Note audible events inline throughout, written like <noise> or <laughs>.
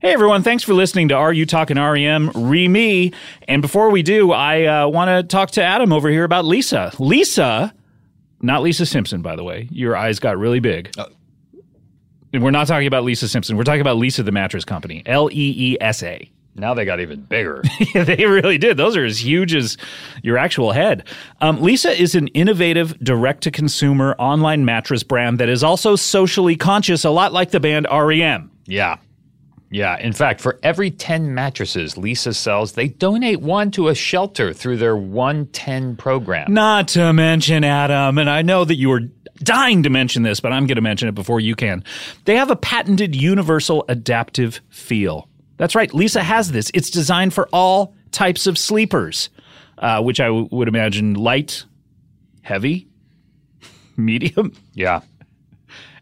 Hey everyone, thanks for listening to Are You Talking REM? Re me. And before we do, I uh, want to talk to Adam over here about Lisa. Lisa, not Lisa Simpson, by the way. Your eyes got really big. And we're not talking about Lisa Simpson. We're talking about Lisa the Mattress Company. L E E S A. <laughs> Now they got even bigger. Yeah, they really did. Those are as huge as your actual head. Um, Lisa is an innovative direct to consumer online mattress brand that is also socially conscious, a lot like the band E REM. yeah. Yeah. In fact, for every 10 mattresses Lisa sells, they donate one to a shelter through their 110 program. Not to mention, Adam, and I know that you were dying to mention this, but I'm going to mention it before you can. They have a patented universal adaptive feel. That's right. Lisa has this. It's designed for all types of sleepers, uh, which I w- would imagine light, heavy, <laughs> medium, Yeah.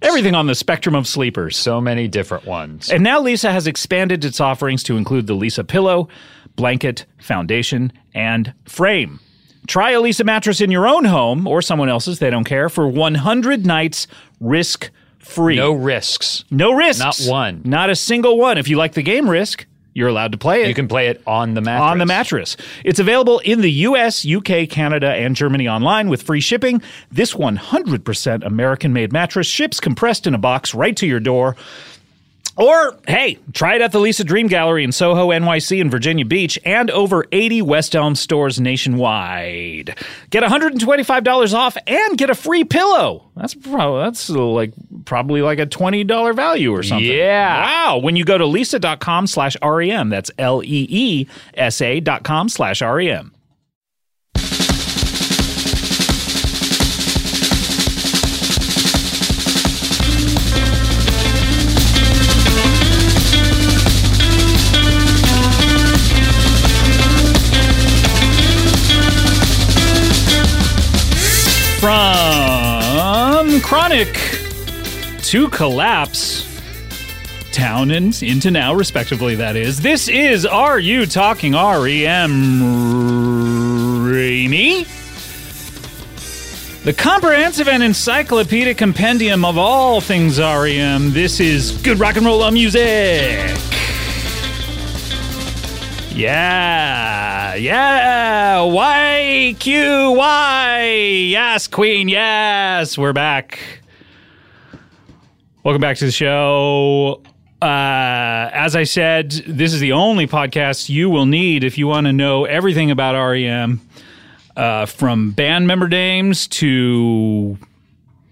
everything on the spectrum of sleepers. So many different ones. And now Lisa has expanded its offerings to include the Lisa pillow, blanket, foundation, and frame. Try a Lisa mattress in your own home or someone else's, they don't care, for 100 nights risk free. No risks. no risks. not one. Not a single one. If you like the game risk, you're allowed to play it You can play it on the mattress. on the mattress. It's available in the US, UK, Canada, and Germany online with free shipping. This 100% American made mattress ships compressed in a box right to your door. Or, hey, try it at the Lisa Dream Gallery in Soho, NYC, and Virginia Beach, and over 80 West Elm stores nationwide. Get $125 off and get a free pillow. That's probably that's uh, like probably like a $20 value or something. Yeah. Wow. When you go to lisa.com slash REM, that's L E E S A dot com slash E REM. From chronic to collapse, town and into now, respectively, that is. This is Are You Talking E REM Rainy? The comprehensive and encyclopedic compendium of all things REM. This is good rock and roll music. Yeah, yeah, YQY. Yes, Queen, yes, we're back. Welcome back to the show. Uh, as I said, this is the only podcast you will need if you want to know everything about REM uh, from band member names to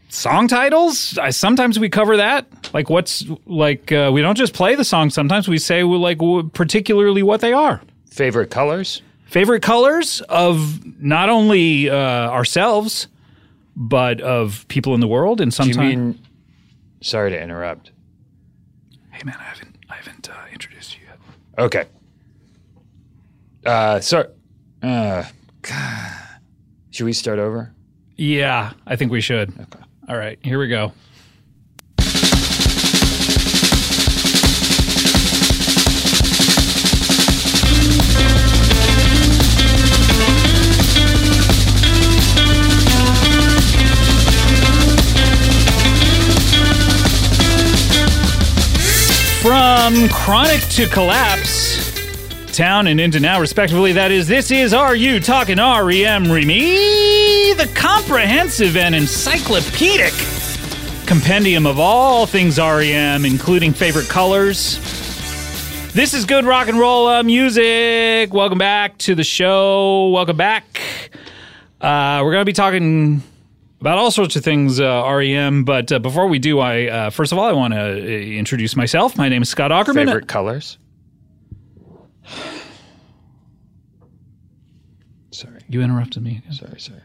song titles. I, sometimes we cover that. Like, what's like, uh, we don't just play the song, sometimes we say, well, like, w- particularly what they are Favorite colors? favorite colors of not only uh, ourselves but of people in the world and Do you sometimes mean, sorry to interrupt. hey man i haven't i haven't uh, introduced you yet Okay. Uh, so, uh, should we start over? yeah i think we should okay all right here we go From chronic to collapse, town and into now, respectively. That is, this is Are You Talking REM Remy? The comprehensive and encyclopedic compendium of all things REM, including favorite colors. This is good rock and roll uh, music. Welcome back to the show. Welcome back. Uh, we're going to be talking about all sorts of things uh, REM, but uh, before we do, I uh, first of all I want to uh, introduce myself. My name is Scott Ackerman. Favorite colors? <sighs> Sorry, You interrupted me. sorry, sorry.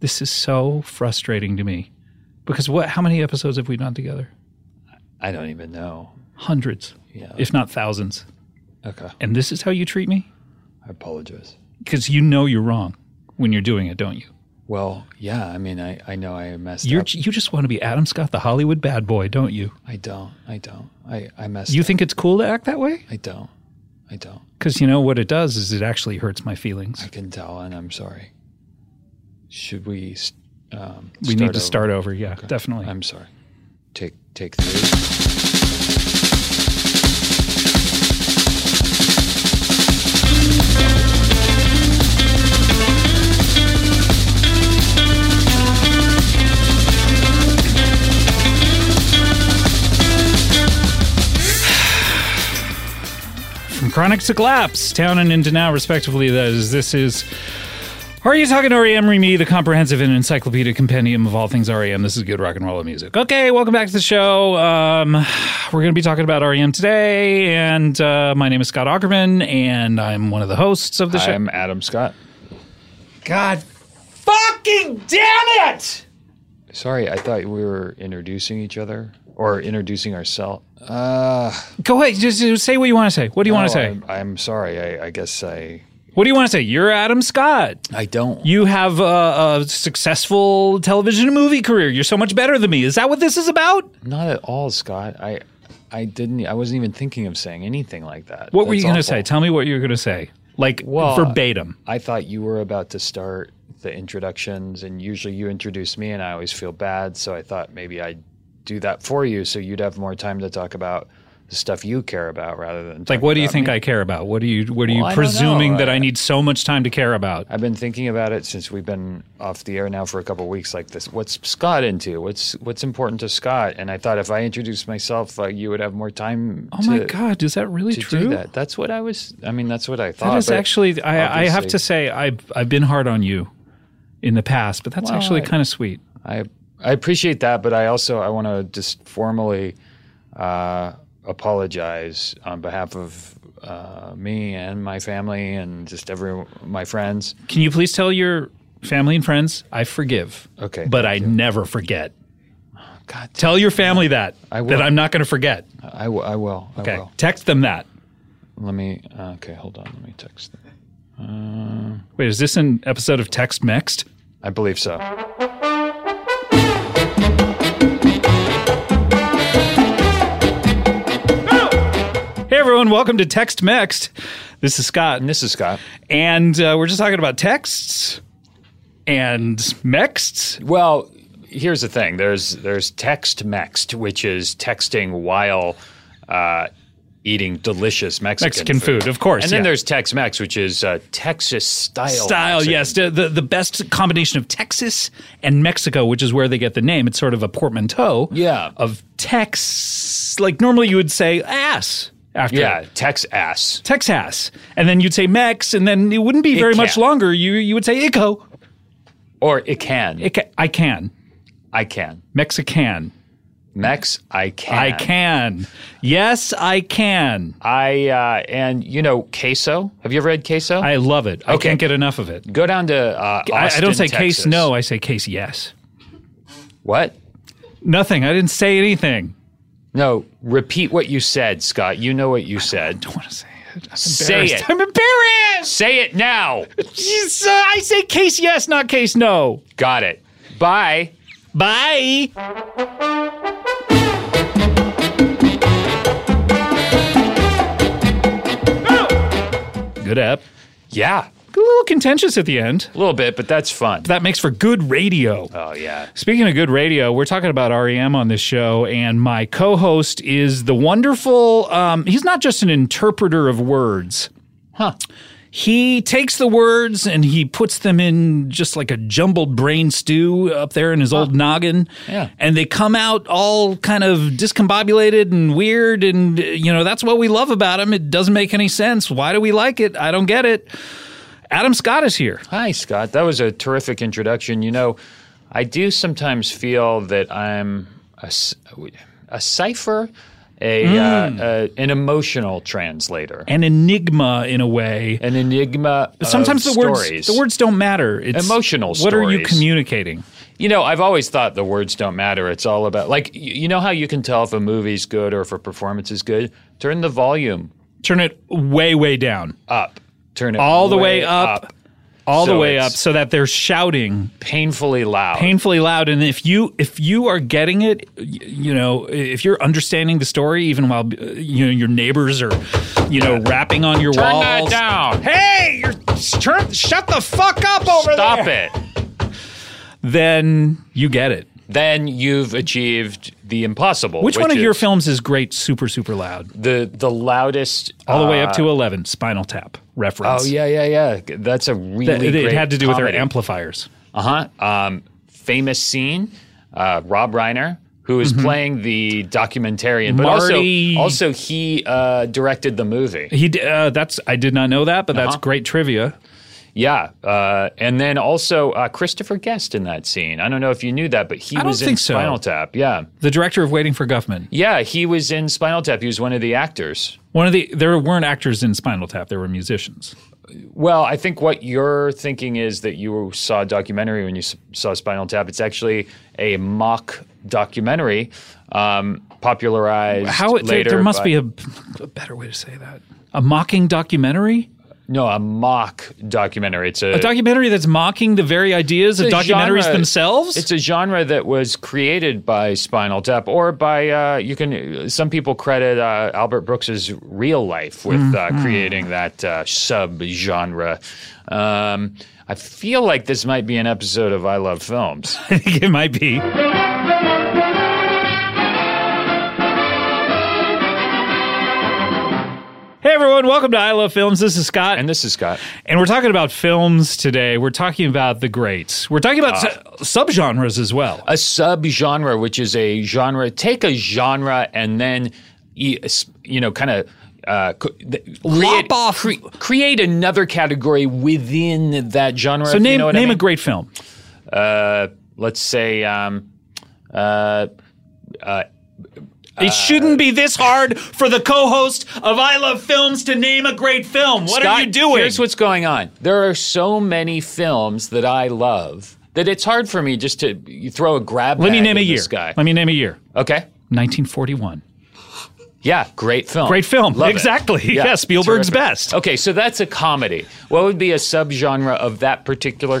This is so frustrating to me because what? How many episodes have we done together? I don't even know. Hundreds, Yeah. if not thousands. Okay. And this is how you treat me I apologize. because you know you're wrong when you're doing it, don't you? Well, yeah, I mean, I, I know I messed You're up. you just want to be Adam Scott, the Hollywood bad boy, don't you? I don't. I don't. I, I messed You up. think it's cool to act that way? I don't. I don't. Because you know what it does is it actually hurts my feelings. I can tell, and I'm sorry. Should we? s- Um, We need to over? start over. Yeah, definitely. I'm sorry. Take take three. From Chronic to Collapse, Town and Into Now, respectively. That is, this is. Are you talking to E REM Remy, the comprehensive and encyclopedic compendium of all things REM? This is good rock and roll music. Okay, welcome back to the show. Um, we're going to be talking about REM today, and uh, my name is Scott Ackerman, and I'm one of the hosts of the show. I'm Adam Scott. God fucking damn it! Sorry, I thought we were introducing each other or introducing ourselves. Uh, Go ahead, just just say what you want to say. What do you want to say? Oh, Oh, I'm, I'm sorry. I, I guess I What do you want to say? You're Adam Scott. I don't. You have a, a successful television and movie career. You're so much better than me. Is that what this is about? Not at all, Scott. I I didn't. I wasn't even thinking of saying anything like that. What were you going to to say? Tell me what you were going to say. Like Well, verbatim. I thought you were about to start the introductions, and usually you introduce me, and I always feel bad. So I thought maybe I'd do that for you, so you'd have more time to talk about the stuff you care about rather than Like, talk what do you about think me. I care about? What are you? What are you Well, I don't know. presuming that I- I need so much time to care about? I've been thinking about it since we've been off the air now for a couple of weeks. Like this, what's Scott into? What's what's important to Scott? And I thought if I introduced myself, uh, you would have more time. Oh my god, is that really to true? do that. That's what I was. I mean, that's what I thought. That is but actually. I, I have obviously- to say, I've I've been hard on you in the past, but that's Well, actually I- kind of sweet. I I appreciate that, but I also I want to just formally uh, apologize on behalf of uh, me and my family and just every my friends. Can you please tell your family and friends I forgive? Okay, but I never forget. God, Tell your family that I will. that I'm not going to forget. I, w- I will. I Okay, will. text them that. Let me. Uh, okay, hold on. Let me text them. Wait, is this an episode of Text Next? I believe so. Hey everyone, welcome to Text Next. This is Scott, And this is Scott. and uh, we're just talking about texts and mexts. Well, here's the thing. There's there's text mext, which is texting while uh, eating delicious Mexican, Mexican food, of course. And then yeah. there's Tex Mex, which is uh, Texas style. style. Mexican. Yes, the, the the best combination of Texas and Mexico, which is where they get the name. It's sort of a portmanteau. Yeah. Of Tex, like normally you would say ass after. Yeah, Tex ass. Texas, and then you'd say Mex, and then it wouldn't be very much can. longer. You you would say Ico. Or it can. Ica, I can I can. Mexican. Mex, I can. I can. Yes, I can. I, uh, and you know, queso. Have you ever had queso? I love it. I Okay. can't get enough of it. Go down to uh, Austin, I, I don't say Texas. case no. I say case yes. What? Nothing. I didn't say anything. No, repeat what you said, Scott. You know what you said. I don't want to say it. I'm Say embarrassed. <laughs> it. I'm embarrassed. Say it now. Jeez, uh, I say case yes, not case no. Got it. Bye. Bye. Good app. Yeah, A little contentious at the end. a little bit, but that's fun. That makes for good radio. Oh yeah. Speaking of good radio, we're talking about REM on this show, and my co host is the wonderful, um, he's not just an interpreter of words. Huh. He takes the words and he puts them in just like a jumbled brain stew up there in his old noggin. Yeah. And they come out all kind of discombobulated and weird. And, uh, you know, that's what we love about him. It doesn't make any sense. Why do we like it? I don't get it. Adam Scott is here. Hi, Scott. That was a terrific introduction. You know, I do sometimes feel that I'm a, s- a cipher, a, Hmm. uh, a an emotional translator, An enigma in a way. an enigma. But Sometimes the words stories. the words don't matter. It's Emotional What are you stories. communicating? You know, I've always thought the words don't matter. It's all about like y- you know how you can tell if a movie's good or if a performance is good. Turn the volume Turn it way way down. up. Turn it All the way up. All the So way up it's- so that they're shouting painfully loud. painfully loud and if you if you are getting it y- you know if you're understanding the story even while uh, you know your neighbors are you know rapping on your Turn walls that down. hey you're turn, shut the fuck up over Stop there it. then you get it Then you've achieved the impossible. which, one of is- your films is great super super loud the the loudest all the way up to 11 spinal tap reference Uh, Oh yeah, yeah, yeah. That's a really That- it, it great had to do with comedy. Uh-huh. our amplifiers Uh huh. Um, famous scene. Uh, Rob Reiner who is playing the documentarian, but Mm-hmm. Marty- also also he uh, directed the movie. He d- uh, that's I did not know that, but that's Uh-huh. great trivia. Yeah, uh, and then also uh, Christopher Guest in that scene. I don't know if you knew that, but he I don't was in think so. Spinal Tap. Yeah, The director of Waiting for Guffman. yeah, he was in Spinal Tap. He was one of the actors. One of the there weren't actors in Spinal Tap; there were musicians. Well, I think what you're thinking is that you saw a documentary when you s- saw Spinal Tap. It's actually a mock documentary, um, popularized How it, there- later. there must by- be a, a better way to say that. A mocking documentary? no a mock documentary. It's a, A documentary that's mocking the very ideas of it's a documentaries genre- themselves? It's a genre that was created by Spinal Tap, or by uh, you can. Some people credit uh, Albert Brooks's Real Life with Mm-hmm. uh, creating that uh, sub-genre. Um, I feel like this might be an episode of I Love Films. <laughs> I think it might be. Hey everyone, welcome to I Love Films. This is Scott, and this is Scott. and we're talking about films today. We're talking about the greats. We're talking Ah. about su- subgenres as well. a subgenre, which is a genre. Take a genre and then, e- s- you know, kind of. Uh, co- th- create, off- create another category within that genre. So if name you know what I name a mean. great film. uh, let's say um, uh, It shouldn't be this hard for the co-host of I Love Films to name a great film. What are Scott, you doing? Here's what's going on. There are so many films that I love that it's hard for me just to you throw a grab. Let me bag name a at year. This guy. Let me name a year. Okay. 1941. Yeah, great film. Great film. Love it. exactly. Yeah, Spielberg's best. Okay, so that's a comedy. What would be a subgenre of that particular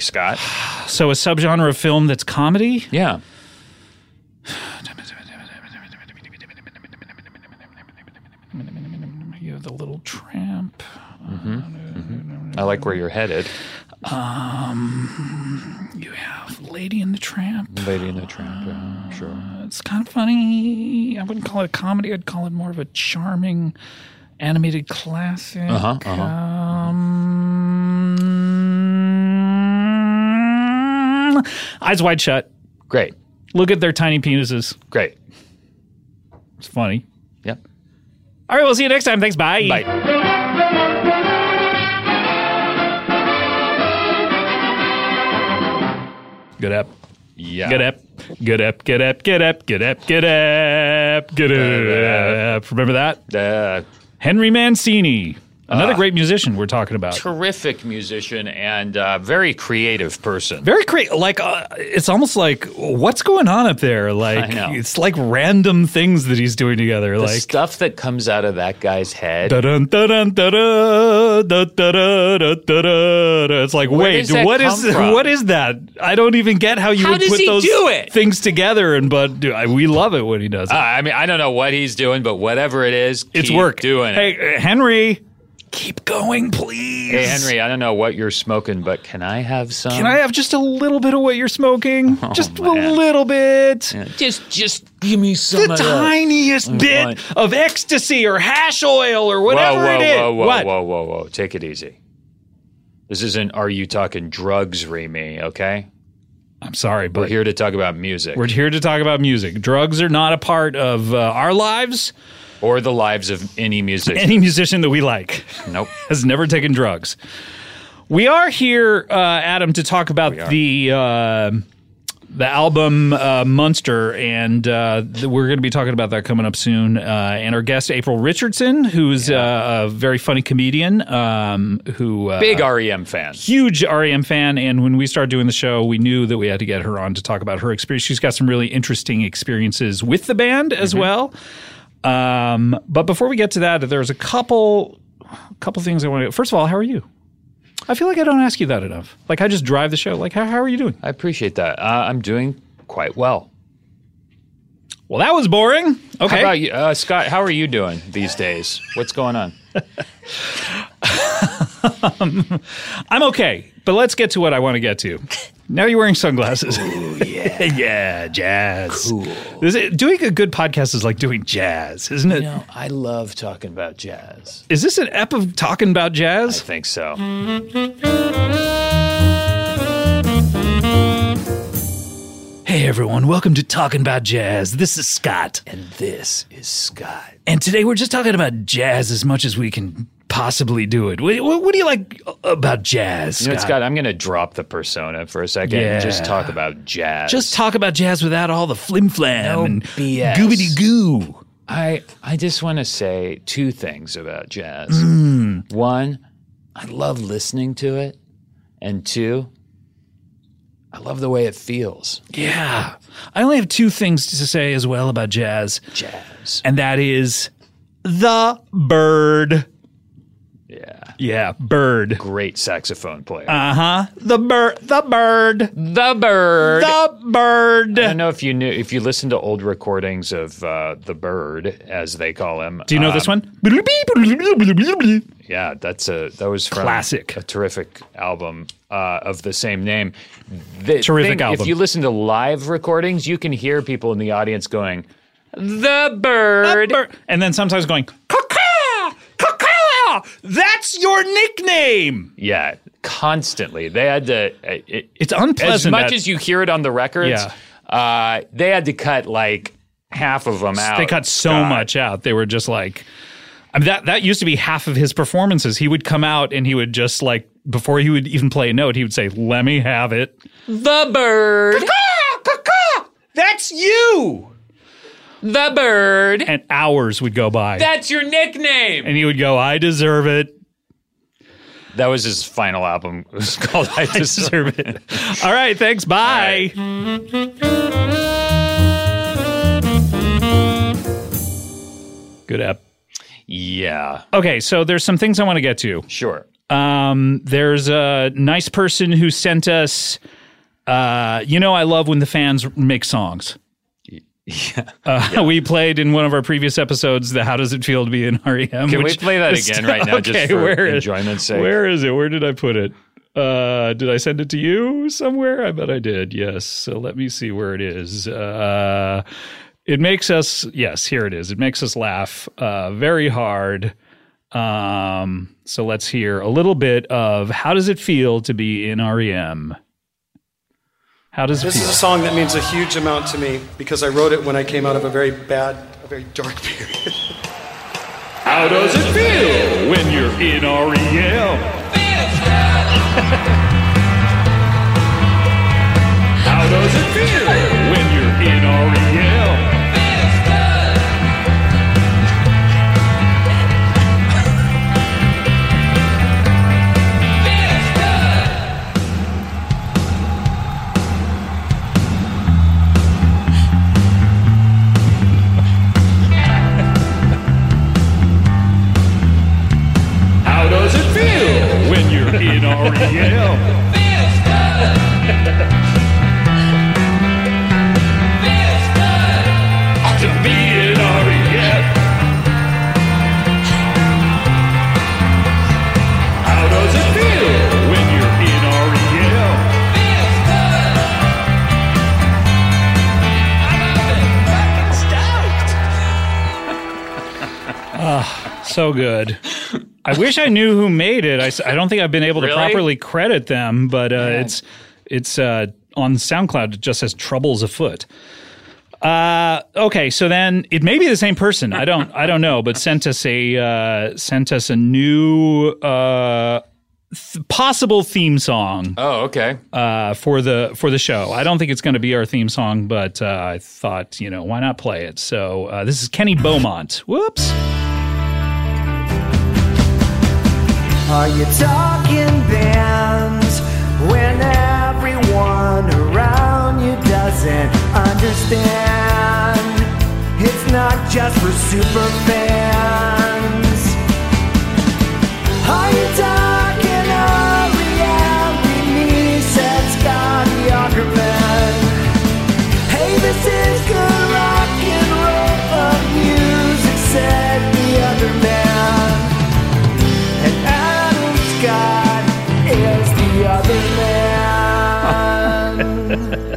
<sighs> Scott? So a subgenre of film that's comedy? Yeah. You have the little tramp. I like where you're headed. You have Lady and the Tramp. Lady in the Tramp. Yeah, sure. It's kind of funny. I wouldn't call it a comedy. I'd call it more of a charming animated classic. Uh-huh, uh-huh. Um, Eyes wide shut. Great. Look at their tiny penises. Great. It's funny. Yep. All right, we'll see you next time. Thanks. Bye. Bye. Good app. Yeah. Get up, get up, get up, get up, get up, get up, get up. Remember that? Uh, Henry Mancini, another great musician we're talking about. terrific musician and uh, very creative person. Very creative. Like uh, it's almost like what's going on up there? Like I know. it's like random things that he's doing together. The Like stuff that comes out of that guy's head. da-dun, da-dun, da-da, da-da-da, da-da-da. it's like wait, does that what come is from? <laughs> what is that? I don't even get how you How would does put he those do it? things together. And but dude, I, we love it when he does it. Uh, I mean, I don't know what he's doing, but whatever it is, It's keep work. doing it. Hey, uh, Henry, keep going, please. Hey, Henry, I don't know what you're smoking, but can I have some? Can I have just a little bit of what you're smoking? just a Oh, man. little bit. Just, just give me some The tiniest bit want- of ecstasy or hash oil or whatever whoa, whoa, it is. Whoa, whoa, what? whoa, whoa, whoa. Take it easy. This isn't Are You Talking Drugs, Remy, okay? I'm sorry, but We're here to talk about music we're here to talk about music. Drugs are not a part of uh, our lives. or the lives of any <laughs> musician. Any musician that we like <laughs> nope. has never taken drugs. We are here, uh, Adam, to talk about the uh, the album uh, Munster, and uh, th- we're going to be talking about that coming up soon. Uh, and our guest, April Richardson, who's uh, a very funny comedian, um, who uh, Big REM fan. huge REM fan. And when we started doing the show, we knew that we had to get her on to talk about her experience. She's got some really interesting experiences with the band Mm-hmm. as well. Um, but before we get to that, there's a couple, a couple things I want to. First of all, how are you? I feel like I don't ask you that enough. Like I just drive the show. Like how, how are you doing? I appreciate that. Uh, I'm doing quite well. Well, that was boring. Okay. How about you, uh, Scott? How are you doing these days? What's going on? I'm okay, but let's get to what I want to get to. Now you're wearing sunglasses. yeah. <laughs> yeah, jazz. Cool. doing a good podcast is like doing jazz, isn't it? No, I love talking about jazz. Is this an ep of talking about I jazz? think so. Hey Hey everyone, welcome to Talking About Jazz. This is Scott. And this is Scott. And today we're just talking about jazz as much as we can possibly do it. What, what, what do you like about jazz? You know, Scott? what, Scott, I'm going to drop the persona for a second Yeah. and just talk about jazz. Just talk about jazz without all the flim flam No and BS. goobity goo. I I just want to say two things about jazz. Mm. One, I love listening to it, and two, I love the way it feels. Yeah. I only have two things to say as well about jazz, Jazz. and that is the bird. Yeah. Yeah, bird. Great saxophone player. Uh huh. The bird. The bird. the bird. The bird. I don't know if you knew if you listened to old recordings of uh, the bird, as they call him. do you know this one? Yeah, that's a that was from Classic. a terrific album uh, of the same name. The Terrific album. If you listen to live recordings, you can hear people in the audience going, "The bird." Bird. And then sometimes going, caw-caw, caw-caw, that's your nickname. Yeah, constantly. They had to. uh, It, It's as unpleasant. much that- as you hear it on the records, uh, they had to cut like half of them out. they cut so Oh, God. much out. They were just like I mean, that. That used to be half of his performances. He would come out and he would just like before he would even play a note, he would say, "Let me have it." The <laughs> bird. Ah, That's you. The bird. And hours would go by, That's your nickname. and he would go, "I deserve it." That was his final album. <laughs> It was called <laughs> I Deserve Deserve it. All right. Thanks. Bye. Good app. Yeah, Okay, so there's some things I want to get to. sure. Um, there's a nice person who sent us. Uh, you know, I love when the fans make songs. Uh, We played in one of our previous episodes the "How Does It Feel to Be in REM." Can we which play that is <laughs> again still- right now, just okay, for where is- enjoyment's sake? Where is it? Where did I put it? Uh, did I send it to you somewhere? I bet I did. Yes. So let me see where it is. Uh, it makes us. Yes, here it is. It makes us laugh uh, very hard. Um, so let's hear a little bit of how does it feel to be in REM? How does it This is a feel? song that means a huge amount to me because I wrote it when I came out of a very bad, a very dark <laughs> period. How does it feel when you're in E REM? How does it feel when you're in E REM? How does it feel when you're in E REM? To be in E REM. How does it feel when you're in E REM? so good. I wish I knew who made it. I, s- I don't think I've been able to Really? properly credit them, but uh, it's it's uh, on SoundCloud. It just says troubles afoot. Uh, okay, so then it may be the same person. I don't I don't know, but sent us a uh, sent us a new uh, th- possible theme song Oh, okay. uh, for the for the show. I don't think it's going to be our theme song, but uh, I thought you know why not play it. So uh, this is Kenny Beaumont. Whoops. Are you talking bands when everyone around you doesn't understand? It's not just for super fans. Are you talking REM? Said Scott Yogerman. Hey, this is good rock and roll of music, said the other man. And Adam Scott is the other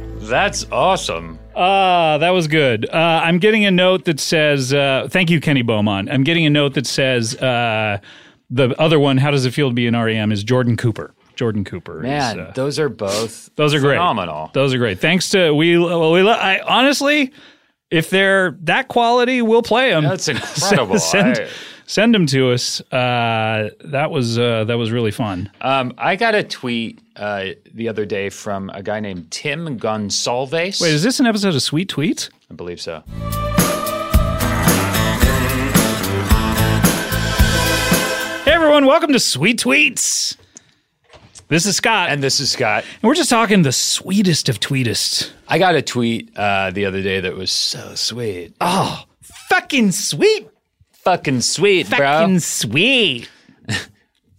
<laughs> man. That's awesome. Ah, that was good. Uh, I'm getting a note that says, uh, "Thank you, Kenny Beaumont." I'm getting a note that says uh, the other one, "How does it feel to be an REM?" E is Jordan Cooper. Jordan Cooper. is, Man, uh, those are both those are great. phenomenal. Those are great. Thanks to we. Well, we. lo- I honestly, if they're that quality, we'll play them. <laughs> That's incredible. send, I- send them to us. Uh, that was uh, that was really fun. Um, I got a tweet uh, the other day from a guy named Tim Gonsalves. Wait, is this an episode of Sweet Tweets? I believe so. Hey everyone, welcome to Sweet Tweets. This is Scott, and And this is Scott. we're just talking the sweetest of tweetists. I got a tweet uh, the other day that was so sweet. Fucking sweet, fucking sweet, fucking bro. sweet,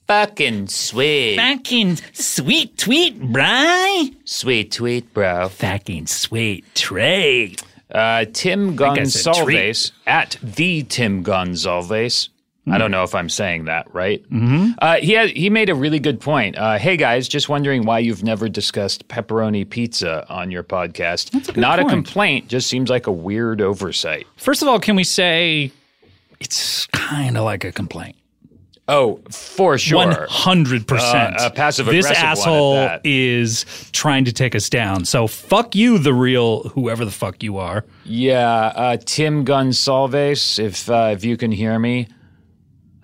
Fucking sweet. fucking sweet tweet, bruh. sweet tweet, bro. Fucking sweet Trey. Uh, Tim I said Gonsalves at the Tim Gonsalves. I don't know if I'm saying that right. Mm-hmm. Uh, he had, he made a really good point. Uh, hey guys, just wondering why you've never discussed pepperoni pizza on your podcast. Not point. a complaint, just seems like a weird oversight. First of all, can we say it's kind of like a complaint? Oh, for One <laughs> sure. hundred percent. Uh, a passive-aggressive This one at asshole that. is trying to take us down. So fuck you, the real whoever the fuck you are. Yeah, uh, Tim Gonsalves, if uh, if you can hear me,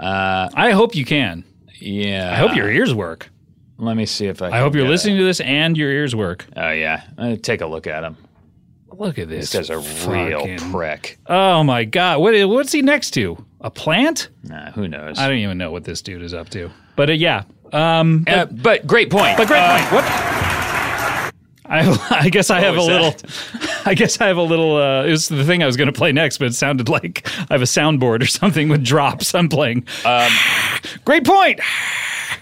I hope you can. yeah. I hope your ears work. Let me see if I. I hope you're get it. listening to this and your ears work. Oh yeah, Uh, take a look at him. Look at this. This guy's a real fucking- prick. Oh my god. What i- what's he next to? A plant? Nah, who knows? I don't even know what this dude is up to. But uh, yeah. Uh, but great point. But great Uh, point. What? I, <laughs> I guess I have a was little. <laughs> that? I guess I have a little. Uh, it was the thing I was going to play next, but it sounded like I have a soundboard or something with drops. I'm playing. Um, <sighs> great point.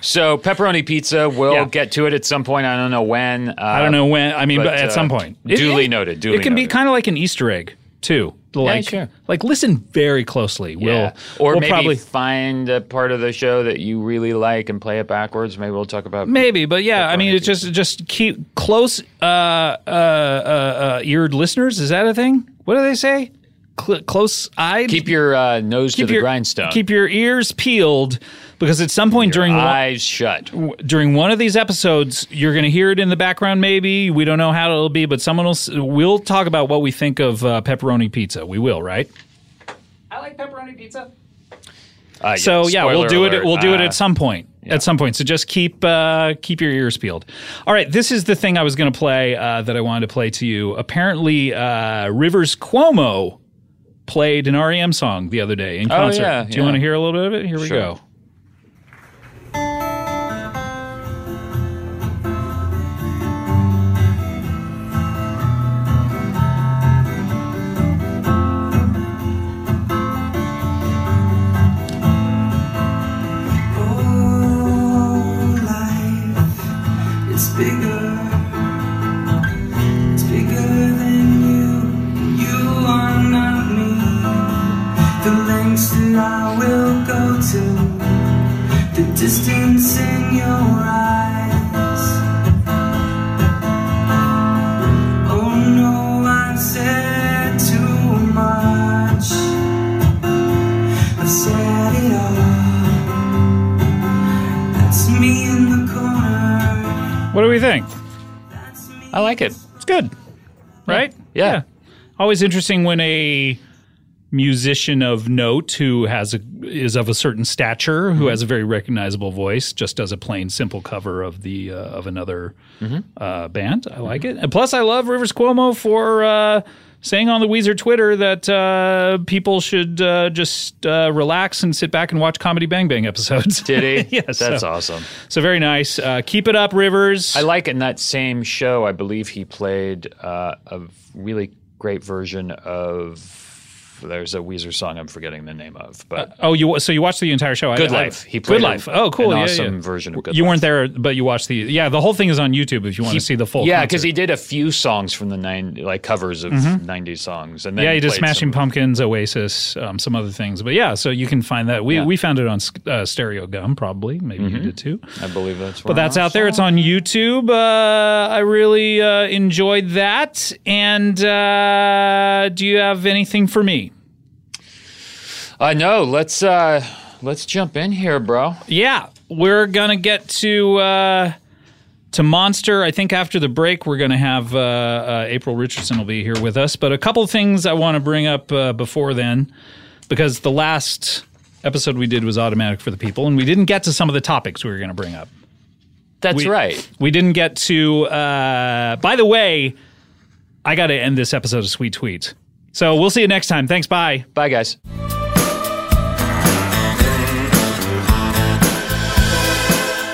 So pepperoni pizza. We'll Yeah. get to it at some point. I don't know when. Uh, I don't know when. I mean, but, but, at uh, some point, duly noted, duly it can be noted. kind of like an Easter egg too. Like, sure. like listen very closely. We'll Yeah. or we'll maybe probably find a part of the show that you really like and play it backwards. Maybe we'll talk about. maybe, but yeah. I mean, it's just just keep close uh, uh, uh, uh, eared listeners. Is that a thing? What do they say? Cl- close eyed. Keep your uh, nose to the grindstone. Keep your ears peeled because at some point during one, eyes shut. during one of these episodes, you're going to hear it in the background. Maybe we don't know how it'll be, but someone else will talk about what we think of uh, pepperoni pizza. We will, right? I like pepperoni pizza. Uh, So yeah, we'll spoiler do it. alert. We'll do it Uh, at some point. At some point. So just keep uh, keep your ears peeled. All right, this is the thing I was going to play uh, that I wanted to play to you. Apparently, uh, Rivers Cuomo played an REM song the other day in concert. Oh, yeah, do you yeah. want to hear a little bit of it? Here we Sure. go. It's bigger. It's bigger than you. You are not me. The lengths that I will go to. The distance in your eyes. Oh no, I said too much. I said it all. That's me in the corner. What do we think? I like it. It's good, right? Yeah. Always interesting when a musician of note who has a is of a certain stature Mm-hmm. who has a very recognizable voice just does a plain simple cover of the uh, of another Mm-hmm. uh, band. I like it, and plus I love Rivers Cuomo for. Uh, Saying on the Weezer Twitter that uh, people should uh, just uh, relax and sit back and watch Comedy Bang Bang episodes. <laughs> <laughs> Did he? Yes, that's so- awesome. So very nice. Uh, keep it up, Rivers. I like in that same show, I believe he played uh, a really great version of. There's a Weezer song I'm forgetting the name of, but Oh, you wa- so you watched the entire show? I- Good I- Life. He played Good a- Life. Oh, cool. an yeah, awesome yeah. version of Good You Life. weren't there, but you watched the. Yeah, the whole thing is on YouTube if you want to see the full. yeah, concert. Mm-hmm. because he did a few songs from the nine like covers of '90s songs, and then Yeah, he did played Smashing some- Pumpkins, Oasis, um, some other things. But yeah, so you can find that. We Yeah. Mm-hmm. we found it on S- uh, Stereo Gum, probably. Maybe you did too. I believe that's. But that's out there. It's on YouTube. Uh, I really uh, enjoyed that. And uh, do you have anything for me? I know. Let's uh, let's jump in here, bro. Yeah, we're gonna get to uh, to Monster. I think after the break, we're going to have uh, uh, April Richardson will be here with us. But a couple things I want to bring up uh, before then, because the last episode we did was automatic for the people, and we didn't get to some of the topics we were going to bring up. That's We- right. We didn't get to. Uh, by the way, I got to end this episode of Sweet Tweets. So we'll see you next time. Thanks. Bye. Bye, guys.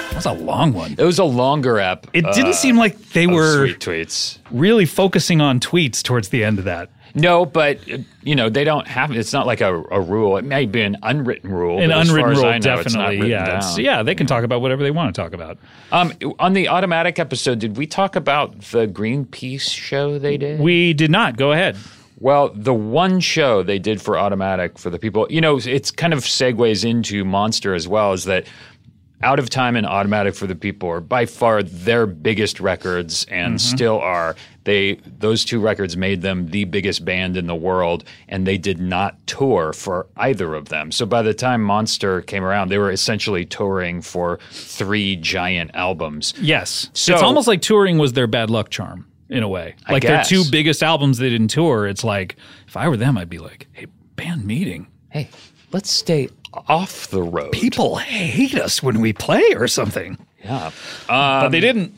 That was a long one. It was a longer app. uh, It didn't seem like they were Sweet tweets. really focusing on tweets towards the end of that. No, but uh, you know they don't have. It's not like a, a rule. It may be an unwritten rule. An but as far unwritten as rule, I know, it's not definitely. written yeah, it's- down. yeah. They can talk about whatever they want to talk about. Um, on the automatic episode, did we talk about the Greenpeace show they did? We did not. Go ahead. Well, the one show they did for Automatic for the people, you know, it's kind of segues into Monster as well, is that Out of Time and Automatic for the People are by far their biggest records and still are. They those two records made them the biggest band in the world, and they did not tour for either of them. So by the time Monster came around, they were essentially touring for three giant albums. Yes. So- it's almost like touring was their bad luck charm in a way. Like their guess. two biggest albums they didn't tour. It's like if I were them, I'd be like, hey, band meeting. Hey, let's stay off the road. People hate us when we play or something. Yeah. Um, but they didn't.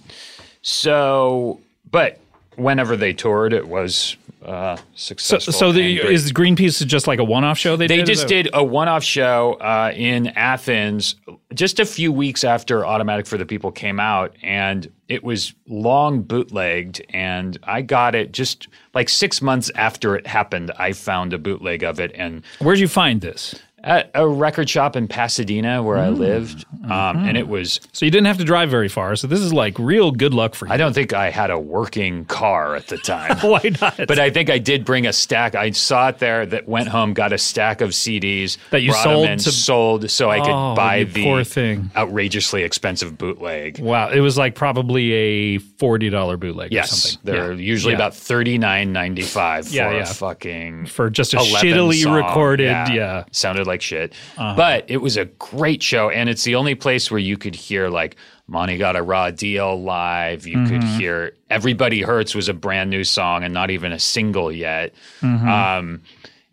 So, but whenever they toured, it was uh, So, successful. so and the, great. is Greenpeace just like a one-off show? They, they did, just did a one-off show uh, in Athens just a few weeks after Automatic for the People came out, and it was long bootlegged. And I got it just like six months after it happened. I found a bootleg of it, and Where'd you find this? at a record shop in Pasadena where Hmm. I lived, um, and Mm-hmm. it was. So you didn't have to drive very far. So this is like real good luck for you. I don't think I had a working car at the time. <laughs> Why not? But I think I did bring a stack. I saw it there that went home, got a stack of CDs That you brought sold them in, to- sold, so I could Oh, buy you the poor thing. outrageously expensive bootleg. wow, it was like probably a forty dollar bootleg or Yes, something. they're Yeah. usually Yeah. about thirty nine ninety five Yeah, for yeah. a fucking for just a 11 shittily song. recorded. Yeah. Uh-huh. sounded like shit. But it was a great show, and it's the only place where you could hear like Monty got a raw deal live. You could Mm-hmm. hear Everybody Hurts was a brand new song and not even a single yet. Mm-hmm. Um,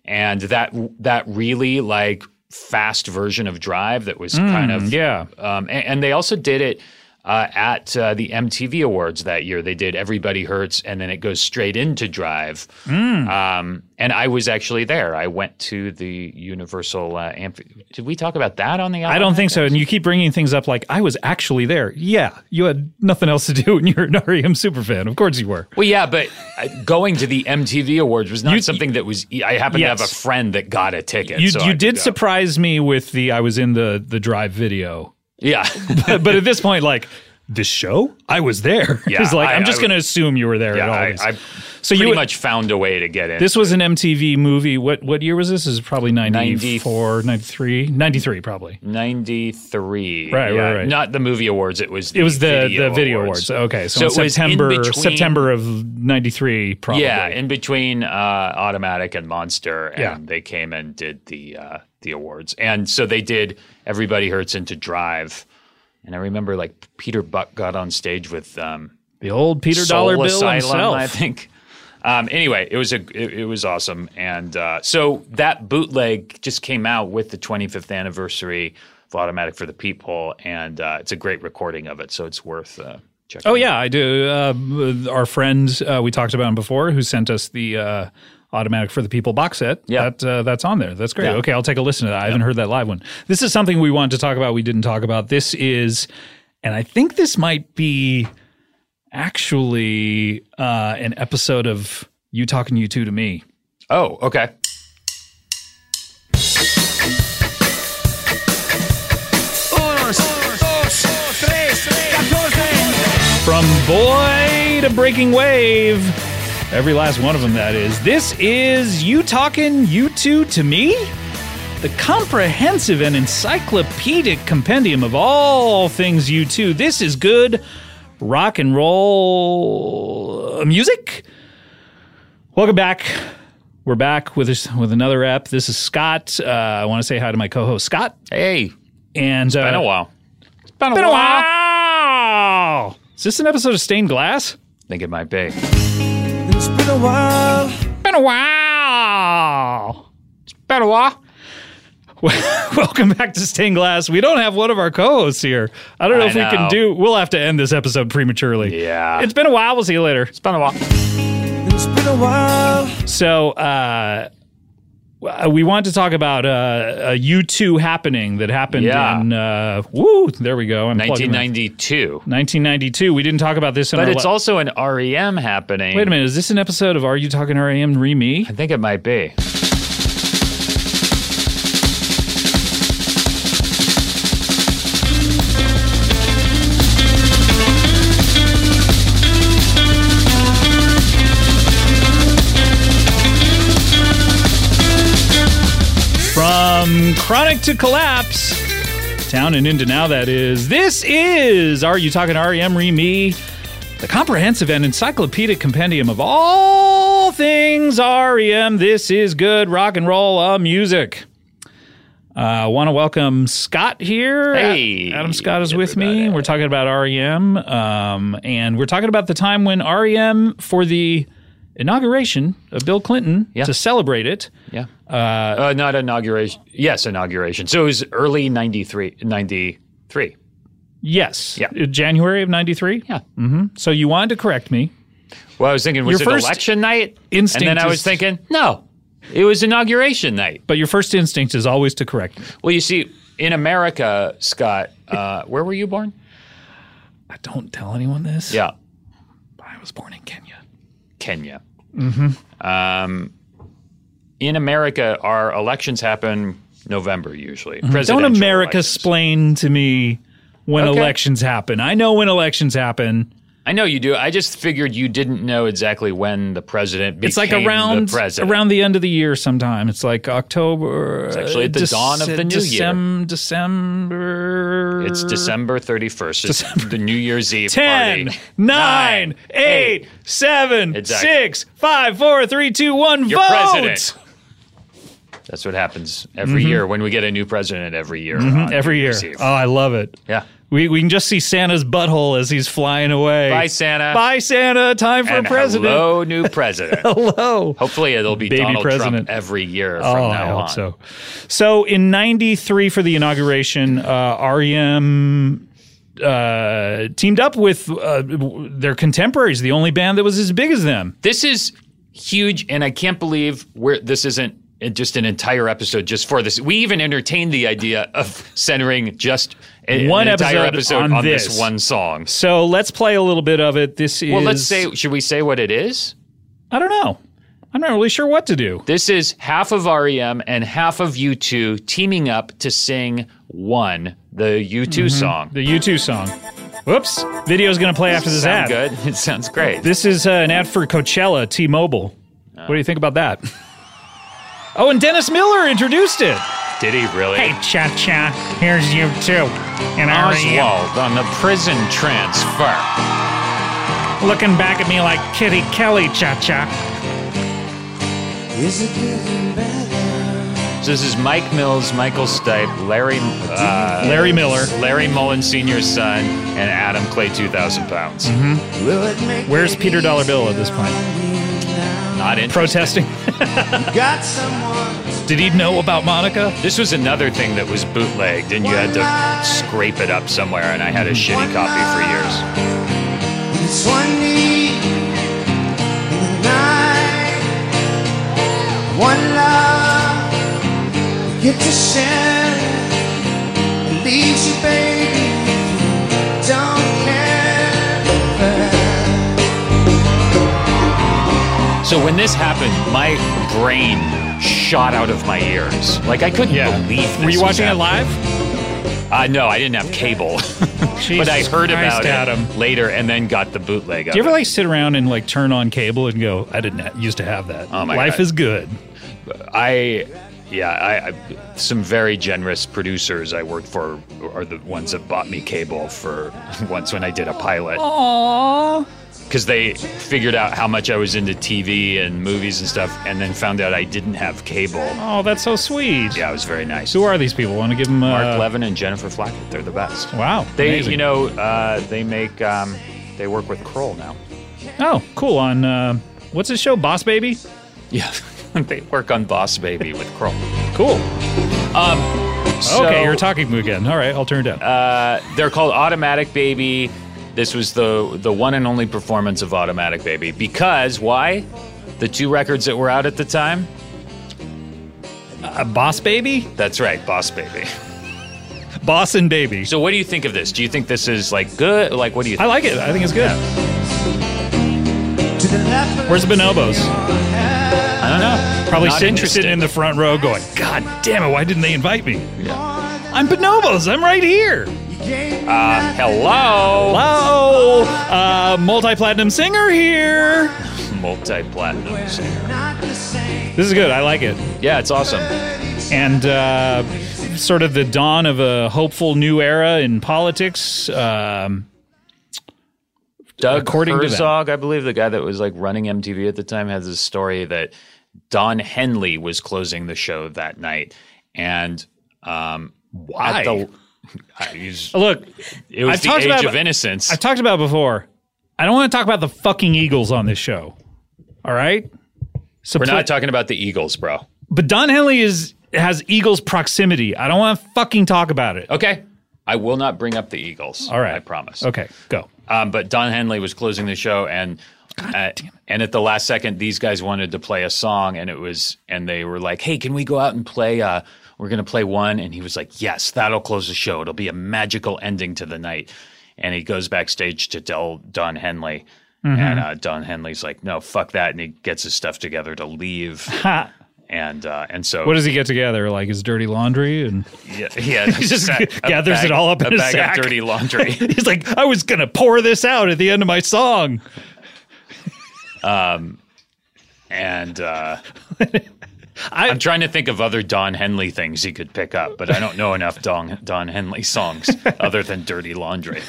and that that really like fast version of Drive that was kind of Mm, yeah. um, a- and, they also did it uh, at uh, the MTV Awards that year. They did Everybody Hurts, and then it goes straight into Drive. Mm. Um, and I was actually there. I went to the Universal uh, Amphi- Did we talk about that on the? I don't think so. And you keep bringing things up like I was actually there. Yeah, you had nothing else to do, and you're an <laughs> REM superfan. Of course you were. Well, yeah, but uh, going to the MTV Awards was not You- something that was. e, I happened to have a Yes. friend that got a ticket. You so I you could did go. surprise me with the I was in the the drive video, <laughs> Yeah, but at this point, like this show, I was there. <laughs> Yeah, it's like I- I, am just I going to assume you were there at yeah. all. I, these. I so pretty you much found a way to get in. This was an MTV movie. What what year was this? This is probably 94, 93, 93 probably. 93. Right, right, right. Not the movie awards. It was the It was the the video awards. Okay, so, So in it was in September between- September of 93 probably. Yeah, in between uh, Automatic and Monster, and Yeah. they came and did the uh, the awards, and so they did. Everybody hurts into Drive, and I remember like Peter Buck got on stage with um, the old Peter Soul Dollar Bill Asylum, himself. I think. Um, anyway, it was a it, it was awesome, and uh, so that bootleg just came out with the 25th anniversary of Automatic for the People, and uh, it's a great recording of it, so it's worth uh, checking. Oh out. yeah, I do. Uh, our friend uh, we talked about him before, who sent us the uh, automatic for the people box set. Yeah. that, uh, that's on there. That's great. Yeah. Okay, I'll take a listen to that. I haven't heard that live one. This is something we wanted to talk about. We didn't talk about. This is, and I think this might be actually uh, an episode of you talking you two to me. Oh, okay. From boy to breaking wave. Every last one of them, that is. This is You Talking You Two to Me? The comprehensive and encyclopedic compendium of all things You Two. This is good rock and roll uh, music. Welcome back. We're back with, this- with another app. This is Scott. Uh, I want to say hi to my co host, Scott. Hey, And, uh, been a while. Been a while. Is this an episode of Stained Glass? think it might be. It's been a while. Been a while. It's been a while. <laughs> Welcome back to Stained Glass. We don't have one of our co-hosts here. I don't know I if we can know. do. We'll have to end this episode prematurely. Yeah. It's been a while. We'll see you later. It's been a while. It's been a while. So uh, w- we want to talk about uh, a U two happening that happened Yeah. in uh, woo. There we go. I'm plugging that. 1992. 1992. We didn't talk about this in But our it's la- also an REM happening. Wait a minute. Is this an episode of Are You Talking R.A.M. Re Me? I think it might be. From Chronic to Collapse, Town and Into Now, that is. This is Are You Talking R.E.M. Re Me? The comprehensive and encyclopedic compendium of all things REM. This is good rock and roll uh, music. I uh, want to welcome Scott here. Hey, Adam Scott is with me. We're talking about REM. Um, and we're talking about the time when REM, for the inauguration of Bill Clinton, to celebrate it, Yeah. Uh, not inauguration. Yes, inauguration. So it was early 93. 93. Yes. Yeah. Uh, January of 93? Yeah. So you wanted to correct me. Well, I was thinking, was Your it first election night? instinct And then I is- was thinking, no, it was inauguration night. But your first instinct is always to correct me. Well, you see, in America, Scott, uh, where were you born? I don't tell anyone this. Yeah, I was born in Kenya. Kenya. Mm-hmm. Um, in America, our elections happen November usually. Mm-hmm. Don't Presidential America elections. explain to me when Okay. elections happen. I know when elections happen. I know you do. I just figured you didn't know exactly when the president became It's like around the president. around the end of the year sometime. It's like October. It's actually at the dawn of the new year. December. It's December 31st. It's December- the New <laughs> Year's Eve 10, party. 9, 8, 7, Exactly. 6, 5, 4, 3, 2, 1, Your vote! president. That's what happens every year when we get a new president every year. on Mm-hmm. <laughs> Every New year. Year's Eve. Oh, I love it. yeah. We, we can just see Santa's butthole as he's flying away. Bye, Santa. Bye, Santa. Time for and a president. hello, new <laughs> president. Hello. Hopefully, it'll be Baby Donald president. Trump every year Oh, from now I hope on. so. So in 93 for the inauguration, uh, REM uh, teamed up with uh, w- their contemporaries, the only band that was as big as them. This is huge, and I can't believe we're, this isn't uh, just an entire episode just for this. We even entertained the idea of centering just a- One an entire episode episode on on, this. this. one song. So let's play a little bit of it. This is. Well, let's say, should we say what it is? I don't know. I'm not really sure what to do. This is half of REM and half of U2 teaming up to sing one, the U2 song. Mm-hmm. The U2 song. Whoops. Video's going to play after this ad. Sound good? <laughs> It sounds great. This is uh, an ad for Coachella T-Mobile. What do you think about that? oh, and Dennis Miller introduced it. Did he really? Cha Cha, here's you too. And Oswald on the prison transfer. looking back at me like Kitty Kelly, Cha Cha. Is it getting better? So this is Mike Mills, Michael Stipe, Larry uh, Larry Miller. Larry Mullen Sr.'s son, and Adam Clay, 2,000 pounds. Mm-hmm. Will it make Where's it Peter Dollar Bill at this point? Not in. Protesting. easy? Got someone. Did he know about Monica? This was another thing that was bootlegged, and you had to scrape it up somewhere, and I had a Mm-hmm. shitty copy for years. It's one need. in the night. One love. You get to share. it. Leaves you, baby. Don't care. So when this happened, my brain shot out of my ears. Like I couldn't believe this. Were you was watching it happening. live? Uh, no, I didn't have cable, <laughs> but I Jesus heard Christ, about Adam. it later, and then got the bootleg. Of Do you ever it. like sit around and like turn on cable and go, I didn't ha- used to have that. Oh my Life God. is good. I, yeah, I, I, some very generous producers I worked for are the ones that bought me cable for <laughs> once when I did a pilot. Oh. Because they figured out how much I was into TV and movies and stuff, and then found out I didn't have cable. Oh, that's so sweet. Yeah, it was very nice. Who are these people? Want to give them uh, Mark Levin and Jennifer Flackett? They're the best. Wow. They, amazing. you know, uh, they make um, They work with Kroll <laughs> now. Oh, cool. On uh, what's his show? Boss Baby. Yeah, <laughs> they work on Boss Baby with Kroll. Cool. <laughs> So- okay, you're talking again. All right, I'll turn it down. They're called Automatic Baby. This was the the one and only performance of Automatic Baby because why? The two records that were out at the time. Uh, boss Baby, That's right, Boss Baby. <laughs> Boss and Baby. So what do you think of this? Do you think this is like good? Like what do you? I think? like it. I think it's good. To the left of Where's the bonobos? I don't know. Probably Not sitting sitting in the front row, going, "God damn it! Why didn't they invite me? I'm bonobos. I'm right here." Uh, hello, Hello, uh, multi-platinum singer here. multi-platinum singer. not the same. This is good. I like it. Yeah, it's awesome. and uh, sort of the dawn of a hopeful new era in politics. Um, Doug According to them. Herzog, I believe the guy that was like running MTV at the time, has this story that Don Henley was closing the show that night, and um, why? the, <laughs> I- he's- look, it was I've the talked age about- of innocence. I've talked about before. I don't want to talk about the fucking Eagles on this show. All right, so We're pl- not talking about the Eagles, bro. but Don Henley is has Eagles proximity. I don't want to fucking talk about it. Okay, I will not bring up the Eagles. All right, I promise. Okay, go. Um, but Don Henley was closing the show, and uh, and at the last second, these guys wanted to play a song, and it was and they were like, "Hey, can we go out and play? Uh, we're gonna play one." And he was like, "Yes, that'll close the show. It'll be a magical ending to the night." And he goes backstage to tell Don Henley, Mm-hmm. and uh, Don Henley's like, "No, fuck that," and he gets his stuff together to <laughs> leave, Ha. and uh, and so What does he get together? Like his dirty laundry, and <laughs> yeah, yeah, he just gathers it all up in a a bag sack. of dirty <laughs> laundry. he's like, "I was gonna pour this out at the end of my song." and uh, <laughs> I- I, am trying to think of other Don Henley things he could pick up, but I don't know enough Don Don <laughs> Henley songs other than "Dirty Laundry."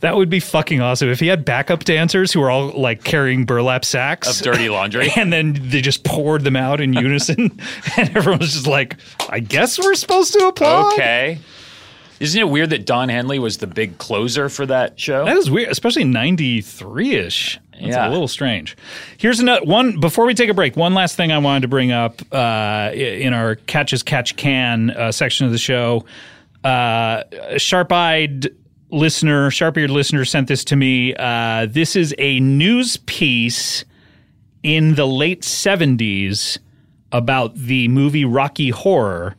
That would be fucking awesome if he had backup dancers who were all like carrying burlap sacks Of <laughs> "Dirty Laundry," and then they just poured them out in unison, <laughs> and everyone was just like, "I guess we're supposed to applaud." okay. Isn't it weird that Don Henley was the big closer for that show? That is weird, especially 93 ish. That's Yeah. a little strange. Here's another one before we take a break. One last thing I wanted to bring up uh, i- in our catch as catch can uh, section of the show. Uh, a sharp eyed listener, sharp eared listener sent this to me. Uh, this is a news piece in the late 70s about the movie Rocky Horror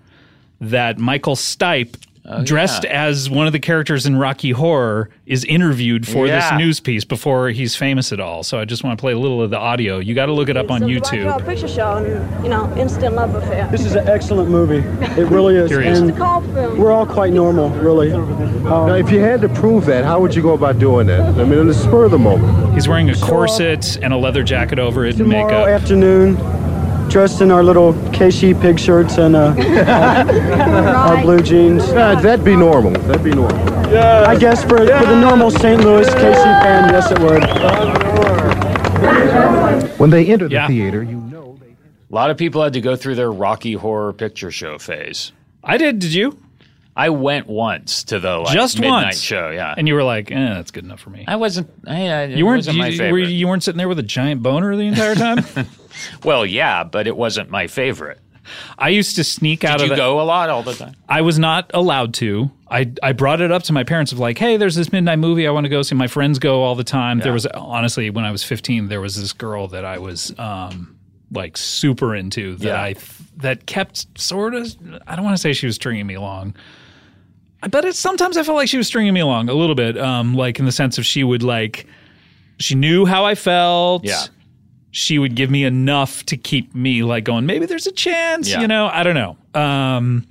that Michael Stipe, Oh, dressed as one of the characters in Rocky Horror, is interviewed for Yeah. this news piece before he's famous at all. So I just want to play a little of the audio. You got to look it up on So the Rocky Horror YouTube. Picture Show and, you know, instant love affair. This is an excellent movie. It really is. Here he is. It's a call film. We're all quite normal, really. Um, Now, if you had to prove that, how would you go about doing that? I mean, on the spur of the moment. He's wearing a corset and a leather jacket over it and tomorrow makeup. afternoon, dressed in our little KC pig shirts and uh, our blue jeans. Nah, that'd be normal. That'd be normal. I guess for, for the normal St. Louis KC fan, yes, it would. When they enter the Yeah. theater, you know they. A lot of people had to go through their Rocky Horror Picture Show phase. I did, did you? I went once to the like, Just midnight once. show. Yeah, And you were like, eh, that's good enough for me. I wasn't. I, I, it You weren't, wasn't my you, favorite. were, you weren't sitting there with a giant boner the entire <laughs> time? well, yeah, but it wasn't my favorite. I used to sneak out Did of you the- go a lot all the time? I was not allowed to. I, I brought it up to my parents of like, hey, there's this midnight movie I want to go see. My friends go all the time. There was honestly when I was 15, there was this girl that I was um, like super into that Yeah. I that kept sort of. I don't want to say she was stringing me along, but it, sometimes I felt like she was stringing me along a little bit. Um, like in the sense of she would like she knew how I felt Yeah. she would give me enough to keep me like going maybe there's a chance Yeah. you know i don't know um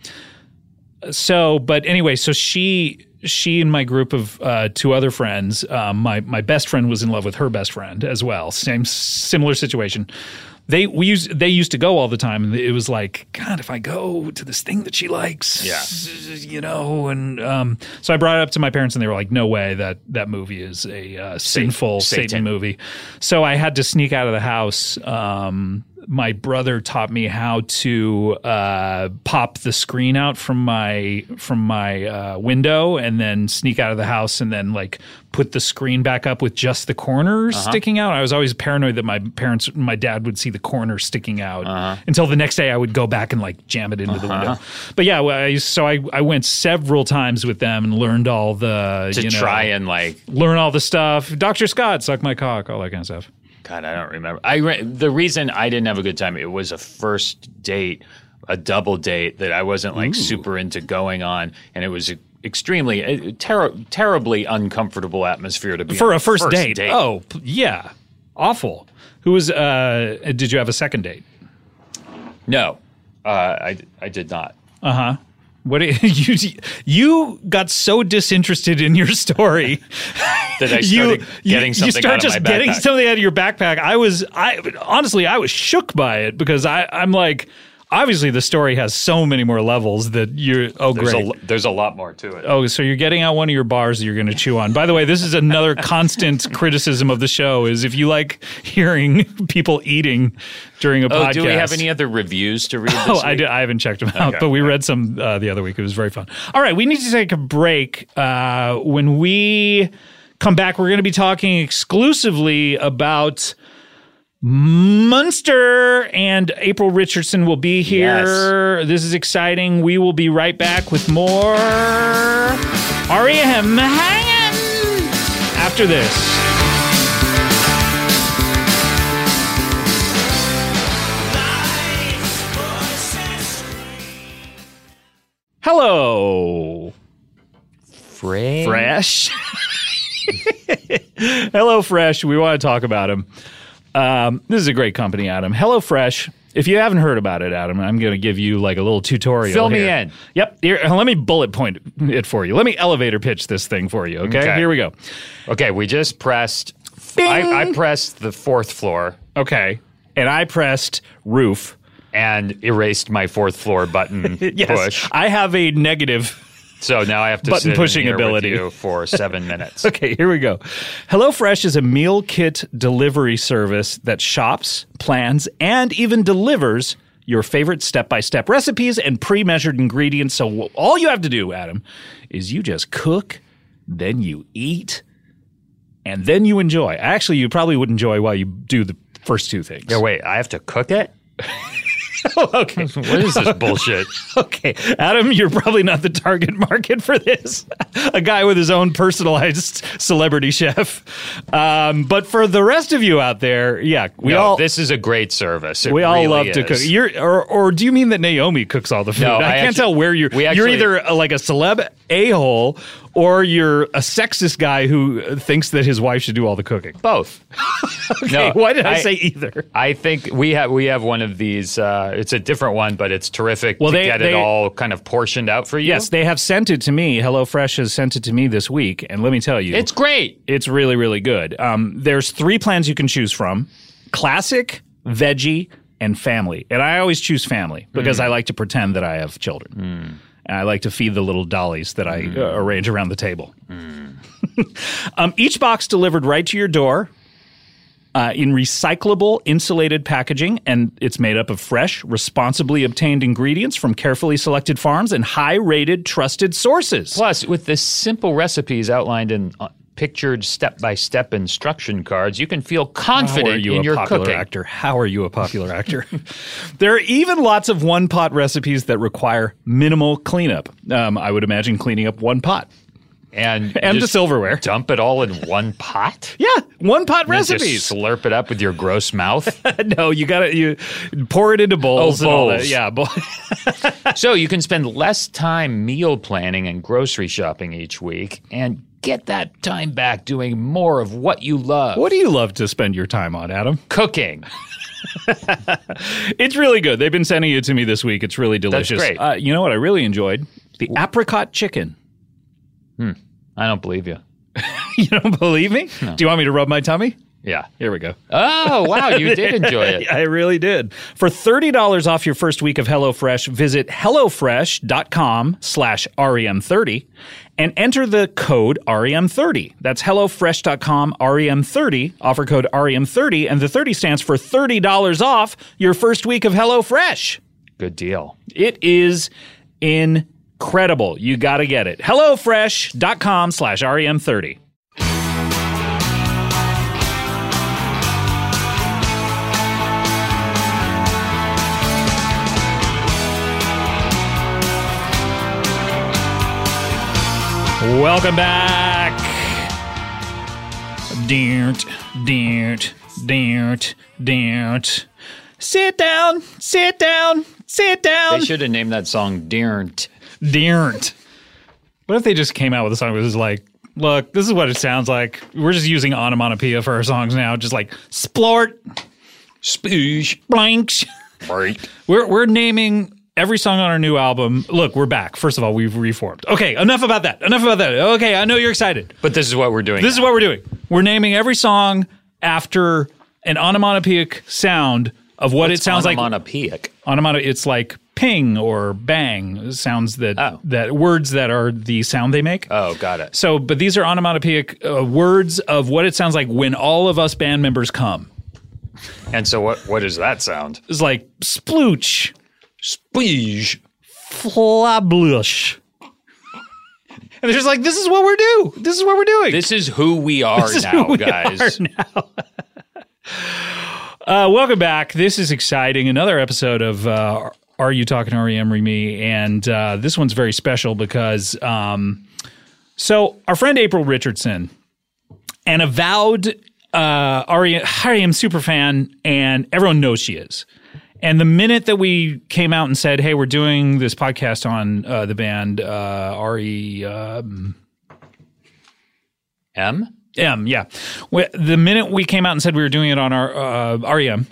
so but anyway so she she and my group of uh, two other friends um, my my best friend was in love with her best friend as well same similar situation they we used they used to go all the time and it was like god if i go to this thing that she likes Yeah. you know and um, so i brought it up to my parents and they were like no way that that movie is a uh, sinful satan Satan. movie movie. So I had to sneak out of the house um, my brother taught me how to uh, pop the screen out from my from my uh, window and then sneak out of the house and then like put the screen back up with just the corners Uh-huh. sticking out. I was always paranoid that my parents, my dad would see the corner sticking out Uh-huh. until the next day I would go back and like jam it into the window. But yeah, well, I, so I I went several times with them and learned all the to you know, try and like learn all the stuff. Doctor Scott, suck my cock, all that kind of stuff. God, I don't remember. I re- the reason I didn't have a good time. It was a first date, a double date that I wasn't like super into going on, and it was e- extremely uh, ter- terribly uncomfortable atmosphere to be for on a first, date. date. Oh, p- yeah, awful. Who was? uh Did you have a second date? no, uh, I I did not. What <laughs> do you you- you got so disinterested in your story? That <laughs> I <laughs> you started getting you something start out of just my getting backpack. something out of your backpack. I was I honestly I was shook by it because I I'm like obviously the story has so many more levels that you're oh There's a, great l- there's a lot more to it. Oh, so you're getting out one of your bars that you're going to chew on. By the way, this is another <laughs> constant criticism of the show: is if you like hearing <laughs> people eating during a Oh, podcast. do we have any other reviews to read? This <laughs> Oh, I, week? did, I haven't checked them out, Okay. but we read some uh, the other week. It was very fun. All right, we need to take a break. Uh, when we come back, we're going to be talking exclusively about Munster, and April Richardson will be here. This is exciting. We will be right back with more E REM hanging after this. Hello. Fresh. <laughs> Hello Fresh. We want to talk about him. Um, this is a great company, Adam. Hello Fresh. If you haven't heard about it, Adam, I'm going to give you like a little tutorial. Fill me here. in. Yep. Here, let me bullet point it for you. Let me elevator pitch this thing for you. Okay. Okay. Here we go. Okay, we just pressed. I, I pressed the fourth floor Okay. And I pressed roof. and erased my fourth floor button <laughs> Yes. push. I have a negative So now I have to Button sit in pushing here with ability. you <laughs> for seven minutes. Okay, here we go. HelloFresh is a meal kit delivery service that shops, plans, and even delivers your favorite step by step recipes and pre measured ingredients. So wh- all you have to do, Adam, is you just cook, then you eat, and then you enjoy. Actually, you probably would enjoy while you do the first two things. Yeah, Oh, wait, I have to cook it? <laughs> okay. What <laughs> is this bullshit? Okay, Adam, you're probably not the target <laughs> market for this. a guy with his own personalized celebrity chef. Um, but for the rest of you out there, yeah, we no, all this is a great service. It we all really love to is. cook. You're or, or do you mean that Naomi cooks all the food? No, I, I can't actu- tell where you're. we you're actually- either uh like a celeb a hole or you're a sexist guy who thinks that his wife should do all the cooking. <laughs> Both. Hey, no, why did I, say either? I think we have we have one of these. Uh, it's a different one, but it's terrific Well, to they- get they- it all kind of portioned out for you. Yes, they have sent it to me. HelloFresh has sent it to me this week, and let me tell you, it's great. It's really, really good. Um, there's three plans you can choose from classic, veggie, and family. And I always choose family because I like to pretend that I have children. And I like to feed the little dollies that Mm. I uh, arrange around the table. <laughs> um, each box delivered right to your door uh, in recyclable, insulated packaging, and it's made up of fresh, responsibly obtained ingredients from carefully selected farms and high rated, trusted sources. Plus, with the simple recipes outlined in uh, pictured step-by-step instruction cards, you can feel confident How are you in a your popular cooking. actor? How are you a popular actor? <laughs> there are even lots of one pot recipes that require minimal cleanup. Um, I would imagine cleaning up one pot And and the just silverware. dump it all in one pot. Yeah, one pot And then <laughs> recipes. Just slurp it up with your gross mouth. <laughs> no, you gotta you pour it into Oh, bowls. and all that. bowls. Yeah, bowl. <laughs> So you can spend less time meal planning and grocery shopping each week and get that time back doing more of what you love what do you love to spend your time on, Adam? cooking. It's really good. They've been sending it to me this week. It's really delicious. great. Uh, you know what I really enjoyed? The apricot <laughs> chicken. I don't believe you. You don't believe me? Do you want me to rub my tummy? Yeah. Here we go. Oh, wow. <laughs> You did enjoy it. I really did. For $30 off your first week of HelloFresh, visit HelloFresh.com slash REM30 and enter the code REM30. That's HelloFresh.com REM30, E offer code REM30, and the 30 stands for $30 off your first week of HelloFresh. Good deal. It is incredible. You got to get it. HelloFresh.com slash E REM30. Welcome back. Dint, dint, dint, dint. Sit down, sit down, sit down. They should have named that song Dearnt. Dearnt. What if they just came out with a song that was like, look, this is what it sounds like. We're just using onomatopoeia for our songs now, just like splort, Spoosh. blanks. Right. We're we're naming every song on our new album. Look, we're back. First of all, we've reformed. Okay, enough about that. Enough about that. Okay, I know you're excited. But this is what we're doing. This is what we're doing. We're naming every song after an onomatopoeic sound of what it sounds like. onomatopoeic. Onomato, it's like ping or bang sounds that Oh. that words that are the sound they make. Oh, got it. So, but these are onomatopoeic uh, words of what it sounds like when all of us band members come. And so what what is that sound? It's like splooch, Spoosh. flablush. And they're just like, this is what we're do. This is what we're doing. This is who we are is now, who we guys. are Uh, welcome back. This is exciting. Another episode of uh, Are You Talking E REM Remy? And uh, this one's very special because um, so our friend April Richardson, an avowed uh, REM, REM superfan, and everyone knows she is. And the minute that we came out and said, "Hey, we're doing this podcast on uh, the band uh, RE," uh, M? M, yeah. Wh- The minute we came out and said we were doing it on our uh, REM,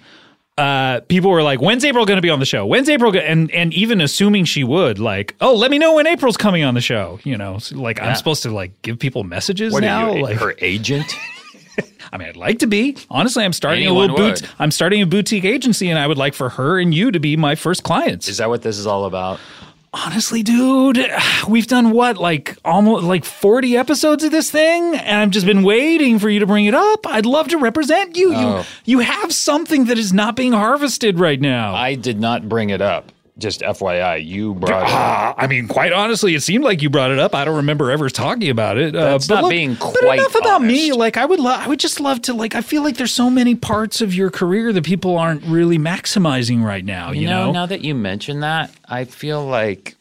uh, people were like, "When's April going to be on the show? When's April?" Go-? And and even assuming she would, like, "Oh, let me know when April's coming on the show." You know, so, like I'm supposed to like give people messages What now. are you, like, her agent? I mean, I'd like to be. Honestly, I'm starting Anyone a little boot. would. I'm starting a boutique agency, and I would like for her and you to be my first clients. Is that what this is all about? Honestly, dude, we've done what like almost like 40 episodes of this thing and I've just been waiting for you to bring it up. I'd love to represent you. Oh. You you have something that is not being harvested right now. I did not bring it up. Just FYI, you brought it up. I mean, quite honestly, it seemed like you brought it up. I don't remember ever talking about it. Uh, That's but not being But quite enough about me. honest. Like, I would love, I would just love to. Like, I feel like there's so many parts of your career that people aren't really maximizing right now. You You know, know, now that you mention that, I feel like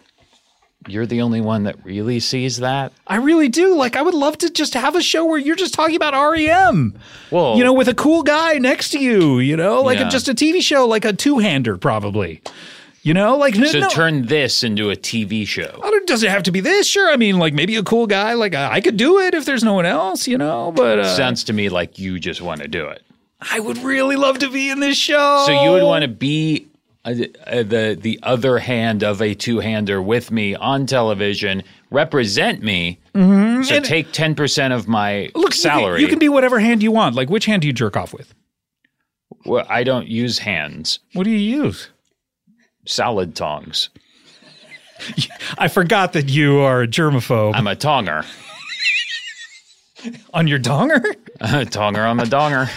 you're the only one that really sees that. I really do. Like, I would love to just have a show where you're just talking about E REM. Well, you know, with a cool guy next to you, you know, like a- Oh. Yeah. just a TV show, like a two hander, probably. You know, like no, to no, turn this into a TV show. it doesn't have to be this. Sure, I mean, like maybe a cool guy, like I I could do it if there's no one else, you know. But uh, Sounds to me like you just want to do it. I would really love to be in this show. So you would want to be uh, uh, the the other hand of a two hander with me on television, represent me. So take ten percent of my Mm-hmm. look you can- salary. You can, be whatever hand you want. Like which hand do you jerk off with? Well, I don't use hands. What do you use? Salad tongs. I forgot that you are a germaphobe I'm a tonger. <laughs> on your donger. <laughs> tonger on the donger.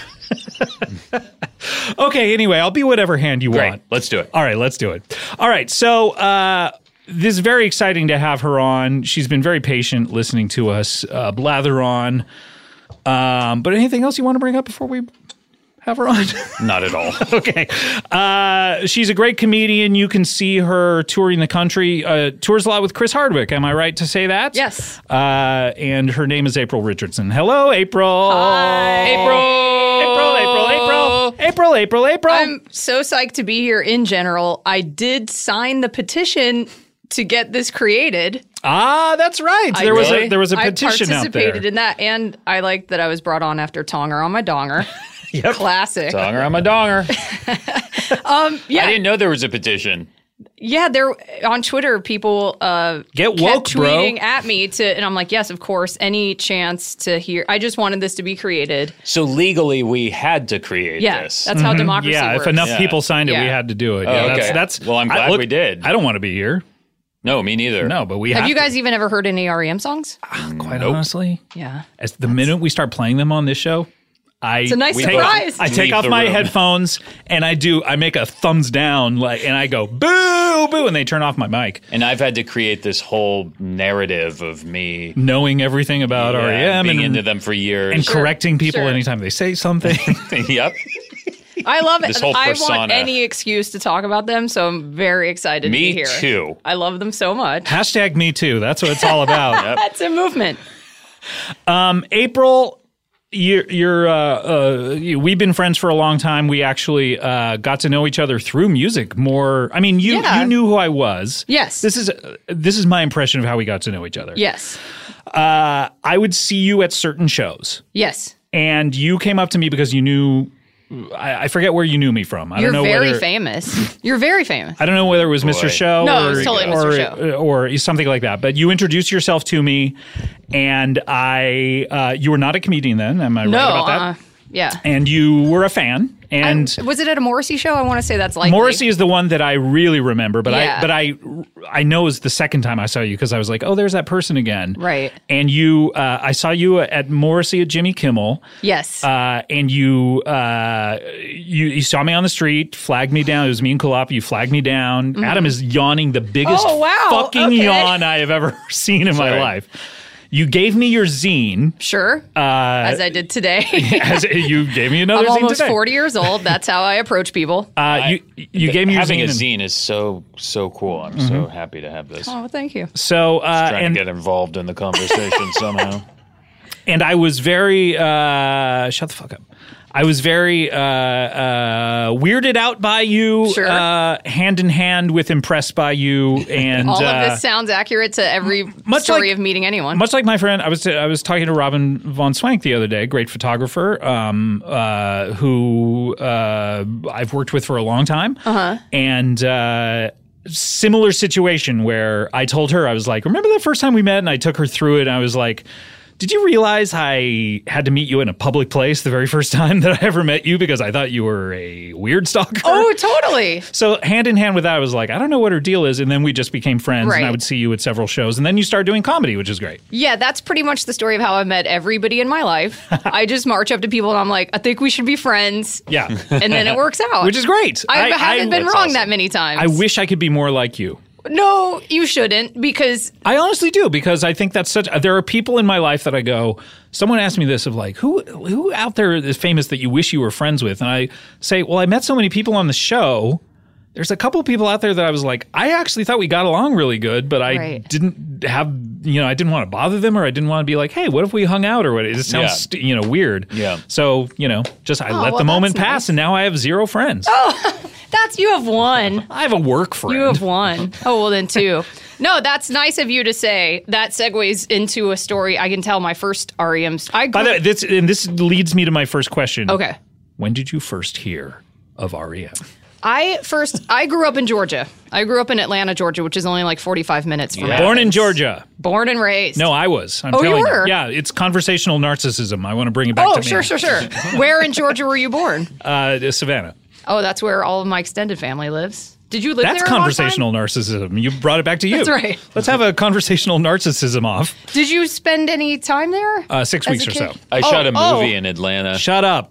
okay, anyway, I'll be whatever hand you Great. want. Let's do it. All right, let's do it. All right, so uh, this is very exciting to have her on. She's been very patient listening to us uh, blather on. Um, but anything else you want to bring up before we have her on? <laughs> Not at all. okay. Uh, she's a great comedian. You can see her touring the country. Uh, tours a lot with Chris Hardwick. Am I right to say that? Yes. Uh, and her name is April Richardson. Hello, April. April, April, April, April, April, April. I'm so psyched to be here in general. I did sign the petition to get this created. Ah, that's right. There was a really? there was a I petition out participated there. in that, and I liked that I was brought on after Tonger on <laughs> my Donger. Classic. <laughs> Donger on my donger. yeah, Um, I didn't know there was a petition. yeah, there on Twitter, people uh, Get woke, kept bro. tweeting at me to, and I'm like, yes, of course. Any chance to hear? I just wanted this to be created. So legally, we had to create Yeah, this. that's how democracy Mm-hmm. yeah, works. if enough Yeah. people signed it, we Yeah. had to do it. Oh, yeah, okay. that's, that's Well, I'm I- glad we did. I don't want to be here. no, me neither. No, but we have, Have you to, guys even ever heard any REM songs? quite honestly. Yeah. As the minute we start playing them on this show, I a nice take, surprise. I take Leave off the my room. headphones and I do I make a thumbs down like and I go boo boo and they turn off my mic, And I've had to create this whole narrative of me knowing everything about yeah, REM being E and, into them for years. and correcting people sure. anytime they say something. <laughs> <laughs> yep. I love it. This whole I want persona. any excuse to talk about them, so I'm very excited to be Me here. too. I love them so much. Hashtag me too. That's what it's all <laughs> about. That's a movement. April, you're, you're uh, uh, you, we've been friends for a long time. We actually uh, got to know each other through music more. I mean, you Yeah. you knew who I was. Yes. This is uh, this is my impression of how we got to know each other. Yes. Uh, I would see you at certain shows, Yes. and you came up to me because you knew. I, I forget where you knew me from. I You're don't know very whether. famous. You're <laughs> very famous. I don't know whether it was Mr. Show No, it or, was totally or, Mr. Show. or something like that. But you introduced yourself to me, and I uh, you were not a comedian then. Am I No. right about that? Uh, yeah. and you were a fan and I- was it at a Morrissey show? I want to say that's likely. Morrissey is the one that I really remember, but I Yeah. but I I know is the second time I saw you because I was like, oh, there's that person again, Right. And you, uh, I saw you at Morrissey at Jimmy Kimmel, Yes. uh, and you, uh, you you saw me on the street, flagged me down. It was me and Kalapa. You flagged me down. Adam is yawning the biggest Mm-hmm. Oh, wow. fucking Okay. yawn I have ever <laughs> seen in my Sorry. life. You gave me your zine <laughs> sure. uh, as I did today. as you gave me another I'm zine almost today. 40 years old. That's how I approach people. Uh, you you gave me your Having zine and- a zine is so so cool. I'm so happy to have this. oh, thank you. So uh, Trying and to get involved in the conversation <laughs> somehow. and I was very uh, shut the fuck up. I was very uh, uh, weirded out by you, Sure. uh, hand in hand with impressed by <laughs> you, and All uh, of this sounds accurate to every much story like- of meeting anyone. much like my friend, I was I was talking to Robin von Swank the other day, great photographer, um, uh, who uh, I've worked with for a long time, uh-huh. and. Uh, Similar situation where I told her, I was like, Remember that first time we met? And I took her through it, and I was like, Did you realize I had to meet you in a public place the very first time <laughs> that I ever met you because I thought you were a weird stalker? oh, totally. <laughs> So hand in hand with that, I was like, I don't know what her deal is, and then we just became friends, and I Right. would see you at several shows, and then you started doing comedy, which is great. Yeah, that's pretty much the story of how I met everybody in <laughs> my life. I just march up to people and I'm like, I think we should be friends. <laughs> Yeah, And then <laughs> it works out. which is great. I, haven't been that's wrong awesome. that many times. I wish I could be more like you. No, you shouldn't because I honestly do because I think that's such. There are people in my life that I go. Someone asked me this of like who who out there is famous that you wish you were friends with, and I say, well, I met so many people on the show. There's a couple people out there that I was like, I actually thought we got along really good, but I Right. didn't have, you know, I didn't want to bother them or I didn't want to be like, hey, what if we hung out or what? It just sounds, Yeah. st- you know, weird. Yeah. So, you know, just I let Oh, well, the moment that's pass nice. and now I have zero friends. that's you <laughs> have won. I have a work friend. You have won. Oh, well, then two. No, that's nice of you to say. That segues into a story I can tell my first REM. st- I By grew, the way, this and this leads me to my first question. okay. When did you first hear of E REM? I first, I grew up in Georgia. I grew up in Atlanta, Georgia, which is only like 45 minutes from Born in Athens. Georgia. Born and raised. No, I was. I'm Oh, you telling were? Yeah, it's conversational narcissism. I want to bring it back Oh, to me. sure, sure, <laughs> sure. Where in Georgia were you born? Uh, Savannah. Oh, that's where all of my extended family lives. Did you live That's there? a long time? conversational narcissism. You brought it back to you. That's right. Let's have a conversational narcissism off. Did you spend any time there? Uh, six As weeks a or kid? so. I Oh, shot a oh. movie in Atlanta. Shut up.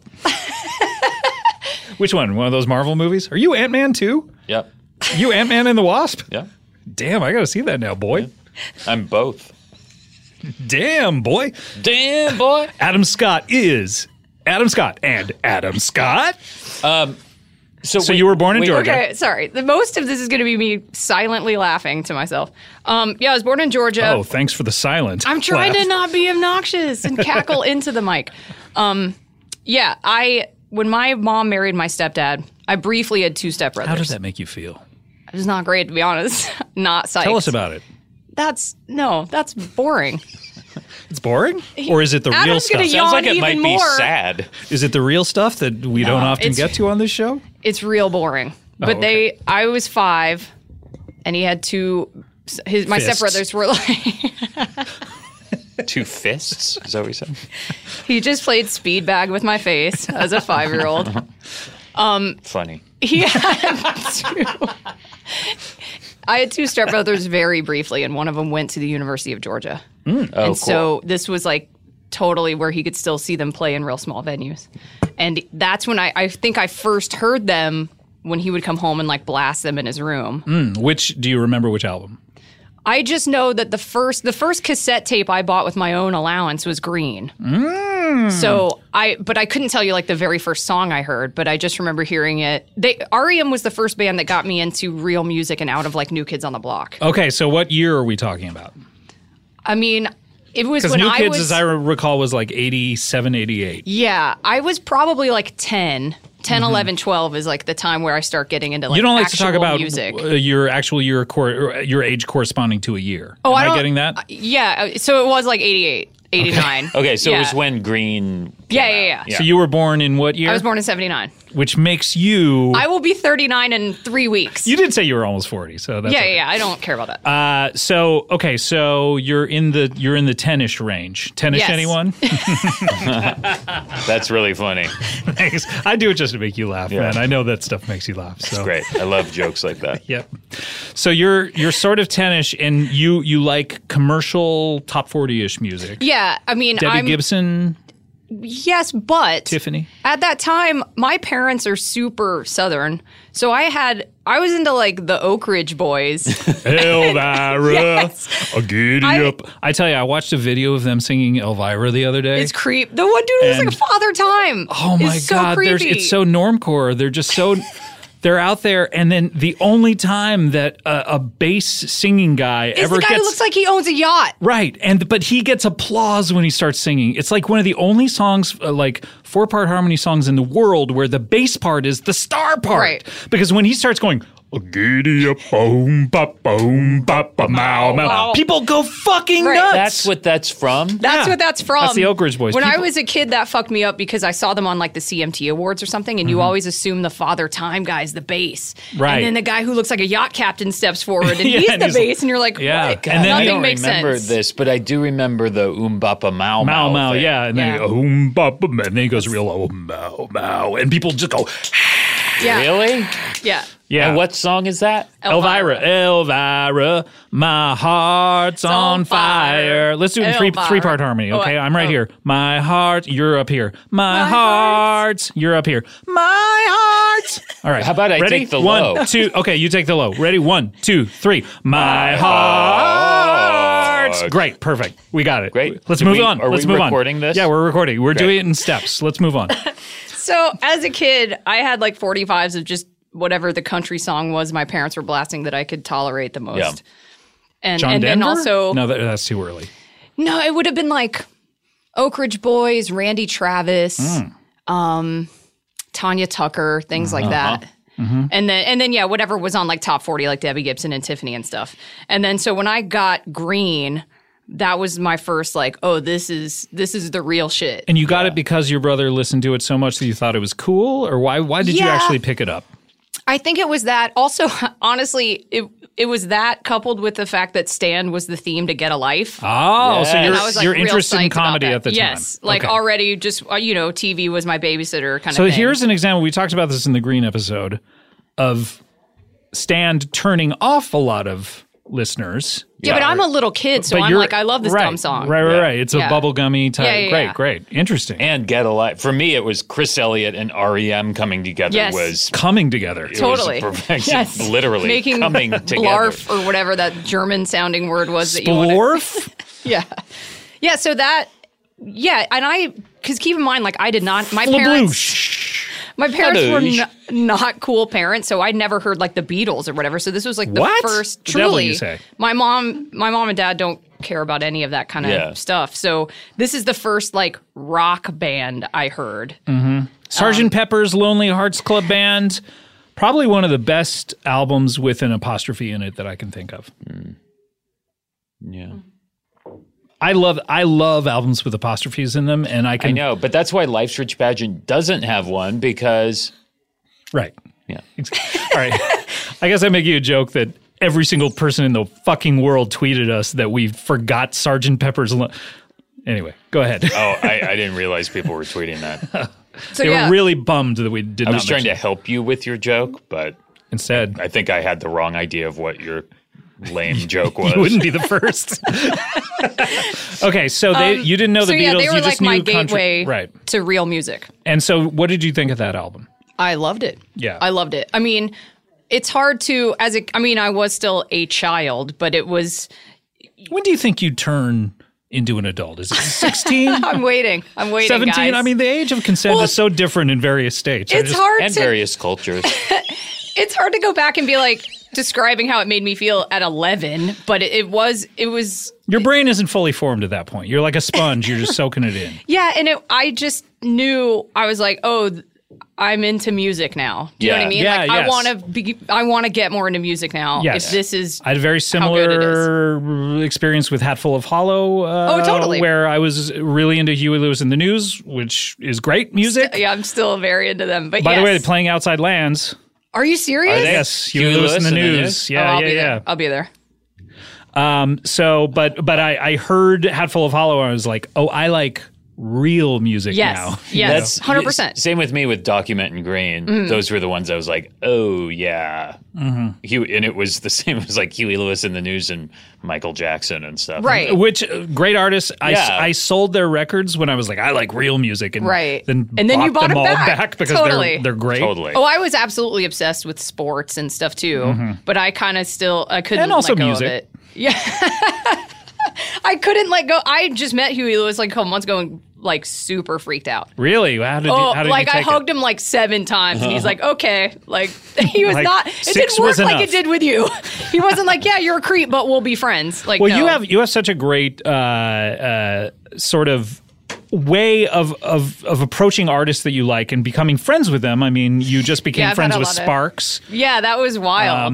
Which one? One of those Marvel movies? Are you Ant Man too? Yep. You Ant Man and the Wasp? Yep. Damn, I gotta see that now, boy. I'm both. Damn, boy. Damn boy. Adam Scott is Adam Scott and Adam Scott. So wait- you were born in wait, Georgia. Okay, sorry. The most of this is going to be me silently laughing to myself. Um, yeah, I was born in Georgia. Oh, thanks for the silence. I'm trying Laugh. to not be obnoxious <laughs> and cackle into the mic. Um, yeah, I when my mom married my stepdad, I briefly had two stepbrothers. How does that make you feel? It was not great to be honest. <laughs> not psyched. Tell us about it. That's no, that's boring. It's boring, <laughs> or is it the real Adam's stuff? gonna yawn. Sounds like it even might be more. sad. Is it the real stuff that we don't often it's- get to on this show? It's real boring. But Oh, okay. they I was 5. and he had two. His my Fists. stepbrothers were <laughs> like Two fists? Is that what you said? he just played speed bag with my face as a five <laughs> year old. Funny. He had two. I had two stepbrothers very briefly, and one of them went to the University of Georgia. Oh, and cool. so this was like totally where he could still see them play in real small venues. And that's when I, I think I first heard them when he would come home and like blast them in his room. Which do you remember? Which album? I just know that the first the first cassette tape I bought with my own allowance was green. Mm. So I but I couldn't tell you like the very first song I heard, but I just remember hearing it. They REM was the first band that got me into real music and out of like New Kids on the Block. Okay, so what year are we talking about? I mean, it was Because when New I Kids, was as I re- recall, was like 87, 88. Yeah, I was probably like 10. 10, 11, 12 is like the time where I start getting into like Mm-hmm. you don't like to actual talk about music. uh, your actual year, cor- or your age corresponding to a year. Oh, Am I don't- getting that? yeah, uh, so it was like 88, 89. Okay, so yeah. it was when Green. Yeah, yeah, yeah. Yeah. So you were born in what year? I was born in 79. Which makes you. I will be 39 in 3 weeks. you did say you were almost 40, so that's yeah, okay. yeah, yeah, I don't care about that. Uh, so okay, so you're in the you're in the tenish range. Tenish, Yes. anyone? That's <laughs> really funny. Thanks. I do it just to make you laugh, Yeah. man. I know that stuff makes you laugh. So Great. I love jokes like that. Yep. So you're you're sort of tenish, and you you like commercial top forty ish music. yeah, I mean, Debbie I'm Gibson, yes, but Tiffany. at that time, my parents are super southern, so I had I was into like the Oak <laughs> Ridge Boys. <laughs> Elvira, Yes. a giddy I- up. I tell you, I watched a video of them singing Elvira the other day. It's creep. The one dude who's And- like Father Time. Oh my is so god, there's Creepy. it's so normcore. They're just <laughs> so they're out there and then the only time that a, a bass singing guy It's ever the guy gets who looks like he owns a yacht. Right, and but he gets applause when he starts singing. It's like one of the only songs, uh, like four part harmony songs in the world, where the bass part is the star part. Right. Because when he starts going, "Oh, giddy up, boom, bop, boom, bop, bop, mow, mow," people go fucking Right. nuts. That's what that's from? That's Yeah. what that's from. That's the Oak Ridge Boys. When I People- was a kid, that fucked me up because I saw them on like the CMT Awards or something, and you always assume the Father Time guy is the bass. Mm-hmm. Right. And then the guy who looks like a yacht captain steps forward, and <laughs> Yeah, he's and the he's like- bass, and you're like, Yeah. what? And then Nothing I don't makes remember sense. this, but I do remember the Umbapa Mau Mow mow, thing. yeah, and then Yeah. he go, "Oom, bop, bop," and then he goes real low, mow mow, and people just go, Yeah. Really? Yeah. yeah. And what song is that? <laughs> Elvira, Elvira, my heart's on, on fire. fire. Let's do it in three, Elvira. three part harmony, Oh, okay? I- I'm right oh. here. My heart, you're up here. My, My heart, you're up here. My heart. All right. How about I Ready? take the One, low? two. Okay, you take the low. Ready? One, two, three. My, heart. heart. Great. Perfect. We got it. Great. Let's Do move we- on. are Let's we move recording on. this? Yeah, we're recording. We're Great. doing it in steps. Let's <laughs> move on. So as a kid, I had like 45s of just whatever the country song was my parents were blasting that I could tolerate the most. Yeah. And John and then Denver? also No, that, that's too early. No, it would have been like Oak Ridge Boys, Randy Travis, um, Hmm. Tanya Tucker, things like Uh-huh. that. Mm-hmm. And then and then yeah, whatever was on like top 40 like Debbie Gibson and Tiffany and stuff. And then so when I got green, that was my first like, oh, this is this is the real shit. And you got it because your brother listened to it so much that you thought it was cool, or why? Why did you Yeah. actually pick it up? I think it was that. Also, <laughs> honestly, it it was that coupled with the fact that Stan was the theme to Get a Life. Oh, so Yes. you're, And I was like you're real interested in psyched about comedy that. at the time. Yes, like Okay. already just uh, you know, TV was my babysitter kind So of. thing. here's an example. We talked about this in the Green episode of Stand turning off a lot of listeners. yeah, but I'm a little kid, so But I'm you're- like, I love this right, dumb song. Right, right, Yeah. right. It's a Yeah. bubblegummy type. Yeah, yeah, great, yeah. great. Interesting. And And Get Alive. For me, it was Chris Elliott and REM coming together Yes. was. coming together. it was Totally. perfect- <laughs> Yes. <laughs> Literally. Making <laughs> coming together. Blarf or whatever that German sounding word was that you wanted. Splorf? Yeah. Yeah, so that yeah, and I cuz keep in mind like I did not <laughs> my parents Blabloosh. my parents were Hadoosh. n- not cool parents, so I never heard like the Beatles or whatever. So this was like the What? first The devil, truly you say. my mom my mom and dad don't care about any of that kind of Yeah. stuff. So this is the first like rock band I heard. Mm. Sergeant Pepper's Lonely Hearts Club Band. Probably one of the best albums with an apostrophe in it that I can think of. Yeah. I love I love albums with apostrophes in them, and I can I know, but that's why Life's Rich Pageant doesn't have one because right. yeah. <laughs> All right, I guess I make you a joke that every single person in the fucking world tweeted us that we forgot Sergeant Pepper's. Lo- anyway, go ahead. Oh, I, I didn't realize people were tweeting that. So they yeah, were really bummed that we did I not. was trying mention to help you with your joke, but it. Instead, I think I had the wrong idea of what your lame joke was. you wouldn't be the <laughs> first. okay, so they you didn't know Um, so the yeah, Beatles. they were you like just my knew country- gateway right? to real music. And so, what did you think of that album? I loved it. Yeah. I loved it. I mean, it's hard to as a I mean, I was still a child, but it was When do you think you turn into an adult? <laughs> Is it sixteen? I'm waiting. I'm waiting. 17 guys. i mean the age of consent Well, is so different in various states I it's just- hard and to various cultures. it's hard to go back and be like describing how it made me feel at 11, but it, it was it was your brain isn't fully formed at that point you're like a sponge you're just soaking it in yeah, and it, I just knew I was like, "Oh, th- I'm into music now." Do you know what Yeah. I mean? Yeah, like yes. I want to be I want to get more into music now. Yes. If this is I had a very <laughs> How good it is. similar experience with Hatful of Hollow. Uh, Oh, totally. Where I was really into Huey Lewis and the News, which is great music. yeah, I'm still very into them. But By the way, uh, yes. they're playing Outside Lands. Are you serious? Yes, Huey, Lewis, and the News. Oh, Yeah, I'll yeah, be yeah. There. I'll be there. So, but but I, I heard Hatful of Hollow, and I was like, oh, I like real music Yes. now. <laughs> Yes. Hundred percent. Same with me with Document and Green. Those were the ones I was like, oh yeah. Huey, and it was the <laughs> same. It was like Huey Lewis in the news and Michael Jackson and stuff. Right. Which uh, great artists? I, s- Yeah. I sold their records when I was like, I like real music, and Right. then And then you bought bought them it all back, back. because Totally. they're they're great. Totally. Oh, I was absolutely obsessed with sports and stuff too. But I kind of still I couldn't Mm-hmm. And also let go music. of it. Yeah. <laughs> I couldn't let go. I just met Huey Lewis like a couple months ago and like super freaked out. Really? How did you? Oh, How did like you I take it? hugged him like seven times, <laughs> and he's like, "Okay." Like <laughs> he was Like, not. It six didn't work was like enough. it did with you. <laughs> He wasn't like, "Yeah, you're a creep, but we'll be friends." Like, Well, you no. have you have such a great uh, uh, sort of way of, of of approaching artists that you like and becoming friends with them. I mean, you just became Yeah, I've friends had a with lot of- Sparks yeah, that was wild.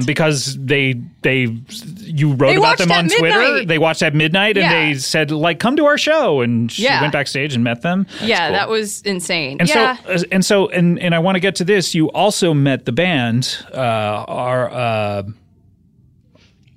um, because they they you wrote They about watched them at on Twitter. midnight. They watched at midnight and Yeah. they said like, "Come to our show." And she Yeah. went backstage and met them. yeah, cool. that was insane. And yeah. so, uh, and so, and and I want to get to this. You also met the band, uh, our uh,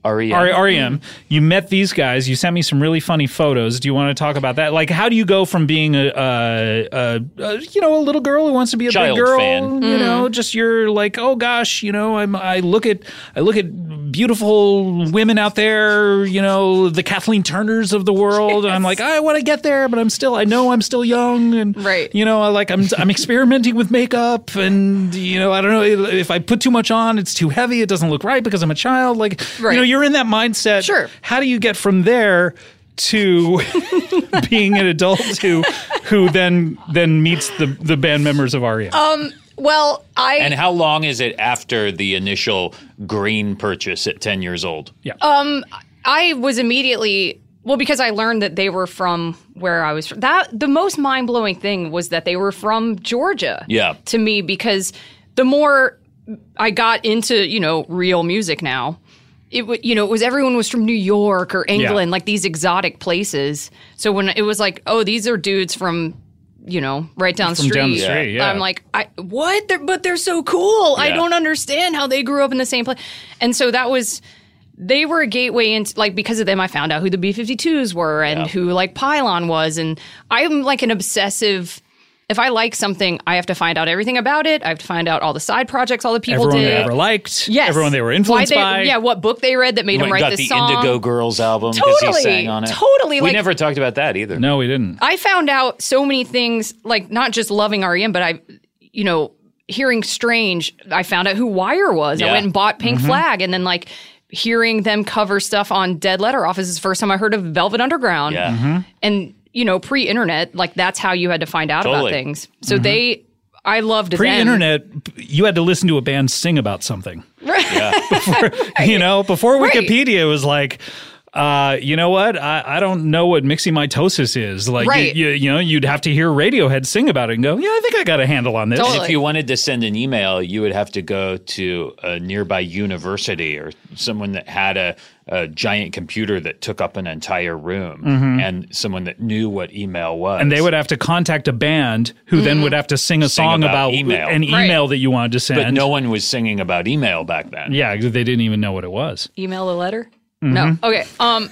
REM. R- E REM. You met these guys. You sent me some really funny photos. Do you want to talk about that? Like, how do you go from being a, a, a, a you know a little girl who wants to be a Child big girl, fan. Mm-hmm. you know, just you're like, oh gosh, you know, I'm I look at I look at beautiful women out there, you know, the Kathleen Turners of the world, and I'm like, I want to get there, but I'm still I know I'm still young, and Right. you know, I like I'm I'm experimenting with makeup, and you know, I don't know if I put too much on, it's too heavy, it doesn't look right because I'm a child, like you Right. know, you're in that mindset. Sure. How do you get from there to <laughs> being an adult who who then then meets the the band members of E REM? Oh, Well, I And how long is it after the initial green purchase at 10 years old? yeah. I was immediately well because I learned that they were from where I was from. That the most mind blowing thing was that they were from Georgia. Yeah. To me, because the more I got into you know real music now, it would you know it was everyone was from New York or England, like these exotic places. So when it was like, oh, these are dudes from you know right down the From street. down the street, yeah. I'm like, I what? They're, but they're so cool. I Yeah. don't understand how they grew up in the same place. And so that was they were a gateway into like because of them I found out who the B52s were and who like Pylon was and I'm like an obsessive if I like something I have to find out everything about it I have to find out all the side projects all the people everyone did they ever liked. yes Everyone they were Why influenced they- by. yeah what book they read that made them Went and write got the this song Indigo Girls album because Totally, he sang on it. totally, We like- never talked about that either. No, we didn't. I found out so many things, like not just loving REM, but I, you know, hearing Strange, I found out who Wire was. I Yeah. Mm-hmm. went and bought Pink Flag, and then like hearing them cover stuff on Dead Letter Office is the first time I heard of Velvet Underground. Yeah. Mm-hmm. And, you know, pre internet, like that's how you had to find out about Totally. things. So they, I loved them. Mm-hmm. Pre-internet, you had to listen to a band sing about something. <laughs> Right. You know, before Right. Wikipedia it was like. uh, you know what? I, I don't know what myxomytosis is. Like, you- Right. you, you, know, you'd have to hear Radiohead sing about it and go, yeah, I think I got a handle on this. Totally. If you wanted to send an email, you would have to go to a nearby university or someone that had a, a giant computer that took up an entire room and someone that knew what email was. Mm-hmm. And they would have to contact a band who then would have to sing a song about about, email. an Mm-hmm. Right. email that you wanted to send. But no one was singing about email back then. yeah, they didn't even know what it was. Email the letter? No. Okay. Um.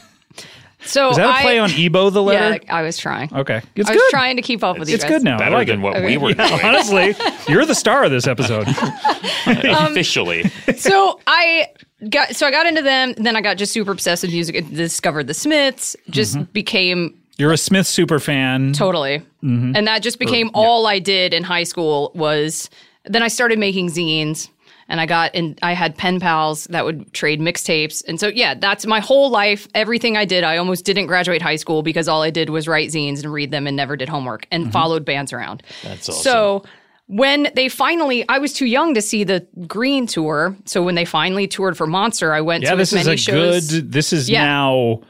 Mm-hmm. So Is that a play I, on Ebo the Yeah, letter? I was trying. Okay. It's I good. was trying to keep up with you it's guys. good now. I Better like than it. what we were <laughs> doing Honestly, you're the star of this episode. Um, <laughs> officially. so I got so I got into them. Then I got just super obsessed with music. and Discovered the Smiths. Just became You're a Smith super fan. totally, Mm-hmm. and that just became all I did in high school. Was then I started making zines, and I got and I had pen pals that would trade mixtapes, and so yeah, that's my whole life. Everything I did, I almost didn't graduate high school because all I did was write zines and read them, and never did homework and Mm-hmm. followed bands around. That's awesome. So when they finally, I was too young to see the Green tour. So when they finally toured for Monster, I went Yeah, to this as is many a shows. good. This is Yeah. now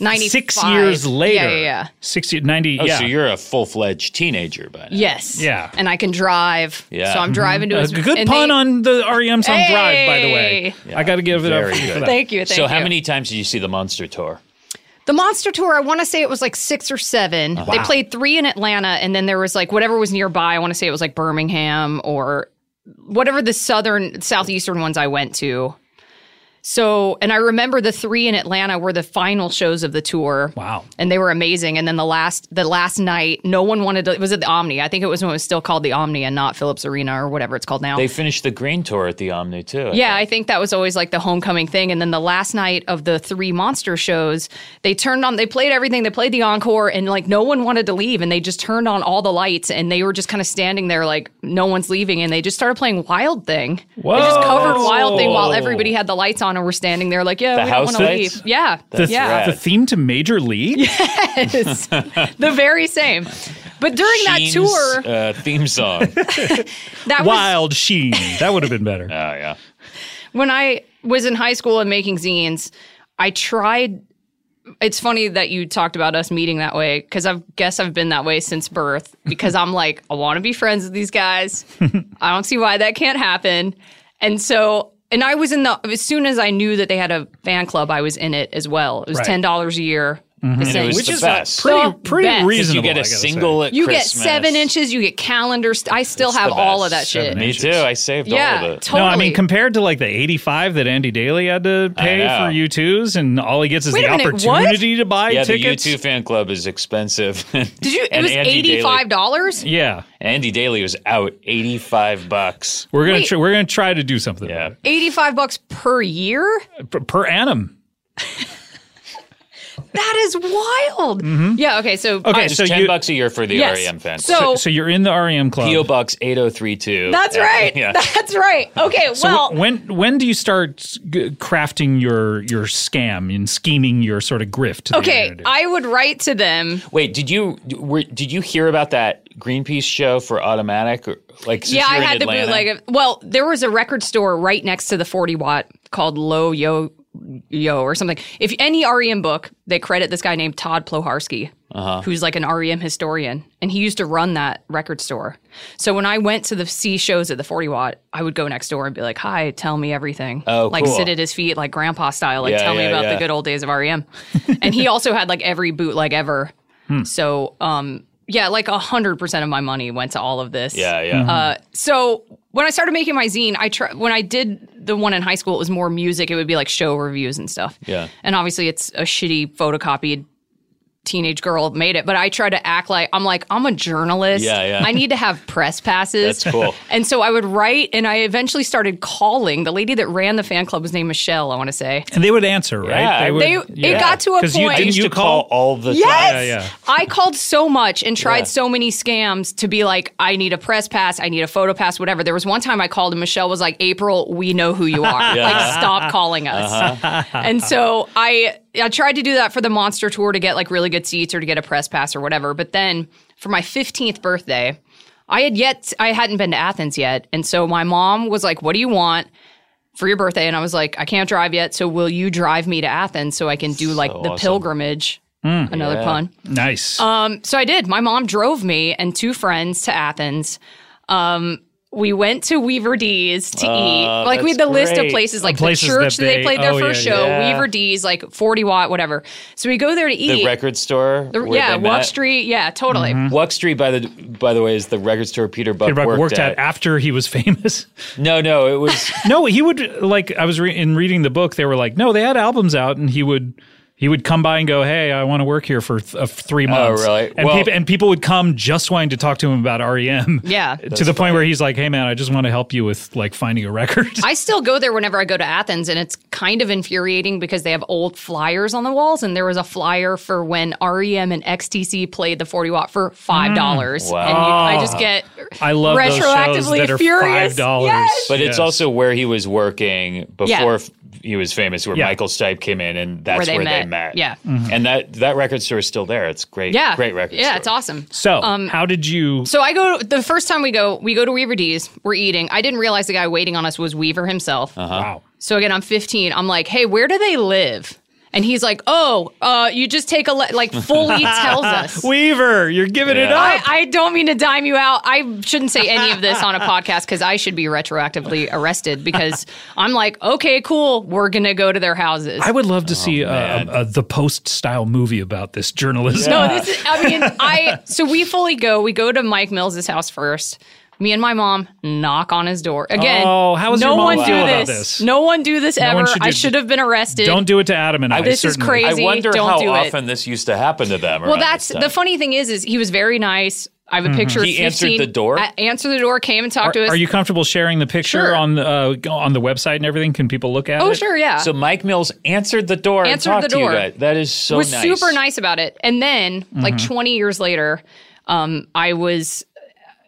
95. six years later. Yeah, yeah, yeah. Six year, ninety. Oh, yeah. so you're a full fledged teenager by now. Yes. Yeah. And I can drive. Yeah. Mm-hmm. So I'm driving to a his. good and pun they- on the REM song Drive, by the way. Hey. I got to give it Very up for good. that. Thank you. Thank so, you. how many times did you see the Monster Tour? The Monster Tour, I want to say it was like six or seven. Oh, They played three in Atlanta, and then there was like whatever was nearby. I want to say it was like Birmingham or whatever the southern, southeastern ones I went to. So, and I remember the three in Atlanta were the final shows of the tour. Wow. And they were amazing. And then the last, the last night, no one wanted to, it was at the Omni. I think it was when it was still called the Omni and not Phillips Arena or whatever it's called now. They finished the Green Tour at the Omni, too. I Yeah, I think that was always like the homecoming thing. And then the last night of the three monster shows, they turned on, they played everything, they played the encore, and like no one wanted to leave. And they just turned on all the lights and they were just kind of standing there like no one's leaving. And they just started playing Wild Thing. Whoa. They just covered Wild Thing while everybody had the lights on and were standing there like, yeah, The we don't house want to lights? leave. Yeah. The, yeah. <laughs> the theme to Major League. Yes. the very same. But during that Sheen's, tour, uh, theme song. <laughs> oh, that was Wild Sheen. That would have been <laughs> better. yeah. when I was in high school and making zines, I tried. It's funny that you talked about us meeting that way because I guess I've been that way <laughs> since birth because I'm like, I want to be friends with these guys. I don't see why that can't happen. And so, and I was in the, as soon as I knew that they had a fan club, I was in it as well. It was Right. Mm-hmm. $10 a year. to sing. was Which the is best. pretty The pretty best. You reasonable. get I a gotta single Say. at you get Christmas. seven inches, you get calendars. I still It's the have all best. of that shit. Seven Me inches. too. I saved all Yeah, of it. totally. No, I mean compared to like the eighty-five that Andy Daly had to pay know. for U2s, and all he gets is Wait the a minute, what? opportunity to buy yeah, tickets. the U2 fan club is expensive. <laughs> Did you? It And was Andy Daly- eighty-five dollars. yeah, Andy Daly was out 85 bucks. we're gonna Wait. tr- we're gonna try to do something about Yeah. Eighty-five bucks per year. it. per, per annum. That is wild. Yeah. Okay. So Mm-hmm. Okay, I- Just So 10 you- bucks a year for the Yes. REM fan club. So, So you're in the REM club. PO Box 8032. that's Yeah. right. Yeah. <laughs> That's right. Okay. So well, wh- when when do you start g- crafting your your scam and scheming your sort of grift? that you're okay. gonna do? I would write to them. Wait, did you were, did you hear about that Greenpeace show for Automatic? Or, like, since yeah, you I were in had the Atlanta? bootleg. Of, well, there was a record store right next to the forty watt called Low Yo Yo or something. If any REM book, they credit this guy named Todd Ploharski, Uh-huh. who's like an REM historian, and he used to run that record store. So when I went to the C shows at the forty watt, I would go next door and be like, "Hi, tell me everything." Oh, like cool. sit at his feet, like grandpa style, like Yeah, tell me yeah, about yeah. the good old days <laughs> of REM. and he also had like every bootleg ever. Hmm. So, um, yeah, like hundred percent of my money went to all of this. Yeah, yeah. Uh, so when I started making my zine, I try when I did the one in high school, it was more music. It would be like show reviews and stuff. Yeah. And obviously, it's a shitty photocopied teenage girl made it. But I try to act like I'm like I'm a journalist. Yeah, yeah. I need to have press passes. That's cool. And so I would write, and I eventually started calling. The lady that ran the fan club was named Michelle. I want to say. and they would answer, right? Yeah, would, They it got to a 'Cause point. you I didn't used you to call- call, all the Yes. time. Yeah, yeah. I called so much and tried Yeah. so many scams to be like, I need a press pass, I need a photo pass, whatever. There was one time I called and Michelle was like, April, we know who <laughs> you are. Like, stop calling us. Uh-huh. <laughs> and so I I tried to do that for the monster tour to get like really good seats or to get a press pass or whatever. But then for my 15th birthday, I had yet I hadn't been to Athens yet. And so my mom was like, What do you want? for your birthday, and I was like, I can't drive yet, so will you drive me to Athens so I can do like the awesome. pilgrimage? Hmm. Another pun. Nice. Um, so I did. My mom drove me and two friends to Athens. Um, we went to Weaver D's to eat. Like we had the Oh, that's list of great. places, like Places the church that that they, they- played their oh, first yeah, show, yeah. Weaver D's, like forty watt, whatever. So we go there to eat. The record store. The- where yeah, they Walk met. Street. Yeah, totally. Mm-hmm. Wuck Street, by the by the way, is the record store Peter Buck, Peter Buck worked, worked at. at after he was <laughs> famous. No, no, it <laughs> was No, he would like I was re- in reading the book. They were like, no, they had albums out, and he would he would come by and go, hey, I want to work here for th- uh, three months. Oh, really? And, Well- peop- and people would come just wanting to talk to him about REM. Yeah. <laughs> to the point where he's like, hey man, I just want to help you with like finding a record. <laughs> I still go there whenever I go to Athens, and it's kind of infuriating because they have old flyers on the walls, and there was a flyer for when REM and XTC played the 40 watt for $5. Mm. Wow. And you, I just get I love those shows retroactively that are furious. five dollars. Yes. But it's also where he was working before Yeah. f- he was famous, where Yeah. Mm-hmm. Michael Stipe came in, and that's Where where they they, met. met. Yeah. and that that record store is still there. It's great. yeah. great record. Yeah, store. it's awesome. so. Um, how did you? So I go the first time we go, we go to Weaver D's. We're eating. I didn't realize the guy waiting on us was Weaver himself. Uh-huh. wow. So again, I'm 15. I'm like, hey, where do they live? And he's like, oh, uh, you just take a le-, <laughs> like fully tells us. Weaver, you're giving it Yeah. up. I, I don't mean to dime you out. I shouldn't say any of this on a podcast because I should be retroactively arrested because I'm like, okay, cool. We're going to go to their houses. I would love to see uh, a, a, the post style movie about this journalism. no, this is, I mean, I, so we fully go. We go to Mike Mills' house first. Me and my mom knock on his door. Again, Oh, how does no your mom one do feel about this. this? No one do this one ever. should do- I should have been <laughs> arrested. Don't do it to Adam and I. This is certainly. crazy. I wonder Don't how do it. often this used to happen to them. Well, that's the funny thing is, is he was very nice. I have a picture. He of answered 15 the door? I answered the door. Came and talked Mm-hmm. Are, to us. are you comfortable sharing the picture Sure. on the uh, on the website and everything? Can people look at it? Oh, sure, yeah. So Mike Mills answered the door. Answered and the talked to you door. guys. That is so was nice. Mm-hmm. super nice about it. And then, like 20 years later, um, I was.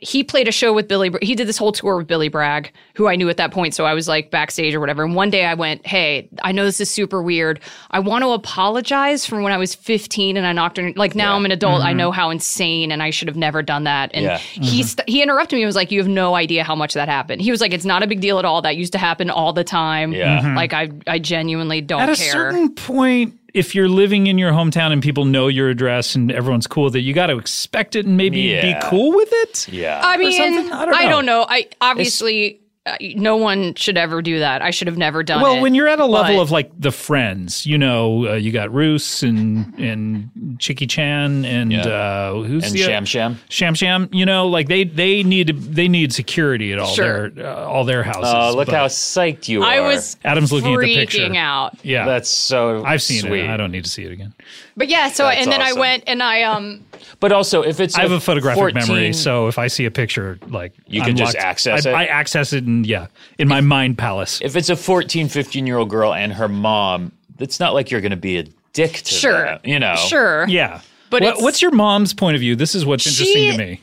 He played a show with Billy. Br- He did this whole tour with Billy Bragg, who I knew at that point. So I was like backstage or whatever. And one day I went, "Hey, I know this is super weird. I want to apologize from when I was 15 and I knocked on. Like now I'm an adult. I know how insane and I should have never done that. And Mm-hmm. Yeah. Mm-hmm. he st- he interrupted me. and was like, "You have no idea how much that happened. He was like, "It's not a big deal at all. That used to happen all the time. Yeah. Mhm. Like I I genuinely don't At a care. certain point, if you're living in your hometown and people know your address and everyone's cool with it, you got to expect it and maybe Yeah. be cool with it. Yeah. I mean, something? I I don't, don't know. know. I obviously uh, no one should ever do that. I should have never done it. Well, when you're at a level but- of like the friends, you know, uh, you got Roos and and Chicky Chan and uh, who's And the Sham Sham? Sham Sham. You know, like they they need they need security at all Sure. their uh, all their houses. Oh, look but how psyched you I are. was Adam's looking at the freaking picture. out. Yeah, That's so. I've seen sweet. it. I don't need to see it again. But yeah, so That's and then I awesome. went <laughs> and I um But also, if it's I have a photographic 14 memory, so if I see a picture, like You can just access I, it? I access it, and yeah, in my mind palace. if it's a 14, 15 year old girl and her mom, it's not like you're going to be a dick to sure, them, you know? sure, yeah, But but it's- what's your mom's point of view? This is what's She- interesting to me.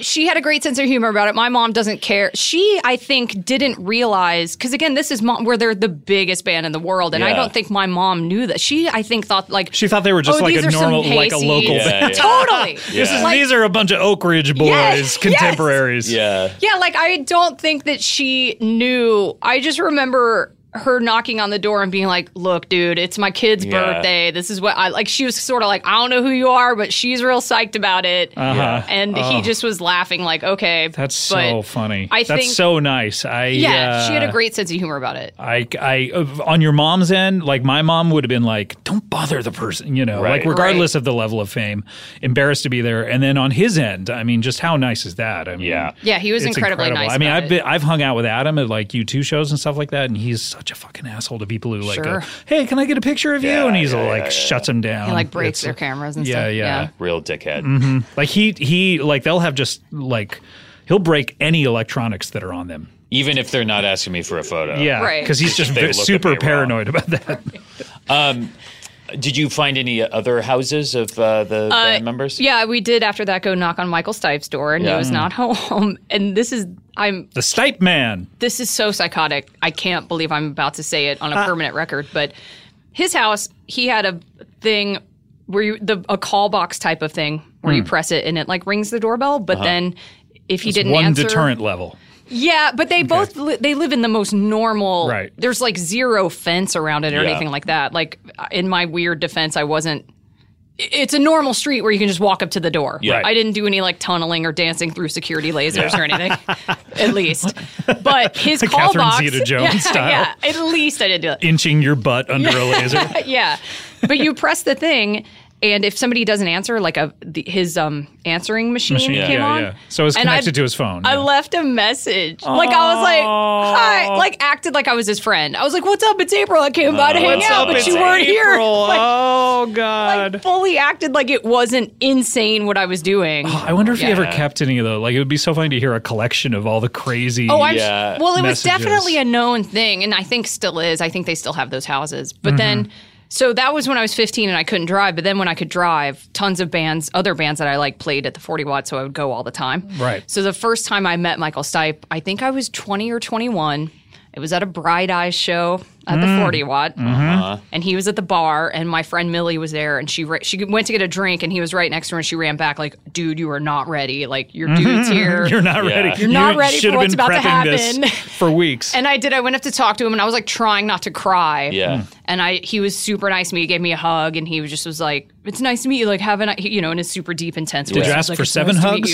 she had a great sense of humor about it. My mom doesn't care. She, I think, didn't realize because again, this is mom where they're the biggest band in the world, and I Yeah. don't think my mom knew that. She, I think, thought like She thought they were just oh, like these a are some normal, like a hayseeds. local. Yeah. band. totally. <laughs> This is, Like- these are a bunch of Oak Ridge boys, Yes, yes. contemporaries. Yeah. Yeah, like I don't think that she knew. I just remember her knocking on the door and being like, "Look, dude, it's my kid's Yeah. birthday. This is what I like." She was sort of like, "I don't know who you are, but she's real psyched about it." Uh-huh. And he just was laughing like, "Okay, That's so but funny. I That's think- so nice. I Yeah, she had uh, a great sense of humor about it. I, I, uh, on your mom's end, like my mom would have been like, "Don't bother the person," you know, like Right. regardless of the level of fame, embarrassed to be there. And then on his end, I mean, just how nice is that? I mean, Yeah. Yeah, he was it's incredibly nice I mean, about I've it. been, I've hung out with Adam at like U two shows and stuff like that, and he's such a fucking asshole to people who like, go, Sure. "Hey, can I get a picture of you?" Yeah, And he's yeah, like, yeah, yeah. shuts him down. He like breaks Um, It's- their cameras and yeah, stuff. yeah. Real dickhead. Like he he like they'll have just like he'll break any electronics that are on them. Even if they're not asking me for a photo. Yeah, Right. because he's just They ve- look at super me wrong. paranoid about that. Did you find any other houses of uh, the band members? Yeah, we did after that go knock on Michael Stipe's door and he Yeah. was not Mm. <laughs> home. And this is I'm The Stipe Man. this is so psychotic. I can't believe I'm about to say it on a permanent record, but his house, he had a thing Hmm. where you the a call box type of thing where you press it and it like rings the doorbell, but then if you didn't Uh-huh. One answer. deterrent level. <laughs> Yeah, but they both li- they live in the most normal. Right. There's like zero fence around it or Yeah. anything like that. Like in my weird defense, I wasn't. i- It's a normal street where you can just walk up to the door. Yeah. I didn't do any like tunneling or dancing through security lasers or anything, <laughs> at least. But his call <laughs> Catherine box, Zeta-Jones <laughs> yeah, style. yeah, at least I didn't do that Inching your butt under a laser. <laughs> yeah. But you press the thing, and if somebody doesn't answer, like a the, his um answering machine, Yeah, came yeah, on. yeah. So it was and connected to his phone, I yeah. left a message. Like I was like, hi, like acted like I was his friend. I was like, what's up? It's April. I Uh, came by to hang out, but you weren't here. <laughs> Like, oh God. like fully acted like it wasn't insane what I was doing. I wonder if he ever Yeah. kept any of those. Like it would be so funny to hear a collection of all the crazy. Oh, I'm Yeah. well. It was Messages. definitely a known thing, and I think still is. I think they still have those houses. But Mm-hmm. then, so that was when I was 15 and I couldn't drive. But then when I could drive, tons of bands, other bands that I like, played at the 40 watt, so I would go all the time. Right. So the first time I met Michael Stipe, I think I was 20 or 21. It was at a Bright Eyes show at Mm. the 40 watt, Mm-hmm. and he was at the bar, and my friend Millie was there, and she ra- she went to get a drink, and he was right next to her, and she ran back like, "Dude, you are not ready. Like your <laughs> dude's here. You're not Yeah. ready. You're not You ready for should have what's been about to prepping this happen. for <laughs> weeks. And I did. I went up to talk to him, and I was like trying not to cry. Yeah. Hmm. And I, he was super nice to me. He gave me a hug, and he was just was like, "It's nice to meet you." Like having, you know, in his super deep, intense. Did you ask for seven hugs?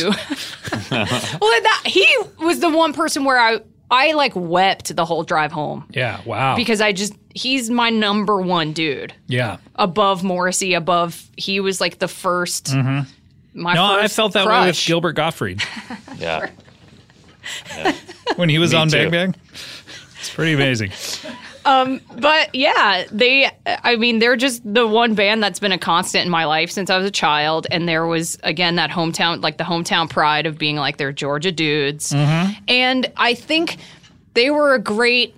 <laughs> well, that he was the one person where I, I like wept the whole drive home yeah. Wow. because I just he's my number one dude yeah. above Morrissey. Above he was like the 1st Mm-hmm. My No, I first felt that way with crush. Gilbert Gottfried Yeah. when he <laughs> was on too. Bang Bang. It's pretty amazing. But yeah, they, I mean, they're just the one band that's been a constant in my life since I was a child. And there was, again, that hometown, like the hometown pride of being like they're Georgia dudes. And I think they were a great.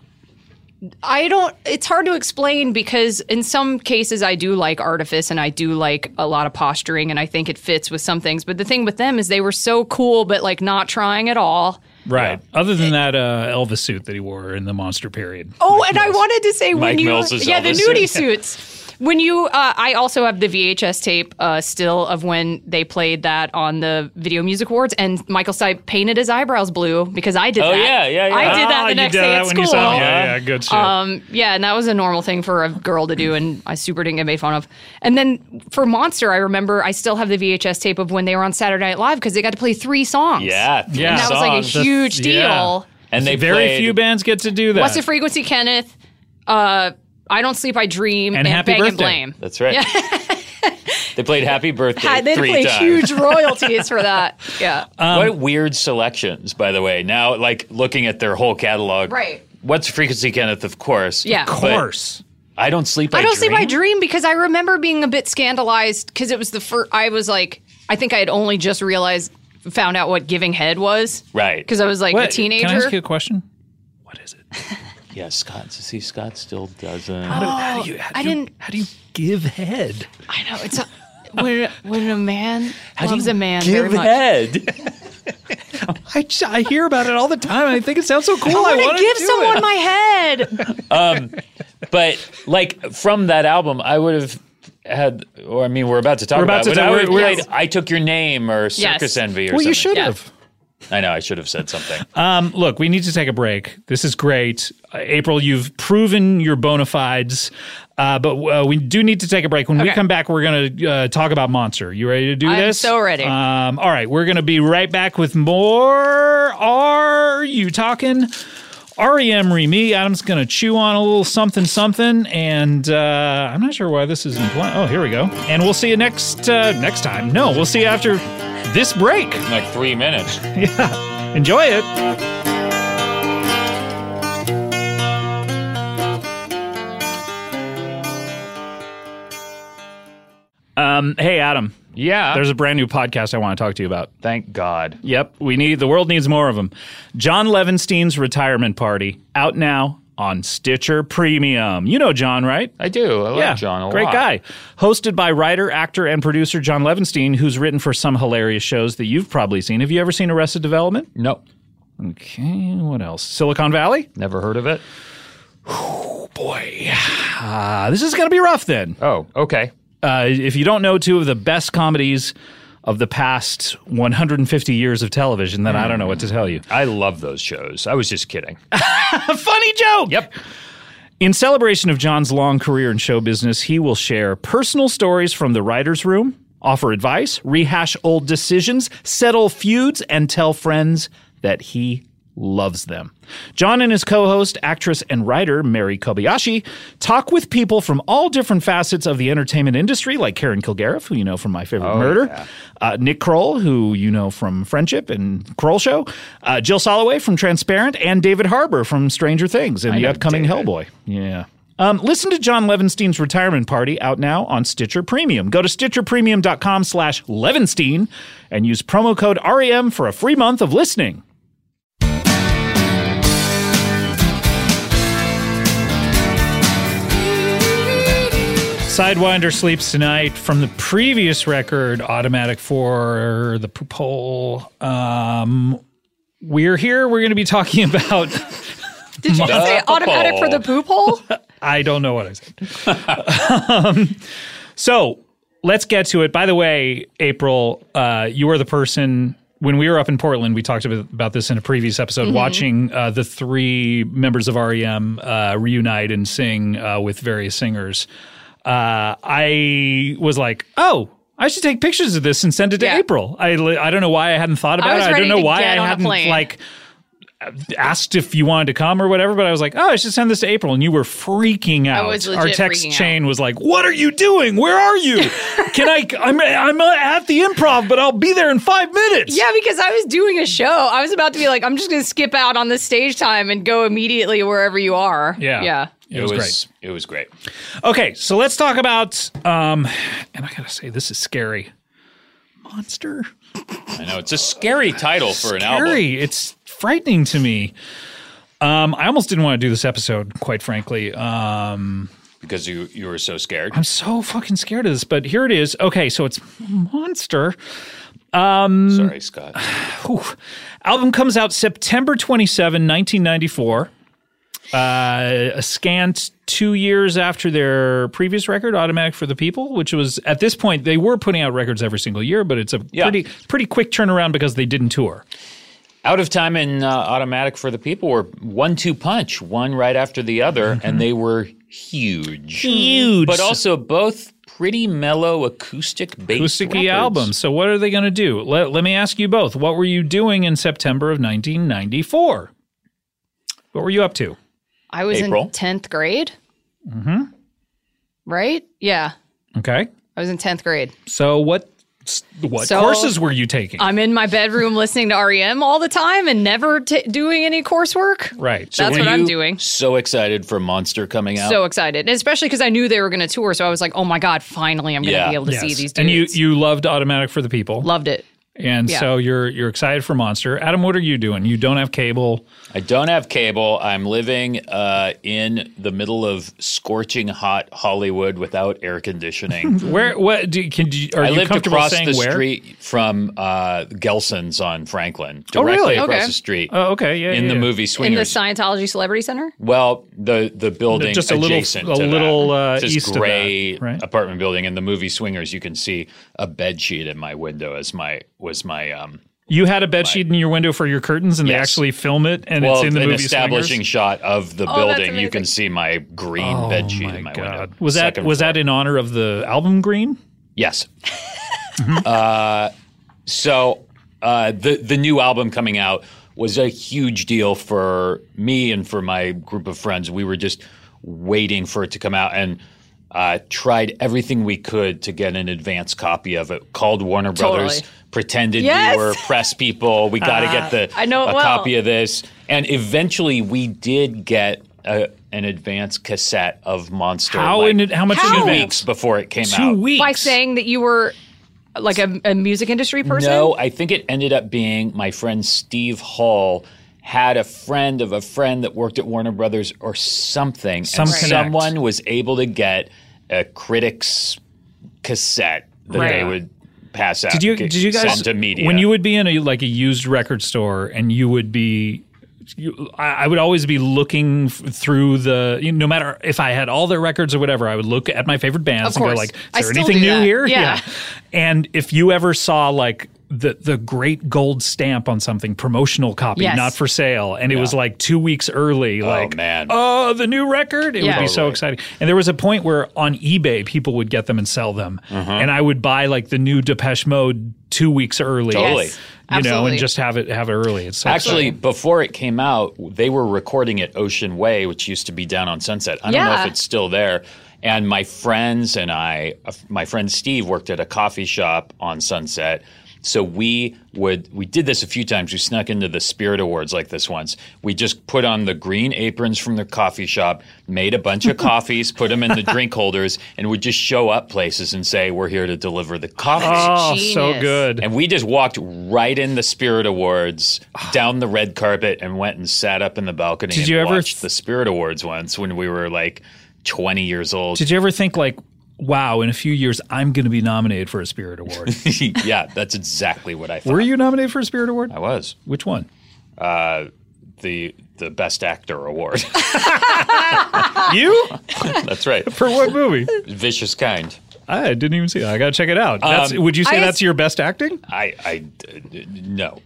I don't, it's hard to explain because in some cases I do like artifice and I do like a lot of posturing and I think it fits with some things. But the thing with them is they were so cool, but like not trying at all. Right. Other than that uh, Elvis suit that he wore in the monster period. Oh, and I wanted to say when Mike you, Mills's yeah, the <laughs> Elvis nudie suits. When you, uh, I also have the VHS tape uh, still of when they played that on the Video Music Awards, and Michael Stipe painted his eyebrows blue because I did Oh, that. yeah, yeah, yeah. I did that Ah, the next you did day that at when school. You saw him. Yeah, yeah, good shit. Um, yeah, and that was a normal thing for a girl to do, and I super didn't get made fun of. And then for Monster, I remember I still have the VHS tape of when they were on Saturday Night Live because they got to play three songs. Yeah. three Yeah. and that was like a songs. The- huge deal. yeah. and they Very played- few bands get to do that. What's the frequency, Kenneth? Uh, I don't sleep, I dream, And and, happy bang and birthday. blame. That's right. <laughs> they played Happy Birthday I- they three pay times. huge <laughs> royalties for that. <laughs> Yeah, Uh, what weird selections, by the way. Now, like looking at their whole catalog. Right. What's Frequency Kenneth? Of course. yeah. of course. I don't sleep. I, I don't dream. sleep, I dream because I remember being a bit scandalized because it was the first. I was like, I think I had only just realized, found out what giving head was. Right. Because I was like What- a teenager. Can I ask you a question? What is it? Yeah, Scott. See, Scott still doesn't. how do you, how do I you- didn't- How do you give head? I know it's a, when when <laughs> a man loves a man very Give much. head. I, j- I hear about it all the time. and I think it sounds so cool. Oh, I, I'm want gonna to Oh, give do it. someone my head. <laughs> But like from that album, I would have had. Or I mean, we're about to talk We're about to about, it. but talk- I would we're- have yes. played I took your name or Circus Yes. Envy or Well, something. you should Yeah. have. I know. I should have said something. Um, look, we need to take a break. This is great. Uh, April, you've proven your bona fides, uh, but uh, we do need to take a break. When we Okay. come back, we're going to uh, talk about Monster. You ready to do I'm this? so ready. Um, all right, we're going to be right back with more. Are you talking? REM Remy. Adam's going to chew on a little something something, and uh, I'm not sure why this isn't playing. Oh, here we go. And we'll see you next uh, next time. No, we'll see you after this break. like three minutes. Yeah, enjoy it. Um, hey, Adam. Yeah. There's a brand new podcast I want to talk to you about. Thank God. Yep, we need the world needs more of them. John Levenstein's Retirement Party out now on Stitcher Premium. You know John, right? I do. I like John a great lot. guy. Hosted by writer, actor, and producer John Levenstein, who's written for some hilarious shows that you've probably seen. Have you ever seen Arrested Development? No, Okay, what else? Silicon Valley? never heard of it. Boy, uh, ah, this is going to be rough then. Oh, okay. Uh, if you don't know two of the best comedies of the past 150 years of television, then I don't know what to tell you. Mm. I love those shows. I was just kidding. A funny joke. Yep. In celebration of John's long career in show business, he will share personal stories from the writer's room, offer advice, rehash old decisions, settle feuds, and tell friends that he loves them. John and his co host, actress and writer Mary Kobayashi, talk with people from all different facets of the entertainment industry, like Karen Kilgariff, who you know from My Oh, Favorite Murder, uh, Nick Kroll, who you know from Friendship and Kroll Show, uh, Jill Soloway from Transparent, and David Harbour from Stranger Things and the know upcoming David. Hellboy. Boy, Yeah. Um, listen to John Levenstein's retirement party out now on Stitcher Premium. Go to stitcherpremium.com slash Levenstein and use promo code REM for a free month of listening. Sidewinder sleeps tonight from the previous record, Automatic for the Pole. Um, we're here. We're going to be talking <laughs> about. Did you just say automatic for the poop hole? I don't know what I said. <laughs> um, so let's get to it. By the way, April, uh, you are the person. When we were up in Portland, we talked about about this in a previous episode, Mm-hmm. watching uh, the three members of REM uh, reunite and sing uh, with various singers. Uh, I was like, oh, I should take pictures of this and send it to Yeah. April. I, li- I don't know why I hadn't thought about was it. I ready don't know to why I get on a hadn't plane. like asked if you wanted to come or whatever, but I was like, oh, I should send this to April. And you were freaking out. was Our legit text freaking out. chain was like, what are you doing? Where are you? <laughs> Can I? I'm, I'm uh, at the improv, but I'll be there in five minutes. Yeah, because I was doing a show. I was about to be like, I'm just going to skip out on the stage time and go immediately wherever you are. Yeah. Yeah. It, was, It was great. great. Okay. So let's talk about, um, and I got to say, this is scary. Monster. I know it's a scary title for an album. scary. It's frightening to me. Um, I almost didn't want to do this episode, quite frankly. Um, because you you were so scared. I'm so fucking scared of this, but here it is. Okay, so it's Monster. Sorry, Scott. Whew. Album comes out September 27, 1994. Uh, a scant two years after their previous record, Automatic for the People, which was at this point, they were putting out records every single year, but it's a Yeah. pretty pretty quick turnaround because they didn't tour. Out of Time and uh, Automatic for the People were one two punch, one right after the other, and they were huge. Huge. But also both pretty mellow acoustic based acoustic records. album. So what are they going to do? Let, let me ask you both. What were you doing in September of 1994? What were you up to? I was April? in 10th grade. Mm-hmm. Right? Yeah. Okay. I was in 10th grade. So what what So- courses were you taking? I'm in my bedroom listening to REM all the time and never t- doing any coursework. right. That's Were what I'm you doing. So excited for Monster coming out. So excited, especially because I knew they were going to tour. So I was like, oh my God, finally I'm going to Yeah. be able to Yes. see these dudes. And you you loved Automatic for the People. loved it. and yeah. so you're you're excited for Monster. Adam, what are you doing? You don't have cable. I don't have cable. I'm living uh, in the middle of scorching hot Hollywood without air conditioning. Where what do you- can do you, are I you lived comfortable across saying the where? street from uh, Gelson's on Franklin, Oh, directly really? across Okay. the street. Oh, okay. Yeah. in yeah, yeah. the movie In the Swingers. Scientology Celebrity Center? well, the the building Just a little- adjacent a to that. little, uh, It's this east of that, gray right? apartment building. In the movie Swingers, you can see a bed sheet in my window as my was my um. You had a bed sheet in your window for your curtains, and they Yes. actually film it, and Well, it's in the an movie. establishing Swingers? shot of the Oh, that's building, you can amazing. see my green bed sheet in my window. Oh, Was that Second was floor. that in honor of the album Green? Yes. uh, so uh, the the new album coming out was a huge deal for me and for my group of friends. We were just waiting for it to come out and uh, tried everything we could to get an advance copy of it. Called Warner Brothers, Totally. pretended Yes! we were press people. We got to get the I know it a well. copy of this, and eventually we did get. A, an advance cassette of Monster. How like, in it- how much How? two in weeks advance? before it came Two out? weeks. By saying that you were like a, a music industry person? No, I think it ended up being my friend Steve Hall had a friend of a friend that worked at Warner Brothers or something. Some and connect. someone was able to get a critic's cassette that they Right. would pass out. did you get did you guys sent to media. when you would be in a like a used record store and you would be you, I I would always be looking f- through the, you know, no matter if I had all their records or whatever, I would look at my favorite bands Of and go course. like, "Is I there still anything do new that. here?" Yeah. And if you ever saw like the the great gold stamp on something, promotional copy, Yes. not for sale, and it was like two weeks early, like man. oh, the new record, it Yeah. would be so Totally. exciting. And there was a point where on eBay people would get them and sell them, Uh-huh. and I would buy like the new Depeche Mode two weeks early, Totally. Yes, you know, and absolutely. just have it have it early. It's so Actually, before it came out, they were recording at Ocean Way, which used to be down on Sunset. I don't know Yeah. if it's still there. And my friends and I, uh, my friend Steve worked at a coffee shop on Sunset. So we would we did this a few times. We snuck into the Spirit Awards like this once. We just put on the green aprons from the coffee shop, made a bunch of coffees, put them in the drink holders, and would just show up places and say, "We're here to deliver the coffee." Oh, so Genius. good. And we just walked right in the Spirit Awards, down the red carpet, and went and sat up in the balcony. Ah. Did and you ever watched th- the Spirit Awards once when we were like twenty years old? Did you ever think like, wow, in a few years I'm going to be nominated for a Spirit <laughs> Award? <laughs> yeah, that's exactly what I thought. Were you nominated for a Spirit Award? I was Which one? the the Best Actor Award. <laughs> <laughs> You that's right, for what movie? Vicious Kind. I didn't even see that. I got to check it out. That's, would you say I that's as- your best acting? I I d- no.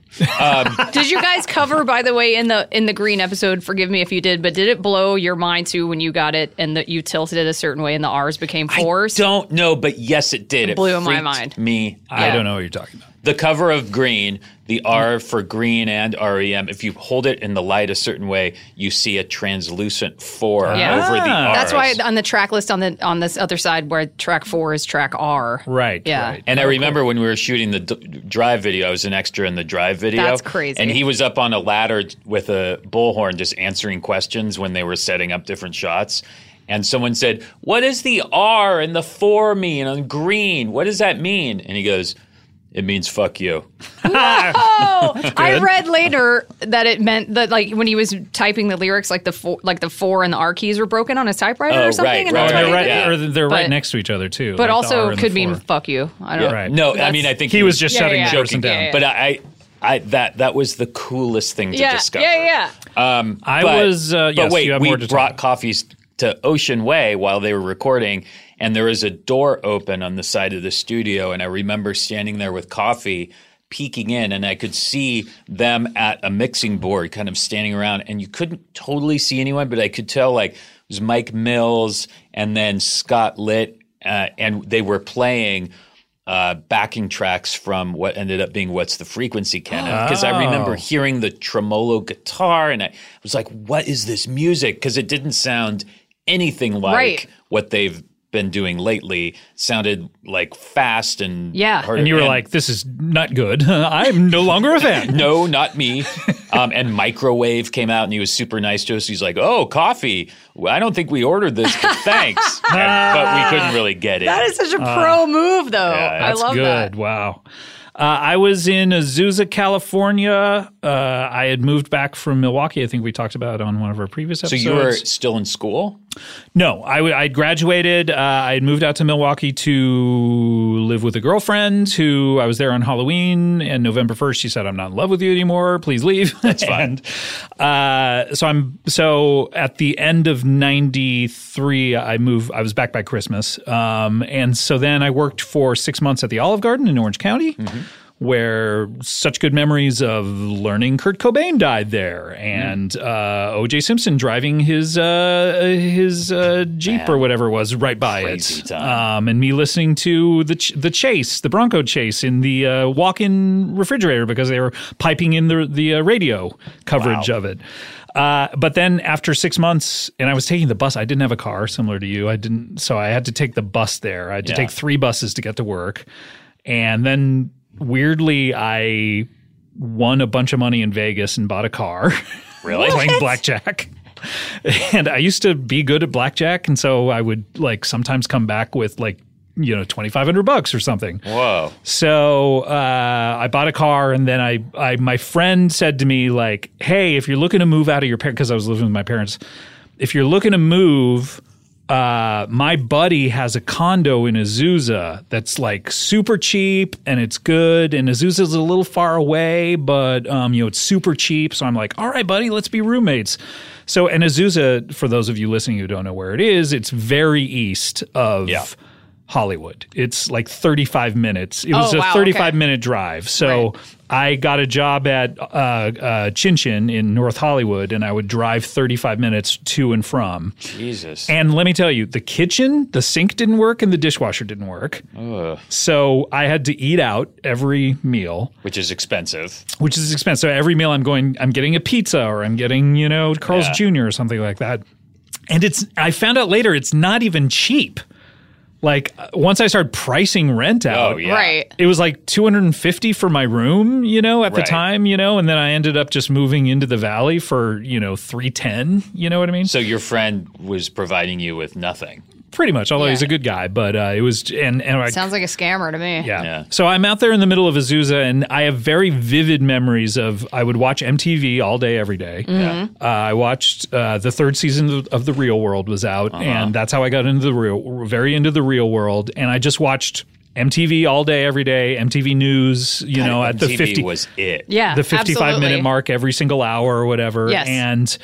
Did you guys cover, by the way, in the in the green episode? Forgive me if you did, but did it blow your mind too when you got it and that you tilted it a certain way and the R's became fours? I don't know, but yes, it did. It, blew my freaked mind. Me, I out. don't know what you're talking about. the cover of green the r for green and rem if you hold it in the light a certain way you see a translucent four Yeah. over the Ah. r That's why on the track list on the on this other side where track four is track R. Right. Yeah. Right. and I remember when we were shooting the d- drive video, I was an extra in the drive video. That's crazy. And he was up on a ladder t- with a bullhorn just answering questions when they were setting up different shots. And someone said, What does the R and the four mean on green? What does that mean? And he goes, It means fuck you. Ah. <laughs> Oh, I read later that it meant that like when he was typing the lyrics, like the four, like the four and the R keys were broken on his typewriter Oh, or something. right, and right, Or that's why they're they right, did it. yeah. or they're right But- next to each other too. like But the R also and the could mean four. fuck you. I don't know. Right. No, I That's- mean, I think he was just Yeah, shutting yeah, the yeah. person down. Yeah, yeah. but I, I that that was the coolest thing to Yeah, discover. yeah, yeah. I But, was. Uh, yes, but wait, you have we more to brought talk. coffees to Ocean Way while they were recording, and there was a door open on the side of the studio, and I remember standing there with coffee. Peeking in, and I could see them at a mixing board, kind of standing around, and you couldn't totally see anyone, but I could tell like it was Mike Mills and then Scott Litt, uh, and they were playing uh, backing tracks from what ended up being "What's the Frequency," Kenneth, Oh. because I remember hearing the tremolo guitar, and I was like, "What is this music?" Because it didn't sound anything like Right. what they've been doing lately. Sounded like fast and Yeah. harder- And you were like, "This is not good. <laughs> I'm no longer <laughs> a fan." <laughs> no, <laughs> not me. Um, and microwave came out, and he was super nice to us. He's like, "Oh, coffee. Well, I don't think we ordered this, <laughs> but thanks." And- but we couldn't really get it. That is such a pro move, though. I Uh, That's love good. that. Wow. Uh, I was in Azusa, California. Uh, I had moved back from Milwaukee. I think we talked about it on one of our previous so episodes. you were still in school. No, I w- I'd graduated. Uh, I had moved out to Milwaukee to live with a girlfriend who I was there on Halloween and November 1st. She said, I'm not in love with you anymore. Please leave. <laughs> That's fine. uh, so I'm, so at the end of 93, I moved, I was back by Christmas. Um, and so then I worked for six months at the Olive Garden in Orange County where such good memories of learning Kurt Cobain died there, and Hmm. uh, O.J. Simpson driving his uh, his uh, Jeep or whatever it was right by Crazy it, time. Um, and me listening to the ch- the chase, the Bronco chase in the uh, walk-in refrigerator because they were piping in the the uh, radio coverage of it. Uh, but then after six months, and I was taking the bus. I didn't have a car, similar to you. I didn't, so I had to take the bus there. I had to Yeah. take three buses to get to work, and then weirdly, I won a bunch of money in Vegas and bought a car <laughs> Really? playing blackjack. <laughs> And I used to be good at blackjack, and so I would like sometimes come back with like you know twenty five hundred bucks or something. Whoa. So uh, I bought a car, and then I, I my friend said to me like, "Hey, if you're looking to move out of your parents, because I was living with my parents, if you're looking to move, uh, my buddy has a condo in Azusa that's like super cheap and it's good, and Azusa's a little far away, but um, you know it's super cheap. So I'm like, all right, buddy, let's be roommates. So and Azusa, for those of you listening who don't know where it is, it's very east of Yeah. Hollywood. It's like 35 minutes. It was Oh, a wow, 35 okay. minute drive. So Right. I got a job at uh, uh, Chin Chin in North Hollywood, and I would drive 35 minutes to and from. Jesus. And let me tell you, the kitchen, the sink didn't work, and the dishwasher didn't work. So I had to eat out every meal Which is expensive. which is expensive. So every meal I'm going, I'm getting a pizza or I'm getting, you know, Carl's Yeah. Jr. or something like that. And it's, I found out later, it's not even cheap. Like uh, once I started pricing rent out, Oh, yeah. Right. it was like 250 for my room, you know, at the Right. time, you know, and then I ended up just moving into the valley for, you know, 310, you know what I mean? So your friend was providing you with nothing. Pretty much, although he's Yeah. a good guy, but uh, it was, and, and I Sounds like a scammer to me. Yeah. Yeah. So I'm out there in the middle of Azusa, and I have very vivid memories of I would watch MTV all day, every day. Mm-hmm. Uh, I watched uh, the third season of- of The Real World was out, Uh-huh. and that's how I got into the real, very into the real world. And I just watched MTV all day, every day. MTV News, you know, at the MTV 50 was it. Yeah. the 55 absolutely. minute mark every single hour or whatever. Yes. And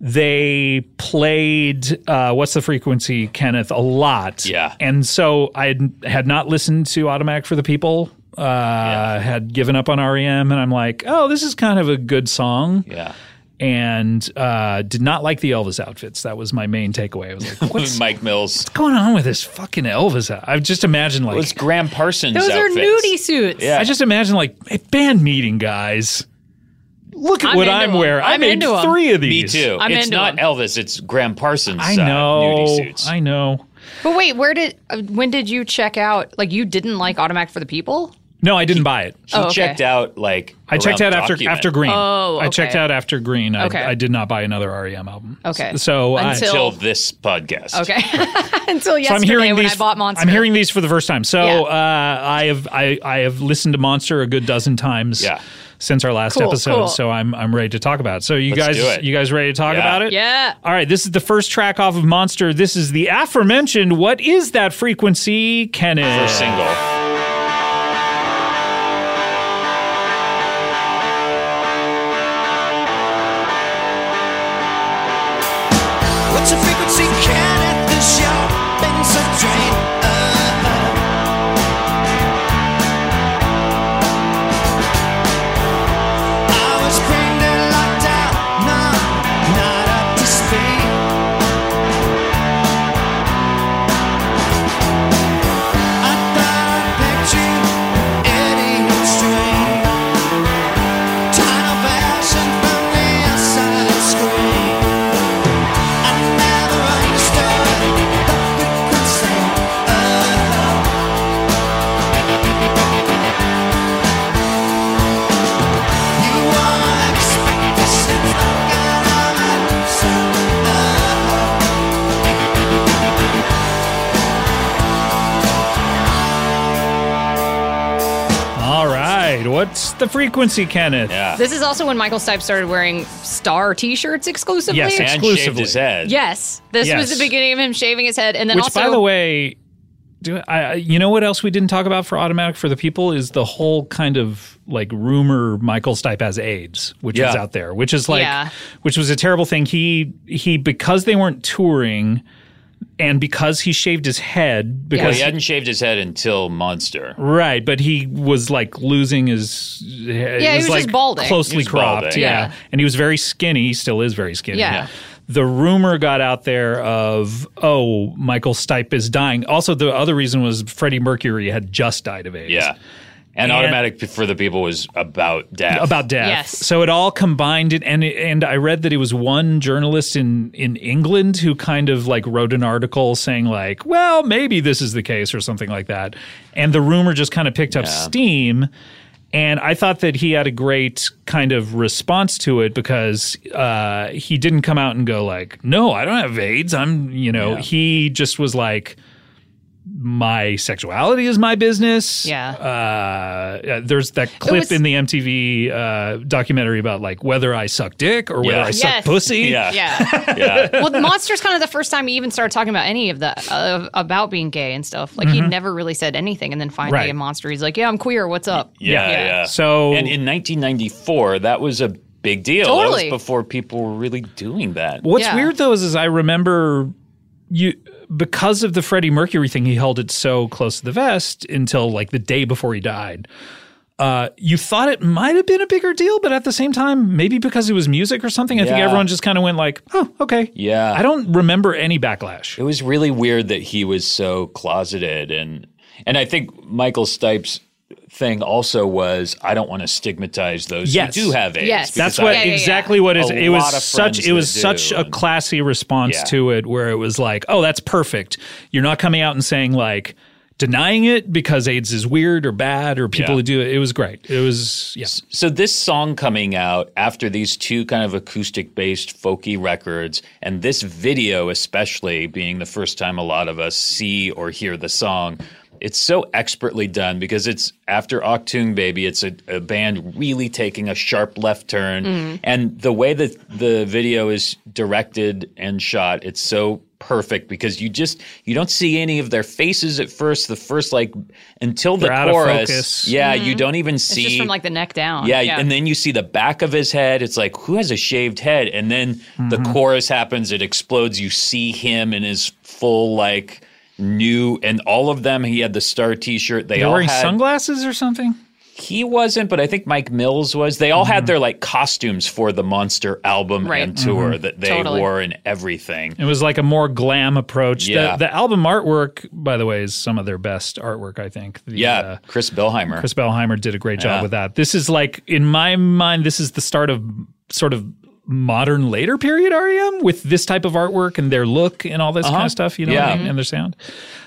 they played uh, What's the Frequency, Kenneth, a lot. Yeah. And so I had- had not listened to Automatic for the People, uh, had given up on REM, and I'm like, oh, this is kind of a good song. Yeah. And uh, did not like the Elvis outfits. That was my main takeaway. I was <laughs> like, what's Mike Mills. going on with this fucking Elvis? out- I've just imagined like. It was Graham Parsons. Those outfits. are nudie suits. Yeah. I just imagine like a band meeting guys. Look at I'm what into I'm 'em. wearing. I I'm made into 'em. three of Me these. too. I'm it's into not them. Elvis. It's Graham Parsons. I uh, know. nudie suits. I know. But wait, where did uh, when did you check out? Like you didn't like Automatic for the People? No, I didn't buy it. he Oh, okay. checked out like I checked out around after document. after Green. Oh, I checked okay. out after Green. I, Okay. I did not buy another REM album. Okay. So I- Until- until this podcast. Okay. <laughs> <laughs> Until so I'm yesterday hearing when these. I bought Monster. I'm hearing these for the first time. So Yeah. uh, I have I, I have listened to Monster a good dozen times Yeah. since our last Cool, episode. cool. So I'm I'm ready to talk about it. So you Let's do guys it. you guys ready to talk Yeah. about it? Yeah. All right. This is the first track off of Monster. This is the aforementioned. What is that frequency, Kenneth? First single. What's the frequency? Can it this your Benson train? Uh-huh. I was crammed and locked out, no, not up to speed. I thought I picked you, idiot string. Tired of passion from the outside screen. I never understood the frequency of love. You are expectations of God, I'm absent of love. All right. What's the frequency, Kenneth? Yeah. This is also when Michael Stipe started wearing star T-shirts exclusively. Yes, and shaved exclusively. his head. Yes, this Yes. was the beginning of him shaving his head, and then Which, also by the way, do I, I- you know what else we didn't talk about for automatic for the people is the whole kind of like rumor Michael Stipe has AIDS, which Yeah. was out there, which is like, Yeah. which was a terrible thing. He he because they weren't touring, and because he shaved his head Well, because he hadn't shaved his head until Monster. Right, but he was like losing his. Yeah, he was just balding. closely He was cropped. balding. Yeah. Yeah. and he was very skinny. He still is very skinny. Yeah. Yeah. The rumor got out there of oh Michael Stipe is dying. Also, the other reason was Freddie Mercury had just died of AIDS. Yeah. And, automatic for the people was about death. About death. Yes. So it all combined, it, and and I read that it was one journalist in in England who kind of like wrote an article saying like, well, maybe this is the case or something like that, and the rumor just kind of picked up steam. And I thought that he had a great kind of response to it because uh, he didn't come out and go like, "No, I don't have AIDS." I'm, you know, he just was like, "My sexuality is my business." yeah, uh, there's that clip was- in the MTV uh, documentary about like whether I suck dick or whether Yeah. I suck Yes. pussy. Yeah. yeah. Yeah. well, Monster's kind of the first time he even started talking about any of the uh, about being gay and stuff. Like he never really said anything, and then finally Right. in Monster, he's like, "Yeah, I'm queer. What's up?" Yeah, yeah. So- and in 1994, that was a big deal. Totally. That was before people were really doing that. What's Yeah. weird though is, is I remember you because of the Freddie Mercury thing, he held it so close to the vest until like the day before he died. Uh, you thought it might have been a bigger deal, but at the same time, maybe because it was music or something, I think Yeah. everyone just kind of went like, "Oh, okay." Yeah. I don't remember any backlash. It was really weird that he was so closeted and and I think Michael Stipe's thing also was I don't want to stigmatize those Yes. who do have AIDS. Yes. because That's what I- yeah, yeah. exactly what is. A It lot was of such. friends It was that do, such a and- classy response Yeah. to it, where it was like, "Oh, that's perfect." You're not coming out and saying like denying it because AIDS is weird or bad or people Yeah. who do it. It was great. It was yeah. So this song coming out after these two kind of acoustic based folky records and this video especially being the first time a lot of us see or hear the song. It's so expertly done because it's after Octoon Baby, it's a, a band really taking a sharp left turn. Mm-hmm. And the way that the video is directed and shot, it's so perfect because you just you don't see any of their faces at first. The first like until the They're out of chorus. focus. Yeah, you don't even see Mm-hmm. It's just from like the neck down. yeah, and then you see the back of his head. It's like, who has a shaved head? And then the Mm-hmm. chorus happens, it explodes. You see him in his full, like, new, and all of them, he had the star t shirt. They They're all wearing had, sunglasses or something. he wasn't, but I think Mike Mills was. They all Mm-hmm. had their, like, costumes for the Monster album Right. and tour Mm-hmm. that they Totally. wore and everything. It was like a more glam approach. Yeah. The, the album artwork, by the way, is some of their best artwork. I think. The, Yeah, uh, Chris Billheimer. Chris Bellheimer did a great job Yeah. with that. This is like, in my mind, this is the start of sort of modern later period REM with this type of artwork and their look and all this kind Uh-huh. of stuff, you know, Yeah. what I mean? and their sound.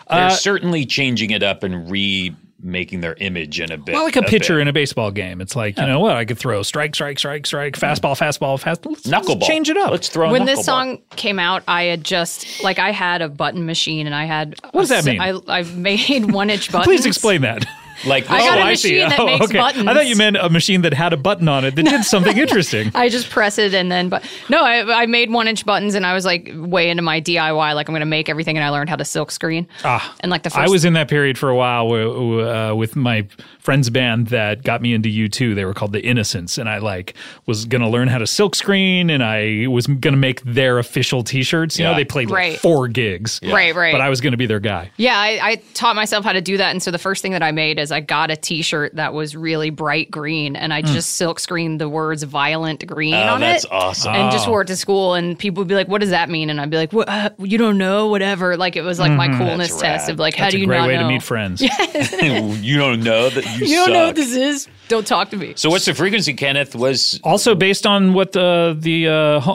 They're certainly changing it up and remaking their image in a bit. Well, like a bit. pitcher in a baseball game. It's like, you know what? I could throw strike, strike, strike, strike, fastball, fastball, fastball. Let's, let's Knuckleball. change it up. Let's throw a when this knuckleball. song came out, I had just like I had a button machine and I had what does that mean? I, I made one inch buttons. Please explain that. Like, I <laughs> got oh, a machine that makes buttons. I thought you meant a machine that had a button on it that did <laughs> something interesting. I just press it and then, but no, I, I made one inch buttons and I was like way into my DIY. Like I'm going to make everything and I learned how to silk screen. Ah, and like the first I was in that period for a while where, uh, with my friend's band that got me into U2. They were called The Innocents, and I like was gonna learn how to silkscreen, and I was gonna make their official T-shirts. You know, Yeah. they played Right. like four gigs, Right, right. But I was gonna be their guy. Yeah, I, I taught myself how to do that. And so the first thing that I made is I got a t shirt that was really bright green and I Hmm. just silk screened the words violent green Oh, on that's it. awesome. And just wore it to school. And people would be like, what does that mean? And I'd be like, what, uh, you don't know, whatever. Like it was like my coolness That's test rad. of like, how Hmm. That's do you a great not way know? to meet <laughs> friends. <laughs> you don't know that you, You don't suck. know what this is? Don't talk to me. So what's the frequency, Kenneth? Was uh, Also, based on what the the uh, ho-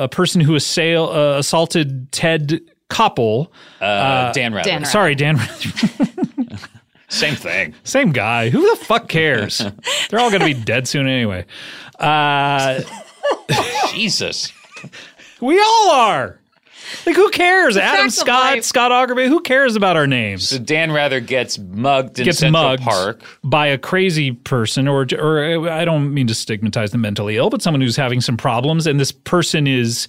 uh, a person who assail, uh, assaulted Ted Koppel. uh, Dan Rather? Dan Rather. Sorry, Dan. <laughs> Same <laughs> thing. Same guy. Who the fuck cares? They're all gonna be dead soon anyway. Uh, Jesus. We all are. Like who cares? Adam facts of Scott, life. Scott Augerman. Who cares about our names? So Dan Rather gets mugged in Gets Central mugged Park. by a crazy person, or or I don't mean to stigmatize the mentally ill, but someone who's having some problems, and this person is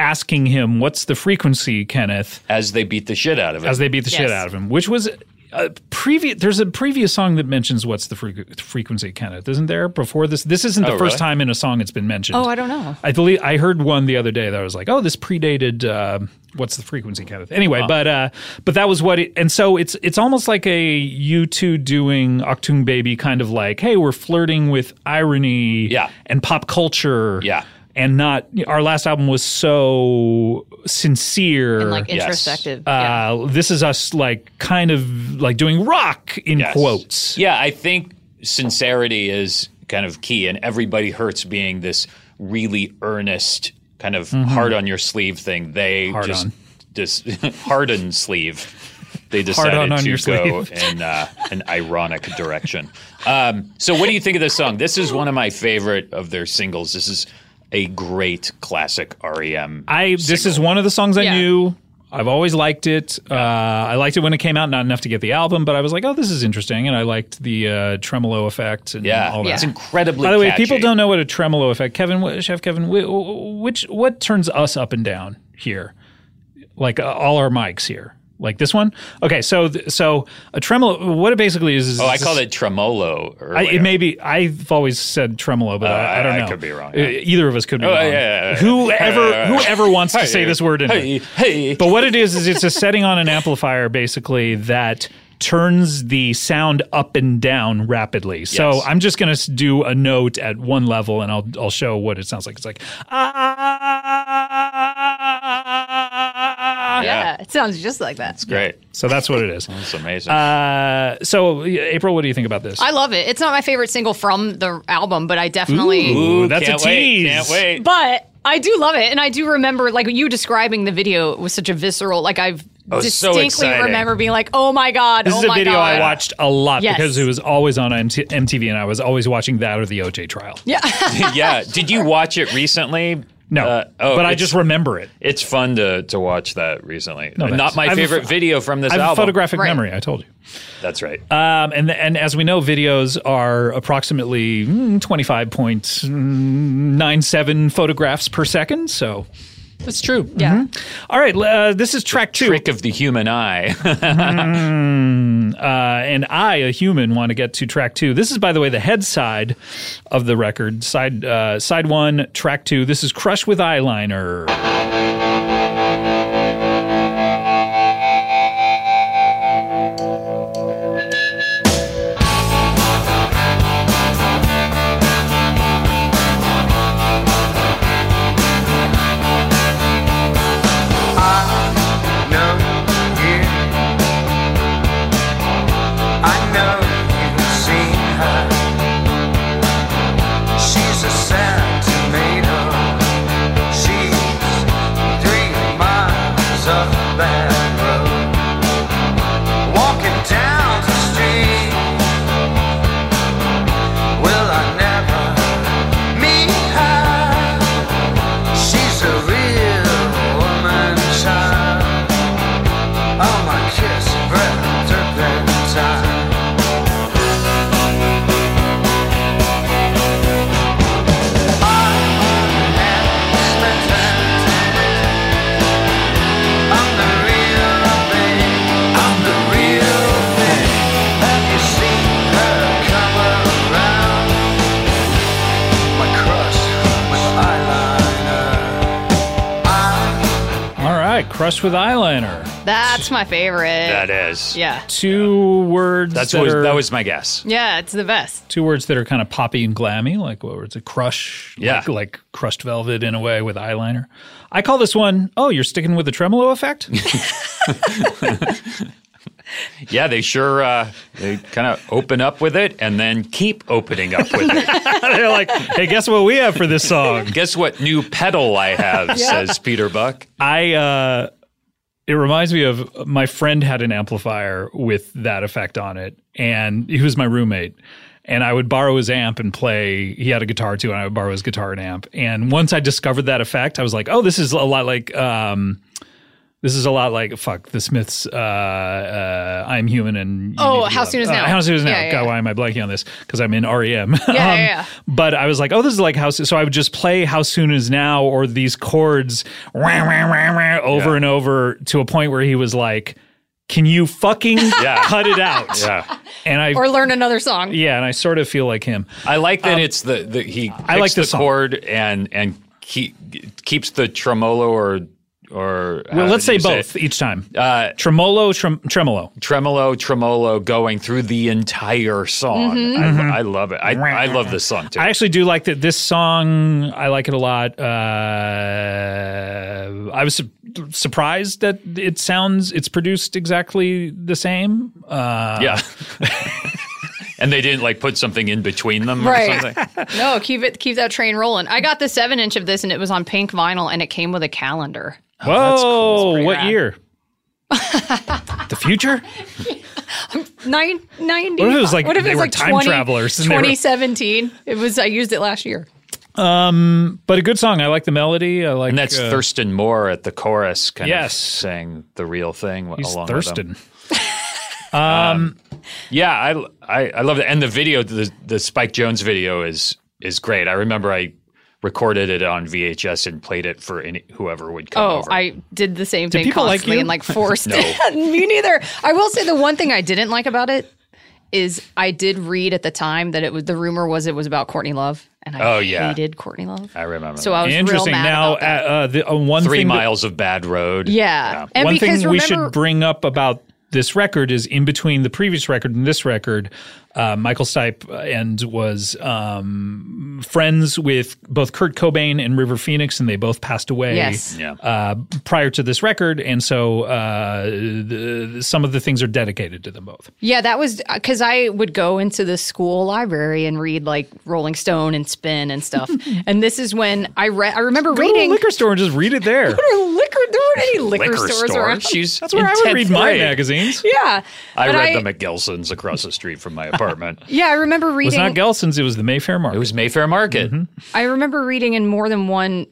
asking him, "What's the frequency, Kenneth?" As they beat the shit out of him. As they beat the shit Yes. out of him, which was. A previous, there's a previous song that mentions what's the frequ- frequency, Kenneth, isn't there? Before this, this isn't the Oh, first really? time in a song it's been mentioned. Oh, I don't know. I believe I heard one the other day that was like, "Oh, this predated uh, what's the frequency kind of thing." Anyway, Ah. but uh, but that was what it, and so it's it's almost like a you two doing Octung Baby kind of like, "Hey, we're flirting with irony Yeah. and pop culture." Yeah. And not our last album was so sincere. And like Yes. introspective. yeah. uh, This is us like kind of like doing rock in Yes. quotes. Yeah, I think sincerity is kind of key, and everybody hurts being this really earnest kind of hard on your sleeve thing. They Mm-hmm. Hard just on. dis- <laughs> hard on sleeve. They decided on on to your go <laughs> in uh, an ironic direction. Um, so, what do you think of this song? This is one of my favorite of their singles. This is a great classic E REM. I this is one of the songs I Yeah. knew. I've always liked it. Uh, I liked it when it came out, not enough to get the album, but I was like, "Oh, this is interesting," and I liked the uh, tremolo effect and yeah, all that. it's incredibly. By the way, catchy. people don't know what a tremolo effect. Kevin, wh- Chef Kevin, wh- which what turns us up and down here, like uh, all our mics here? Like this one? Okay, so th- so a tremolo. What it basically is is Oh, I called it tremolo. Or I, it whatever. may be. I've always said tremolo, but I, I don't Uh, I- I know. could be wrong, E- yeah. Either of us could be Oh, wrong. yeah, yeah, yeah. <laughs> Whoever whoever wants to say this word in. it. Hey, hey. But what it is is it's a setting on an amplifier basically that turns the sound up and down rapidly. So Yes. I'm just going to do a note at one level and I'll I'll show what it sounds like. It's like ah. Yeah, it sounds just like that. Great. So that's what it is. It's amazing. Uh, so April, what do you think about this? I love it. It's not my favorite single from the album, but I definitely. Ooh, that's can't a wait, tease. Can't wait. <laughs> <laughs> But I do love it, and I do remember like you describing the video was such a visceral. Like I've Oh, was so distinctly exciting. remember being like, "Oh my god!" This oh is a my video god. I watched a lot Yes. because it was always on MT- MTV, and I was always watching that or the OJ trial. Yeah, yeah. Did you watch it recently? No, Uh, oh, but I it's- just remember it. It's fun to, to watch that recently. thanks. Not my I've- favorite video from this I have a album. photographic Right. memory. I told you. That's right. Um, and and as we know, videos are approximately twenty five point mm, nine seven photographs per second. So, <laughs> That's true. Mm-hmm. yeah. all right, uh, this is track two, Trick of the human eye. <laughs> uh, and I, a human, want to get to track two. This is, by the way, the head side of the record, side uh, side one, track two. This is Crush with Eyeliner. She's a real woman child. Oh, my kiss breath took that time. I'm the real thing. I'm the real thing. Have you seen her come around? My crush was eyeliner. All right, Crush with Eyeliner. That's my favorite. that is. yeah, Two words. That's that what was, are- that was my guess. yeah, it's the best. two words that are kind of poppy and glammy, like what words? A crush, Yeah. like, like crushed velvet in a way with eyeliner. I call this one, oh, you're sticking with the tremolo <laughs> effect? Yeah, they sure uh, they kind of open up with it and then keep opening up with <laughs> it. They're like, hey, guess what we have for this song? Guess what new pedal I have? Says Peter Buck. I, uh, it reminds me of my friend had an amplifier with that effect on it, and he was my roommate. And I would borrow his amp and play. He had a guitar too, and I would borrow his guitar and amp. And once I discovered that effect, I was like, "Oh, this is a lot like um, this is a lot like fuck the Smiths. Uh, uh, I'm human and You Need to Oh, Be How Loved. Soon Is Uh, Now. how soon is now? Yeah, yeah, God, yeah. why am I blanking on this? Because I'm in REM. Yeah, yeah, yeah. Um, But I was like, oh, this is like how. So so I would just play how soon is now or these chords wah, wah, wah, wah, over and over to a point where he was like, "Can you fucking <laughs> Yeah. cut it out?" <laughs> Yeah, And I. Or learn another song. yeah, and I sort of feel like him. I like that. it's the, the he. Picks Um, like the this song. chord and and keep, keeps the tremolo or or. how Well, let's say did Uh, you both it? each time. Uh, tremolo, trem- tremolo. Tremolo, tremolo, going through the entire song. I, I love it. I, I love this song too. Mm-hmm. I actually do like that. This song, I like it a lot. Uh, I was su- surprised that it sounds it's produced exactly the same. Uh, yeah. <laughs> and they didn't like put something in between them or Right. something. No, keep it, keep that train rolling. I got the seven inch of this, and it was on pink vinyl, and it came with a calendar. Whoa! pretty Oh, What rad. year? <laughs> the future? Nine ninety. What if it was like they were time travelers and they were- Twenty seventeen. It was. I used it last year. But a good song. I like the melody. I like And that's uh, Thurston Moore at the chorus, kind Yes. of saying the real thing He's along with Thurston. <laughs> them. Yeah, I, I I love it. And the video, the the Spike Jones video is is great. I remember I recorded it on VHS and played it for any, whoever would come Oh, over. I did the same thing people like constantly you? and like forced <laughs> No. it. Me neither. I will say the one thing I didn't like about it is I did read at the time that it was the rumor was it was about Courtney Love, and I Oh, yeah. hated Courtney Love. I remember. So that. I was Interesting. Real mad Now, about that. uh, uh, the, uh, one three thing that- miles of bad road. yeah. and one thing because we remember, should bring up about this record is in between the previous record and this record, uh, Michael Stipe uh, and was um, friends with both Kurt Cobain and River Phoenix, and they both passed away Yes. Yeah. uh, prior to this record, and so uh, the, some of the things are dedicated to them both. Yeah, that was because I would go into the school library and read like Rolling Stone and Spin and stuff. and this is when I read. I remember Go to a reading. liquor store and just read it there. There were liquor. There weren't <laughs> any liquor, Liquor stores store. around. <laughs> She's That's where in I would 10th read my grade. magazines. yeah, I But read them at Gelson's across the street from my <laughs> apartment. it Yeah, I remember It was reading. not Gelson's; it was the Mayfair Market. was Mayfair Market. Mm-hmm. I remember reading in more than one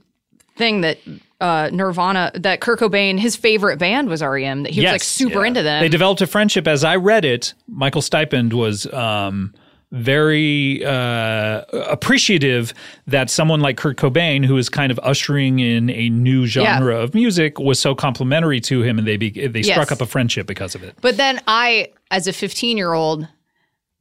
thing that uh, Nirvana, that Kurt Cobain, his favorite band was REM. That he was Yes. like super into them. they developed a friendship. As I read it, Michael Stipend was um, very uh, appreciative that someone like Kurt Cobain, who is kind of ushering in a new genre of music, was so complimentary to him, and they be- they struck Yes. up a friendship because of it. But then I, as a 15 year old,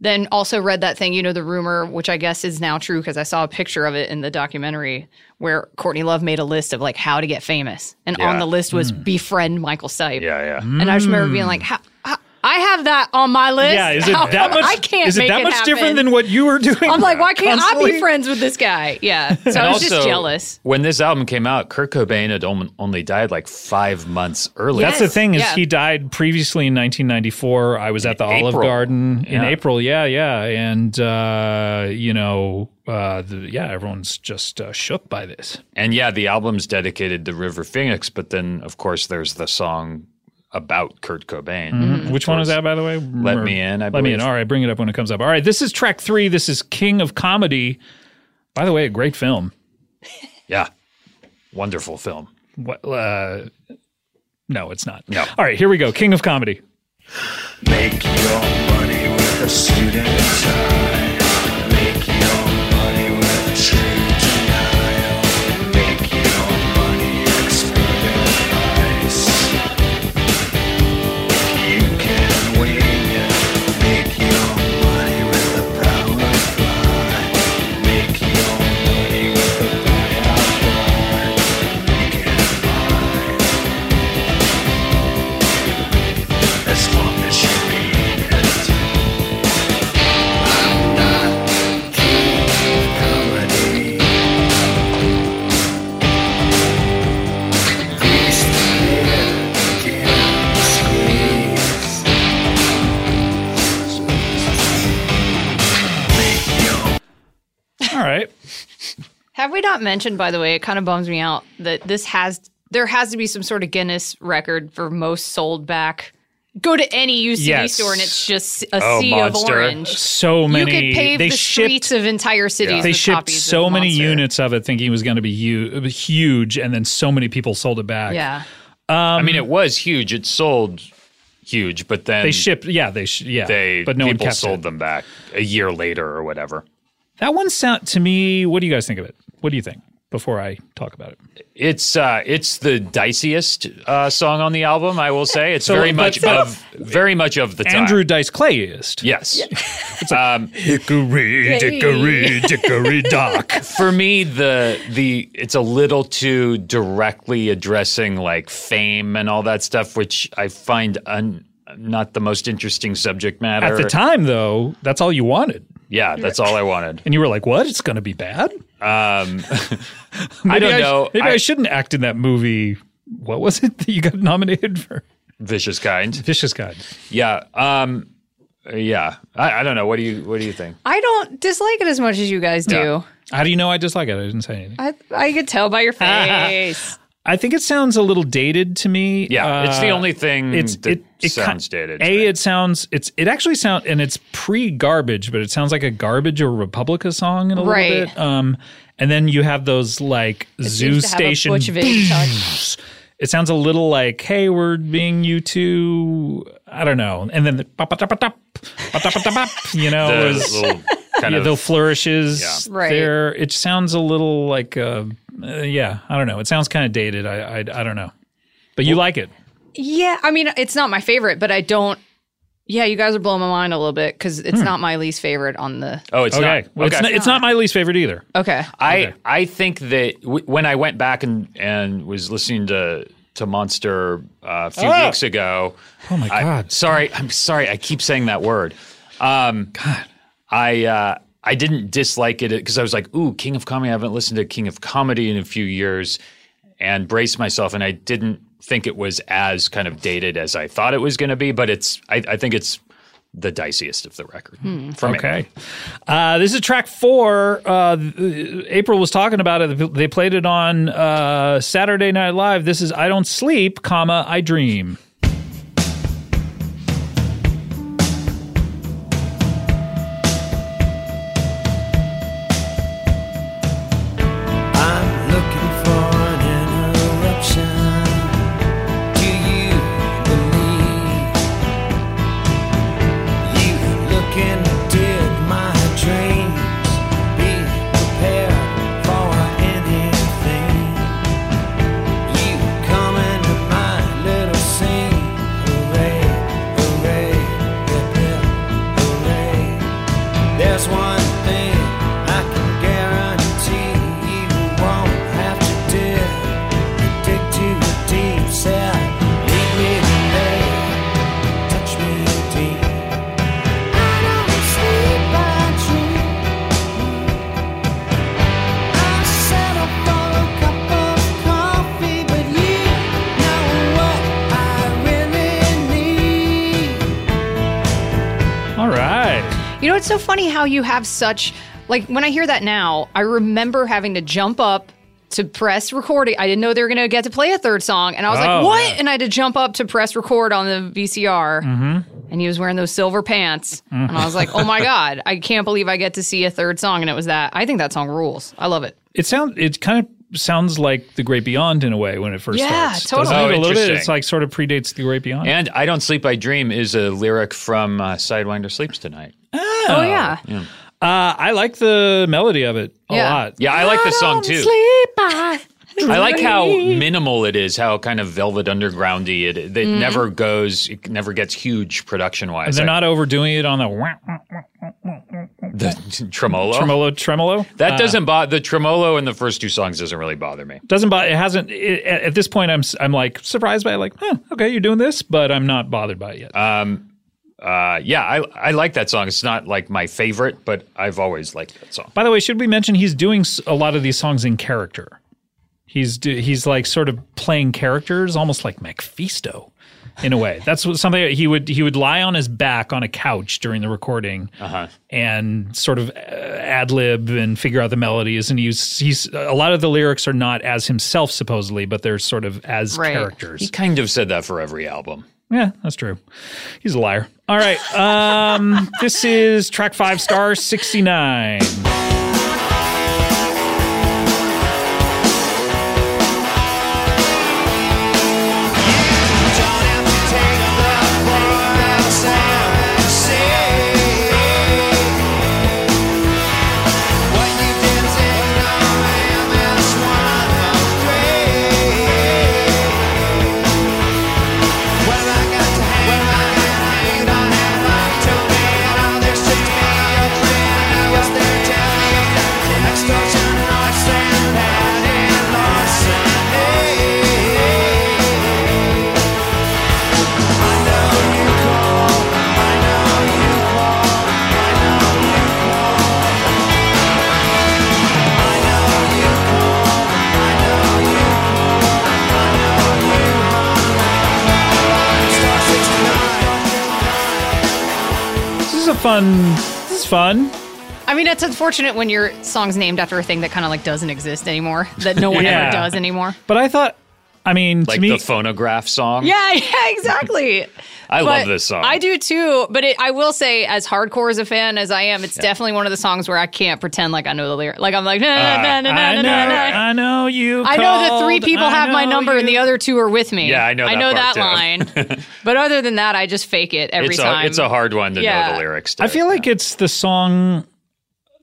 then also read that thing, you know, the rumor, which I guess is now true because I saw a picture of it in the documentary where Courtney Love made a list of like how to get famous. And on Yeah. the list was Mm. befriend Michael Stipe. Yeah, yeah. And I just remember being like, how, how- I have that on my list. Yeah, is it How that come much? I can't is it make that much different happen? than what you were <laughs> doing? I'm like, why can't I constantly? be friends with this guy? Yeah. So I was just jealous. When this album came out, Kurt Cobain had on- only died like five months earlier. That's the thing is yeah. he died previously in 1994. I was at the Olive April. Garden in Yeah. April. Yeah, yeah, and uh, you know, uh, the, yeah, everyone's just uh, shook by this. And yeah, the album's dedicated to River Phoenix, but then of course there's the song about Kurt Cobain. Mm-hmm. Which one is that, by the way? Let Me In, I Let me in. believe. All right, bring it up when it comes up. All right, this is track three. This is King of Comedy. By the way, a great film. Yeah. Wonderful film. What? Uh, no, it's not. No. All right, here we go. King of Comedy. Make your money with a suit and a tie. Make your money with a true denial. Make your money exploding ice. If you can win it, make your money with a power fly. Make your money with a buyout bar. You can buy as long as you mean it. I'm not king of comedy. Grease the lid again, squeeze. Make your All right. Have we not mentioned, by the way, it kind of bums me out that this has there has to be some sort of Guinness record for most sold back. Go to any UCB Yes. store and it's just a Oh, sea of Monster. orange. So many. you could pave they the shipped streets of entire cities. They with shipped copies of so many Monster. units of it, thinking it was going to be hu- huge, and then so many people sold it back. Yeah, I mean, it was huge. It sold huge, but then they shipped. Yeah, they sh- yeah. they but no one people kept sold it. them back a year later or whatever. That one sound to me. What do you guys think of it? What do you think? Before I talk about it, It's uh, it's the diciest uh, song on the album, I will say. It's very but- much so- of very much of the time. Andrew Dice Clay is yes. Hickory Dickory Dickory Dock. <laughs> for me the the it's a little too directly addressing like fame and all that stuff which i find un, not the most interesting subject matter At the time, though, that's all you wanted, yeah that's all i wanted and you were like, "What? It's going to be bad." i Maybe don't sh- know maybe I, I- shouldn't act in that movie. What was it that you got nominated for? vicious kind Vicious God. yeah um yeah I, I don't know what do you what do you think I don't dislike it as much as you guys do. How do you know I dislike it? I didn't say anything. I I could tell by your <laughs> face. I think it sounds a little dated to me. yeah it's the Uh, only thing it's that it, it sounds ki- dated to A, me. it sounds it's it actually sound and it's pre garbage, but it sounds like a garbage or Republica song in a little Right. bit. Um, and then you have those like zoo Seems to have a station. Butch Vig <laughs> touch. It sounds a little like hey, we're being you two. I don't know. And then the bop, bop, bop, bop, bop, bop, bop, bop, you know The it was <laughs> little kind yeah, of the flourishes Yeah. Right. there. It sounds a little like, uh, uh, yeah, I don't know. It sounds kind of dated. I, I, I don't know. But you like it. Yeah, I mean, it's not my favorite, but I don't. Yeah, you guys are blowing my mind a little bit because it's not my least favorite on the. Hmm. oh, it's Okay. not Well, It's, not, it's not my least favorite either. Okay. I Okay. I think that w- when I went back and and was listening to to Monster uh, a few Ah! weeks ago. Oh my I- God. sorry, I'm sorry. I keep saying that word. Um, God, I uh, I didn't dislike it because I was like, ooh, King of Comedy. I haven't listened to King of Comedy in a few years, and braced myself, and I didn't think it was as kind of dated as I thought it was going to be. But it's I, I think it's the diciest of the record for me. Hmm. Okay. Uh, this is track four. Uh, th- April was talking about it. They played it on uh, Saturday Night Live. This is I Don't Sleep, comma, I Dream. I'm looking for an interruption. Do you believe you looking did my dreams? Be prepared for anything. You coming to my little scene? Hooray, hooray, hip, hip, hooray. There's one thing I can guarantee you won't have to dig. Dig to the deep set. Lead me today. Touch me deep. I don't sleep, I dream. I settle for a cup of coffee, but you know what I really need. All right. You know, it's so funny how you have such like when I hear that now, I remember having to jump up to press recording. I didn't know they were gonna get to play a third song, and I was Oh, like, "What?" yeah. And I had to jump up to press record on the VCR, Mm-hmm. and he was wearing those silver pants, Mm. and I was like, "Oh my god, I can't believe I get to see a third song." And it was that. I think that song rules. I love it. It sounds, it kind of sounds like The Great Beyond in a way when it first Yeah, starts. totally. Doesn't it Oh, a little bit. interesting. It's like sort of predates The Great Beyond. And I Don't Sleep, I Dream is a lyric from uh, Sidewinder Sleeps Tonight. Oh, yeah. Uh, I like the melody of it a Yeah. lot. Yeah, I like the song too. I like how minimal it is, how kind of Velvet Undergroundy it. It Mm-hmm. never goes, it never gets huge production wise. They're not overdoing it on the wah, wah, the <laughs> tremolo. tremolo, uh, tremolo. That doesn't bother the tremolo in the first two songs doesn't really bother me. doesn't bother. It hasn't. It, at, at this point, I'm s- I'm like surprised by it, like, huh, okay, you're doing this, but I'm not bothered by it yet. Uh, yeah, I I like that song. It's not like my favorite, but I've always liked that song. by the way, should we mention he's doing s- a lot of these songs in character? He's do, he's like sort of playing characters, almost like Mephisto, in a way. That's what, something he would he would lie on his back on a couch during the recording and sort of uh, ad lib and figure out the melodies. And he's he's a lot of the lyrics are not as himself supposedly, but they're sort of as Right. characters. He kind of said that for every album. Yeah, that's true. He's a liar. All right. <laughs> Um, this is track five, star 69. This is a fun. This is fun. I mean, it's unfortunate when your song's named after a thing that kind of like doesn't exist anymore, that no one Yeah. ever does anymore. But I thought, I mean, Like to me, the phonograph song. Yeah, <laughs> yeah, exactly. I love But this song. I do too. But it, I will say, as hardcore as a fan as I am, it's definitely one of the songs where I can't pretend like I know the lyric. Like I'm like, nah, Uh, nah, nah, nah, I nah, know, nah, nah. I know you. I know that called, three people I have my know number and the you- other two are with me. Yeah, I know I that know that part, line. <laughs> but other than that, I just fake it every it's time. a it's a hard one to know Yeah. the lyrics. To. I feel like it's the song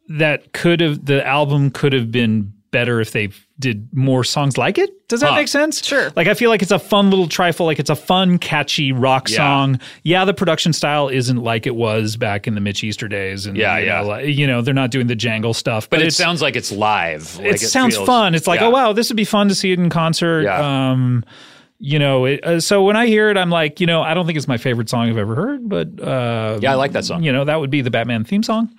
that could have the album could have been better if they did more songs like it. Does that Huh. make sense? Sure. Like I feel like it's a fun little trifle. Like it's a fun, catchy rock Yeah. song. Yeah, the production style isn't like it was back in the Mitch Easter days. And Yeah, you yeah. Know, like, you know, they're not doing the jangle stuff. But, But it it's, sounds like it's live. it, sounds fun. It's like, oh wow, this would be fun to see it in concert. Yeah. Um, you know, it, uh, so when I hear it, I'm like, you know, I don't think it's my favorite song I've ever heard, but uh, Yeah, I like that song. you know, that would be the Batman theme song.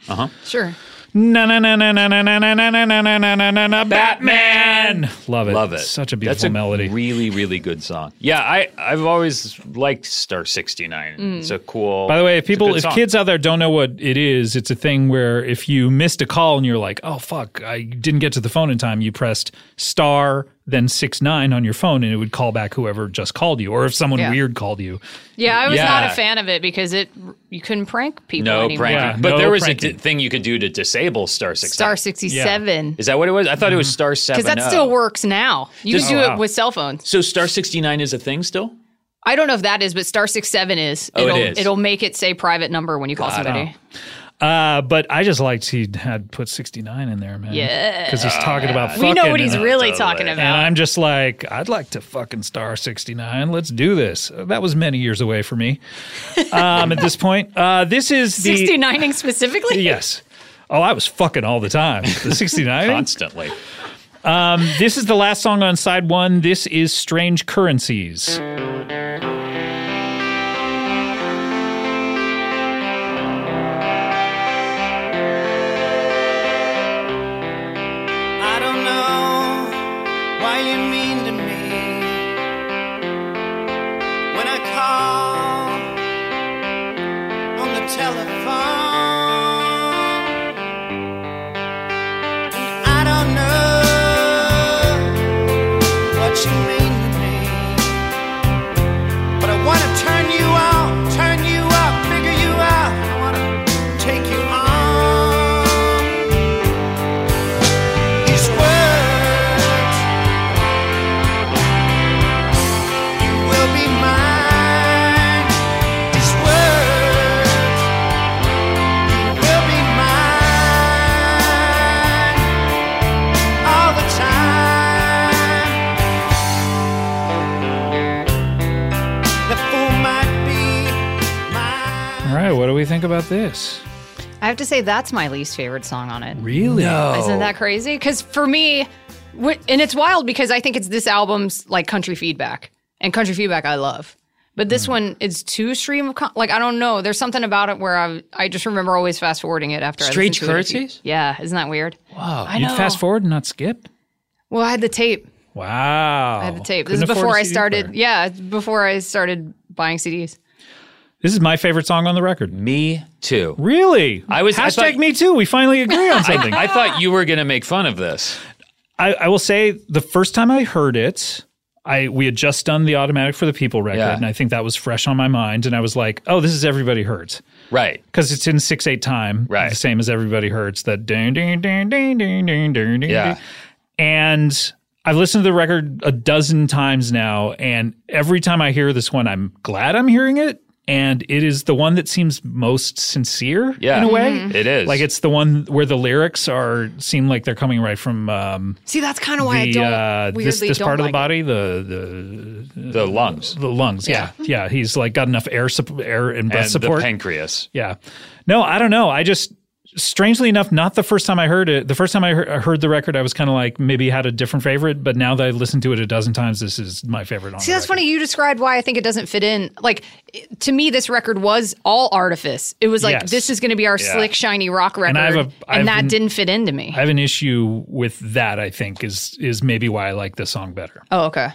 Sure. Na na na na na na na na na na na na na na na Batman. Love it. Love it. Such a That's beautiful melody. Really, really good song. Yeah, I I've always liked Star 69. Mm. It's a cool. By the way, if it's a people, good if song. kids out there don't know what it is, it's a thing where if you missed a call and you're like, oh, fuck, I didn't get to the phone in time, you pressed star, then six nine on your phone and it would call back whoever just called you or if someone Yeah. weird called you. Yeah, I was not Yeah. a fan of it because it you couldn't prank people no anymore. pranking, Yeah, but no there was a pranking. d- thing you could do to disable Star 69. Star sixty seven. Is that what it was? I thought it was Mm-hmm. Star 70. Because that still works now. You Just- can do Oh, it with cell phones. So Star 69 is a thing still? I don't know if that is, but star six seven is. Oh, it it'll is. will make it say private number when you call somebody. Uh, but I just liked he had put 69 in there, man. Yeah. Because he's talking about Mm-hmm. fucking. We know what he's and- really totally. talking And And about. I'm just like, I'd like to fucking star 69. Let's do this. That was many years away for me um, at this point. Uh, this is the. Sixty nining specifically. Yes. Oh, I was fucking all the time. <laughs> The 69. Constantly. this is the last song on side one. This is Strange Currencies. I don't know why you mean to me when I call on the telephone. And I don't know what you mean to me, but I wanna turn you out, turn you up, figure you out. I wanna take you on. These words, you will be mine. These words, you will be mine all the time. The fool might be mine. All right, what do we think about this? I have to say that's my least favorite song on it. Really? Isn't that crazy? Because for me, wh- and it's wild because I think it's this album's like country feedback, and country feedback I love. But this one is too stream of con- like I don't know. There's something about it where I I just remember always fast forwarding it after. Strange I listened to it a few- currencies? Yeah, isn't that weird? Wow. I You'd know. fast forward and not skip? Well, I had the tape. Wow. I had the tape. this is before I started. Yeah, before I started buying CDs. This is my favorite song on the record. Me too. Really? I was- I hashtag thought- me too. We finally agree <laughs> on something. I thought you were going to make fun of this. I, I will say the first time I heard it, I we had just done the automatic for the people record, Yeah. and I think that was fresh on my mind. And I was like, oh, this is everybody hurts. Right. because it's in six eight time, Right. The same as everybody hurts that ding ding ding ding ding ding ding ding. Yeah. ding. and I've listened to the record a dozen times now, and every time I hear this one, I'm glad I'm hearing it, and it is the one that seems most sincere Yeah. in a way. It is. Like it's the one where the lyrics are seem like they're coming right from um, See, that's kind of why I the don't uh, weirdly this this don't part of like the it. body, the the the lungs the lungs. Yeah, yeah. He's like got enough air sup- air and breath and support. the pancreas. Yeah. No, I don't know. I just strangely enough, not the first time I heard it. The first time I heard, I heard the record, I was kind of like maybe had a different favorite, but now that I listened to it a dozen times, this is my favorite on. See, that's funny. You described why I think it doesn't fit in. Like it- to me, this record was all artifice. It was like Yes. this is going to be our slick, shiny rock record, and, I have a- I have that an- didn't fit into me. I have an issue with that. I think is is maybe why I like this song better. oh, okay.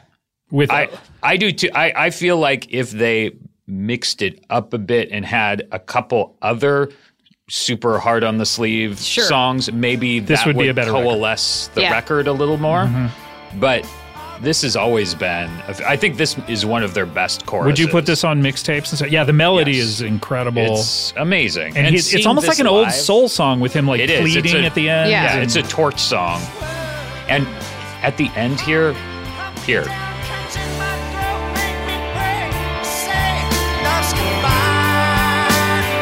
With I, I do too. I, I feel like if they mixed it up a bit and had a couple other super hard on the sleeve Sure. songs, maybe This that would be a better record. Mm-hmm. coalesce the Yeah. record a little more. But this has always been. I think this is one of their best choruses. would you put this on mixtapes and stuff? Yeah, the melody Yes. is incredible. It's amazing, and he's, it's seeing almost this like an old live- soul song with him like It is. It's pleading a- at the end. Yeah. Yeah, and- it's a torch song, and at the end here, here.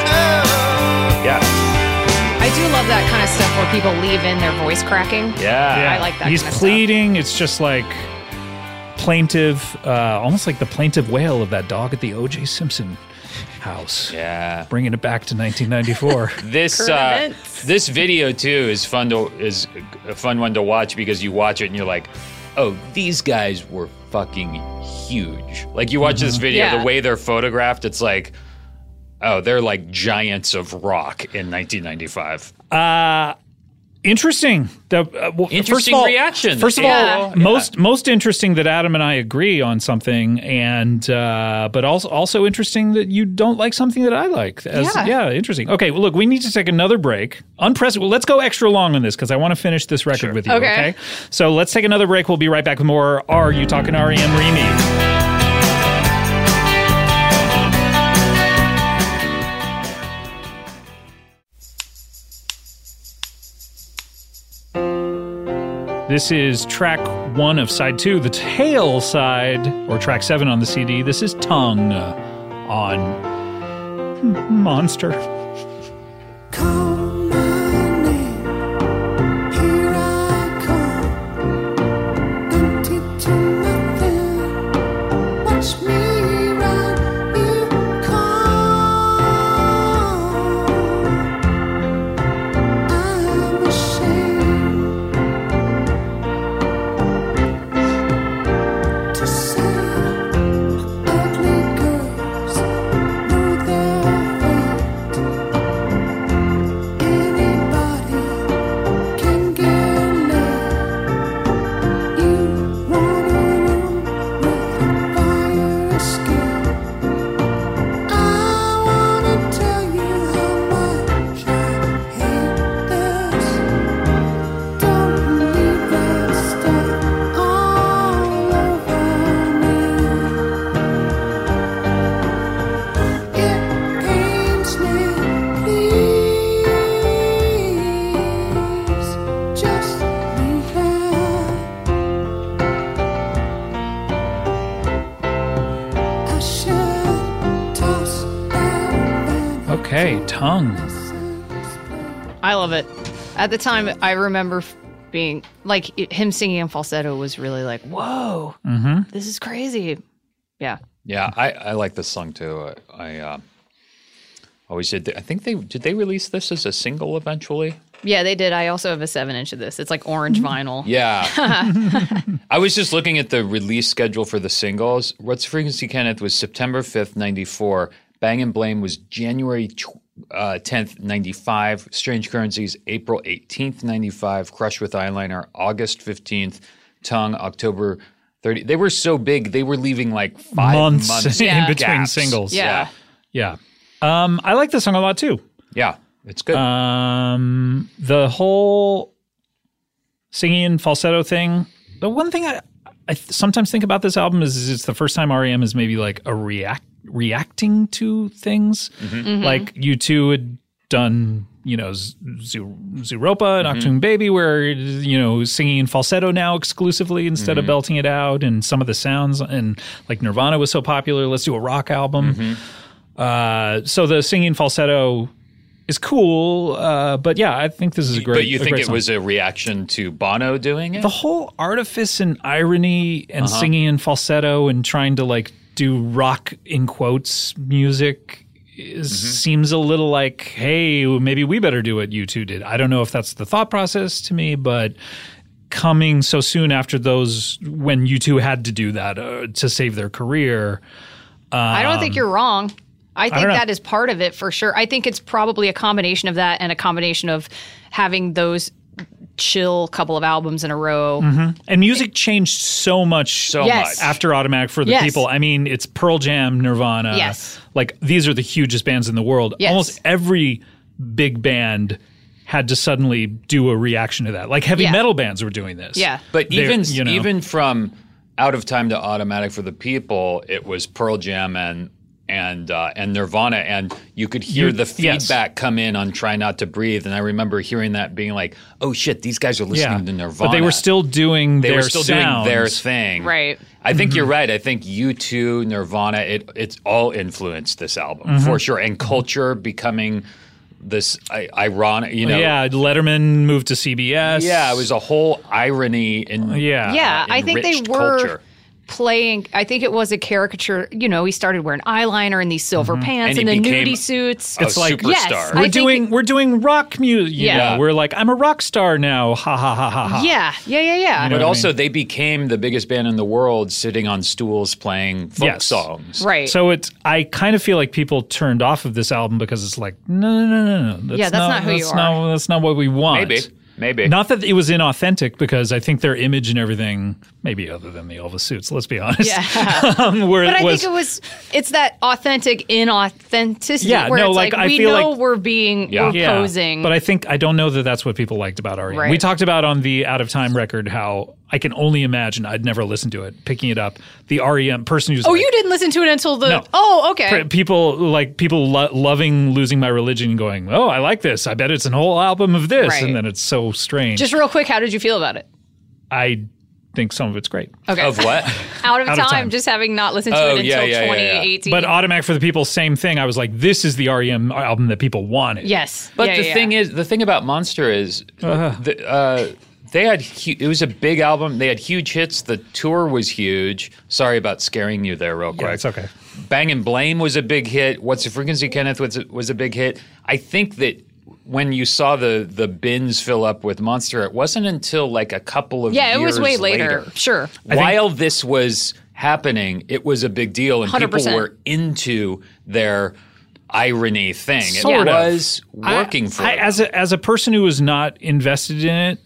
Oh. Yeah, I do love that kind of stuff where people leave in their voice cracking. Yeah. I like that He's kind of stuff. pleading. It's just like plaintive, uh, almost like the plaintive wail of that dog at the O.J. Simpson house. Yeah. Bringing it back to <laughs> 1994. This Current uh, events. this video too is fun to is a fun one to watch because you watch it and you're like, oh, these guys were fucking huge. Like you watch this video, Yeah. the way they're photographed, it's like, oh, they're like giants of rock in 1995. interesting. The, uh, well, first of Interesting all, reaction. First of Yeah. all, most most interesting that Adam and I agree on something, and uh, but also also interesting that you don't like something that I like. As- Yeah. interesting. Okay, well, look, we need to take another break. Unprecedented. Well, let's go extra long on this because I want to finish this record with you. Okay. Okay. So let's take another break. We'll be right back with more. Are you talking REM Remy? This is track one of side two, the tail side, or track seven on the CD. This is Tongue on Monster. Okay, Tongue. I love it. At the time, I remember f- being like i- him singing in falsetto was really like, whoa, this is crazy. Yeah. Yeah, I, I like this song too. I, I uh, always did. I think they did. They release this as a single eventually. Yeah, they did. I also have a seven inch of this. It's like orange vinyl. Yeah. <laughs> I was just looking at the release schedule for the singles. What's Frequency Kenneth was September 5th, 94. Bang and Blame was January tw- uh, 10th, 95. Strange Currencies, April 18th, 95. Crush with Eyeliner, August 15th. Tongue, October 30. They were so big, they were leaving like five Months <laughs> months, in Yeah. between gaps. singles. Yeah. Yeah. Um, I like this song a lot too. Yeah. It's good. Uh, Um, the whole singing in falsetto thing. The one thing I, I th- sometimes think about this album is, is it's the first time REM is maybe like a react reacting to things. Mm-hmm. Like you two had done, you know, Z- Z- Zuropa Mm-hmm. and Octoon Baby, where you know singing in falsetto now exclusively instead Mm-hmm. of belting it out, and some of the sounds and like Nirvana was so popular. Let's do a rock album. Mm-hmm. Uh, so the singing falsetto is cool, uh, but yeah, I think this is a great. but you a think great it song. was a reaction to Bono doing it? the whole artifice and irony and singing in falsetto and trying to like do rock in quotes music is, seems a little like, hey, maybe we better do what you two did. I don't know if that's the thought process to me, but coming so soon after those when you two had to do that uh, to save their career. I don't think Um, you're wrong. I think don't know. that is part of it for sure. I think it's probably a combination of that and a combination of having those chill couple of albums in a row. Mm-hmm. And music changed so much So Yes. much. after Automatic for the Yes. People. I mean, it's Pearl Jam, Nirvana. Yes. Like these are the hugest bands in the world. Yes. Almost every big band had to suddenly do a reaction to that. Like heavy Yeah. metal bands were doing this. Yeah. But They're- even you know. even from out of time to automatic for the people, it was Pearl Jam and and uh, and Nirvana, and you could hear You- the yes. feedback come in on "Try Not to Breathe," and I remember hearing that being like, "Oh shit, these guys are listening yeah. to Nirvana." But they were still doing they their were still sounds. Mm-hmm. doing their thing, Right. I think you're right. I think you two, Mm-hmm. Nirvana, it it's all influenced this album for sure, and culture becoming this I, ironic, you know. yeah, Letterman moved to CBS. Yeah, it was a whole irony in Yeah. yeah, I think uh, they enriched were culture. playing. I think it was a caricature. You know, he started wearing eyeliner and these silver pants Mm-hmm. And and, he the became nudie suits. a It's like- superstar. yes, We're I We're think- doing we're doing rock music. Yeah. Yeah. We're like, I'm a rock star now. Ha ha ha ha ha. Yeah, yeah, yeah, yeah. But also, they became the biggest band in the world, sitting on stools playing folk Yes. songs. right. So it's I kind of feel like people turned off of this album because it's like, no no no no no. That's Yeah, that's not who you that's are. Not, that's not what we want. Maybe, maybe. Not that it was inauthentic, because I think their image and everything, maybe other than the Elvis suits, let's be <laughs> honest, yeah. um, where But it I was, think it was it's that authentic inauthenticity Yeah, where no, it's like, like, I we feel know like- we're being Yeah. we're posing. But I think I don't know that that's what people liked about REM. We Right. talked about on the Out of Time record how I can only imagine I'd never listened to it. Picking it up, the REM person who's oh, like, you didn't listen to it until the No. Oh, okay. Pr- people like people lo- loving losing my religion and going oh i like this i bet it's an whole album of this Right. and then it's so strange Just real quick, how did you feel about it? i think some of it's great Okay. Of <laughs> what? <laughs> out of, Out of time, Time. just having not listened to Oh, it until yeah, yeah, yeah, yeah. 2018. but uh, automatic for the people same thing i was like this is the rem album that people wanted yes. But Yeah, the yeah, thing yeah. is, the thing about Monster is, Uh-huh. the, uh, they had hu- it was a big album. They had huge hits. The tour was huge. Sorry about scaring you there, real quick. yeah, it's okay Bang and Blame was a big hit. What's the Frequency, Kenneth, was a, was a big hit. I think that when you saw the the bins fill up with Monster, it wasn't until like a couple of yeah, it was years way later. Sure. While this was happening, it was a big deal, and people 100%. were into their irony thing. Sort it of. was working I, for I, them. as a as a person who was not invested in it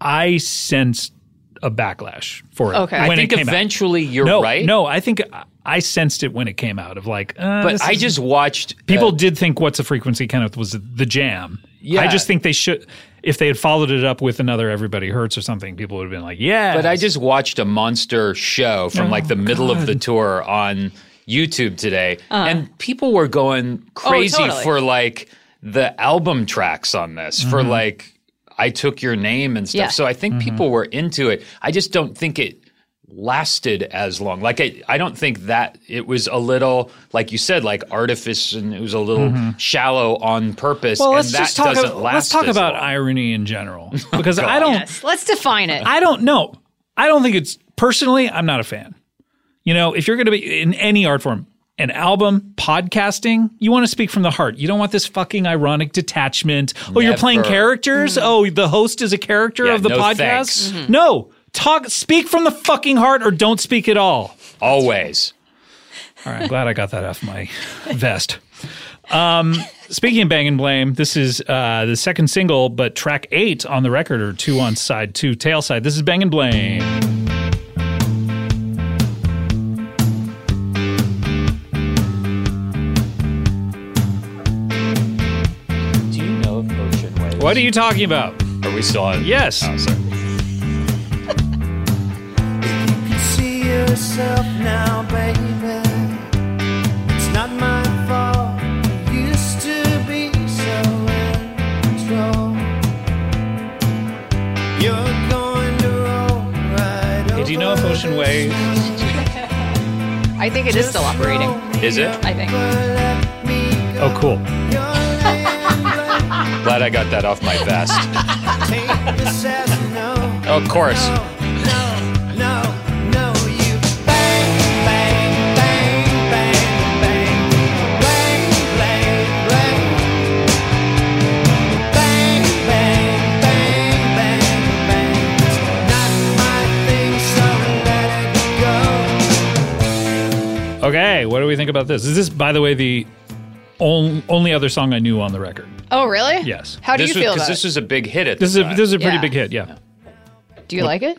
i sensed a backlash for it Okay. when I I think it came out. eventually you're no, right. no i think I- i sensed it when it came out of like uh, but this I is- just watched People uh, did think "What's a Frequency, Kenneth" was the jam. Yeah. I just think they should, if they had followed it up with another "Everybody Hurts" or something, people would have been like, "Yeah." But I just watched a monster show from like Oh, the middle of the tour on YouTube today, Uh. and people were going Oh, crazy totally. for like the album tracks on this for Mm-hmm. like I took your name and stuff. Yeah. So I think people were into it. I just don't think it lasted as long. Like I, I don't think that it was a little like you said, like artifice, and it was a little shallow on purpose. Mm-hmm. well, and let's that just talk. doesn't About, last. let's talk as about long. Oh, irony in <laughs> general, because I don't, Yes. Let's define it. I don't know. I don't think it's personally. I'm not a fan. You know, if you're going to be in any art form, an album, podcasting, you want to speak from the heart. You don't want this fucking ironic detachment. Oh, you're playing Never. characters. Oh, the host is a character Yeah, of the no podcast. thanks. No, talk, speak from the fucking heart, or don't speak at all. always. All right, I'm glad I got that off my vest. Um, speaking of Bang and Blame, this is uh, the second single, but track eight on the record, or two on side two, tail side. This is Bang and Blame. Do you know of Ocean Waves? What are you talking about? Are we still on? Yes. Oh, sorry. See yourself now, baby. It's not my fault. You used to be so in control. You're going to roll right Hey, do you know if over Ocean this Waves- I think it is still operating. Is it? I think. Oh, cool. Glad I got that off my vest. Take this as a no. of course. Okay, what do we think about this? Is this, by the way, the on- only other song I knew on the record? Oh, really? Yes. How do this you was, feel Because about this it? was a big hit at This is the a, time. this is a pretty Yeah. big hit. Yeah, Do you like it?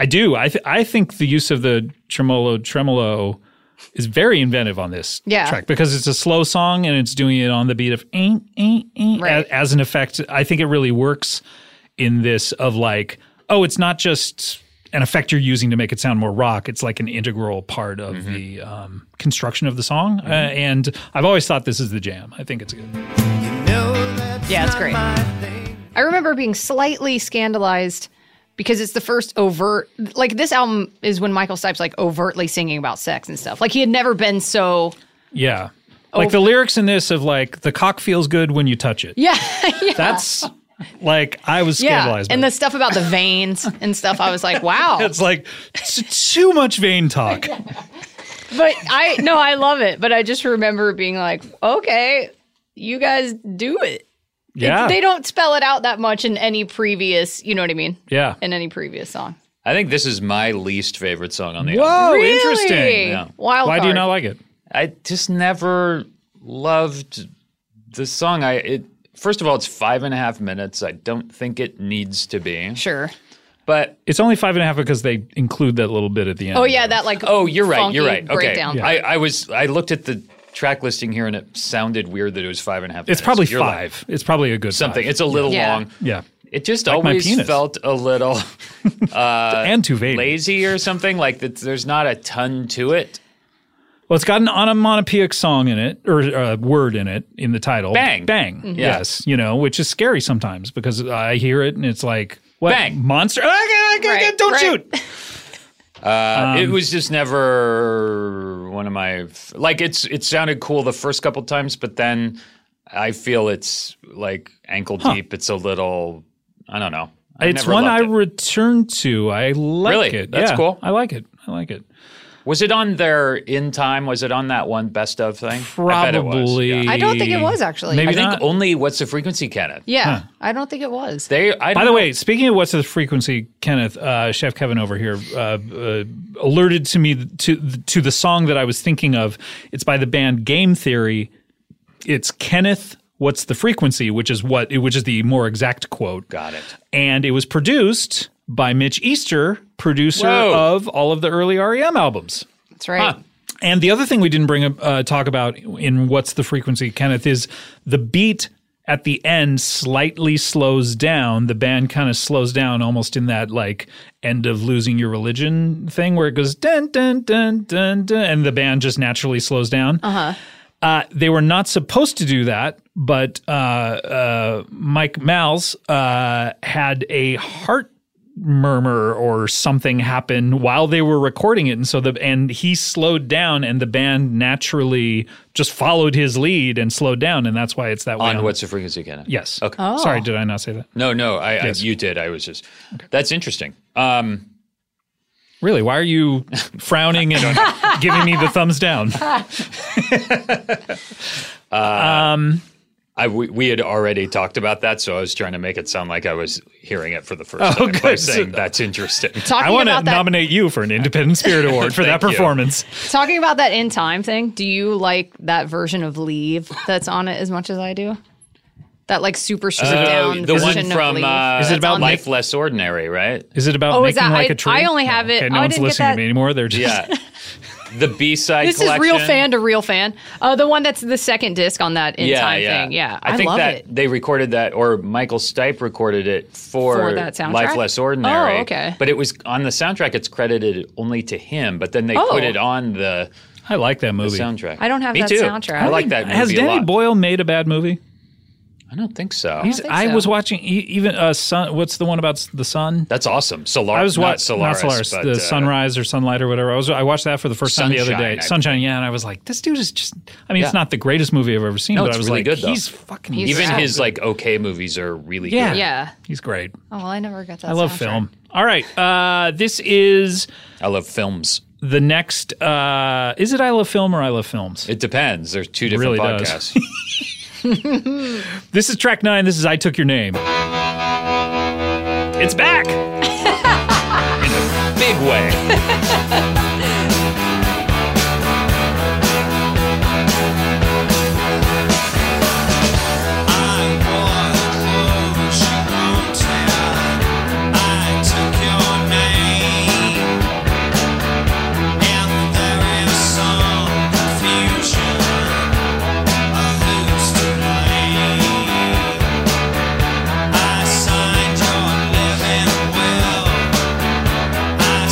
I do. I th- I think the use of the tremolo tremolo is very inventive on this Yeah. track because it's a slow song and it's doing it on the beat of ain't ain't ain't Right. a- as an effect. I think it really works in this of like oh, it's not just an effect you're using to make it sound more rock. It's like an integral part of Mm-hmm. the um, construction of the song. Uh, and I've always thought this is the jam. I think it's good. Yeah, it's great. I remember being slightly scandalized because it's the first overt like this album is when Michael Stipe's like overtly singing about sex and stuff. Like he had never been so Yeah. Like the lyrics in this of like the cock feels good when you touch it. <laughs> yeah, yeah. That's like I was yeah. scandalized. by And that. the stuff about the veins and stuff, I was <laughs> like, wow. it's like it's too much vein talk. but I no, I love it. But I just remember being like, okay, you guys do it. Yeah. They don't spell it out that much in any previous, you know what I mean? yeah. In any previous song. I think this is my least favorite song on the album. Whoa, Really? Oh, interesting. Wild Why do you card. not like it? I just never loved the song. I it first of all, it's five and a half minutes. I don't think it needs to be. Sure. But It's only five and a half because they include that little bit at the end. Oh yeah, that like oh, you're right. You're right. funky Okay. Breakdown. I, I was I looked at the track listing here and it sounded weird that it was five and a half. It's minutes. probably You're right. five. It's probably a good Something. Five. It's a little Yeah. long. yeah. It just Like my always penis. felt a little <laughs> and too vain. lazy or something. Like that. There's not a ton to it. Well, it's got an onomatopoeic song in it, or uh, word in it, in the title. Bang. Bang. Mm-hmm. Yeah. Yes. You know, which is scary sometimes because I hear it and it's like, what? Bang. Monster? Ah, ah, ah, Right, don't right. shoot. Uh, Um, it was just never one of my like it's it sounded cool the first couple times but then i feel it's like ankle deep it's a little i don't know I It's never one I loved it. return to. I like Really? it. That's Yeah, cool. I like it. I like it. was it on their in time was it on that one best of thing i, bet it was, Probably. yeah. I don't think it was actually. Maybe I think not. only what's the frequency kenneth yeah. I don't think it was. they By I don't the know- way, speaking of what's the frequency, Kenneth, uh, Chef Kevin over here uh, uh, alerted to me th- to th- to the song that I was thinking of. It's by the band Game Theory. It's Kenneth. What's the frequency? Which is what? Which is the more exact quote. got it And it was produced by Mitch Easter, producer Whoa. of all of the early REM albums. That's right. And the other thing we didn't bring up, uh, talk about in what's the frequency, Kenneth, is the beat at the end slightly slows down. The band kind of slows down almost in that like end of losing your religion thing where it goes dun dun dun dun dun, and the band just naturally slows down. Uh-huh. they were not supposed to do that, but uh, uh, Mike Mals uh, had a heart murmur or something happen while they were recording it and so the and he slowed down and the band naturally just followed his lead and slowed down and that's why it's that way on what's the frequency kenneth um, yes okay Oh. Oh. sorry did i not say that no no I, I you did i was just that's interesting um really why are you frowning <laughs> and giving me the thumbs down I we, we had already talked about that, so I was trying to make it sound like I was hearing it for the first time by Oh, good. <laughs> saying that's interesting. Talking i want to about that nominate you for an independent spirit award for that <laughs> Thank you. performance talking about that in time thing, do you like that version of leave that's on it as much as I do? That like super stripped down Uh, the one version of from leave. uh, Is it about life Nick- less ordinary, right? <laughs> is it about Oh, is making that- like I- a tree I only have it- okay, no I one's didn't get listening that- to me anymore they're just Yeah, the B side. This is real fan to real fan. Uh, the one that's the second disc on that in time thing. Yeah, I, think love that it. they recorded that, or Michael Stipe recorded it for, For that soundtrack? Life Less Ordinary. Oh, okay. But it was on the soundtrack. It's credited only to him, but then they Oh. put it on the <laughs> i like that movie soundtrack. I don't have Me that too. soundtrack. I like that. Movie has a danny lot. boyle made a bad movie I don't think so. He's, think I so. was watching e- even uh, sun. What's the one about s- the sun? That's awesome. Solar, I was not watching Solaris, but, the uh, sunrise or sunlight or whatever. I was I watched that for the first time the other Sunshine, day. I- Sunshine, yeah, and I was like, this dude is just. I mean, it's Yeah. not the greatest movie I've ever seen, No, but it's I was really like, good, though. he's fucking. He's Even Yeah. his like okay movies are really yeah, good. Yeah. he's great. Oh well, I never got that. I love soundtrack. film. All right, uh, this is I love films. the next. Uh, is it I love film or I love films? It depends. There's two different really does. podcasts. <laughs> This is track nine. This is I took your name. It's back. Big way.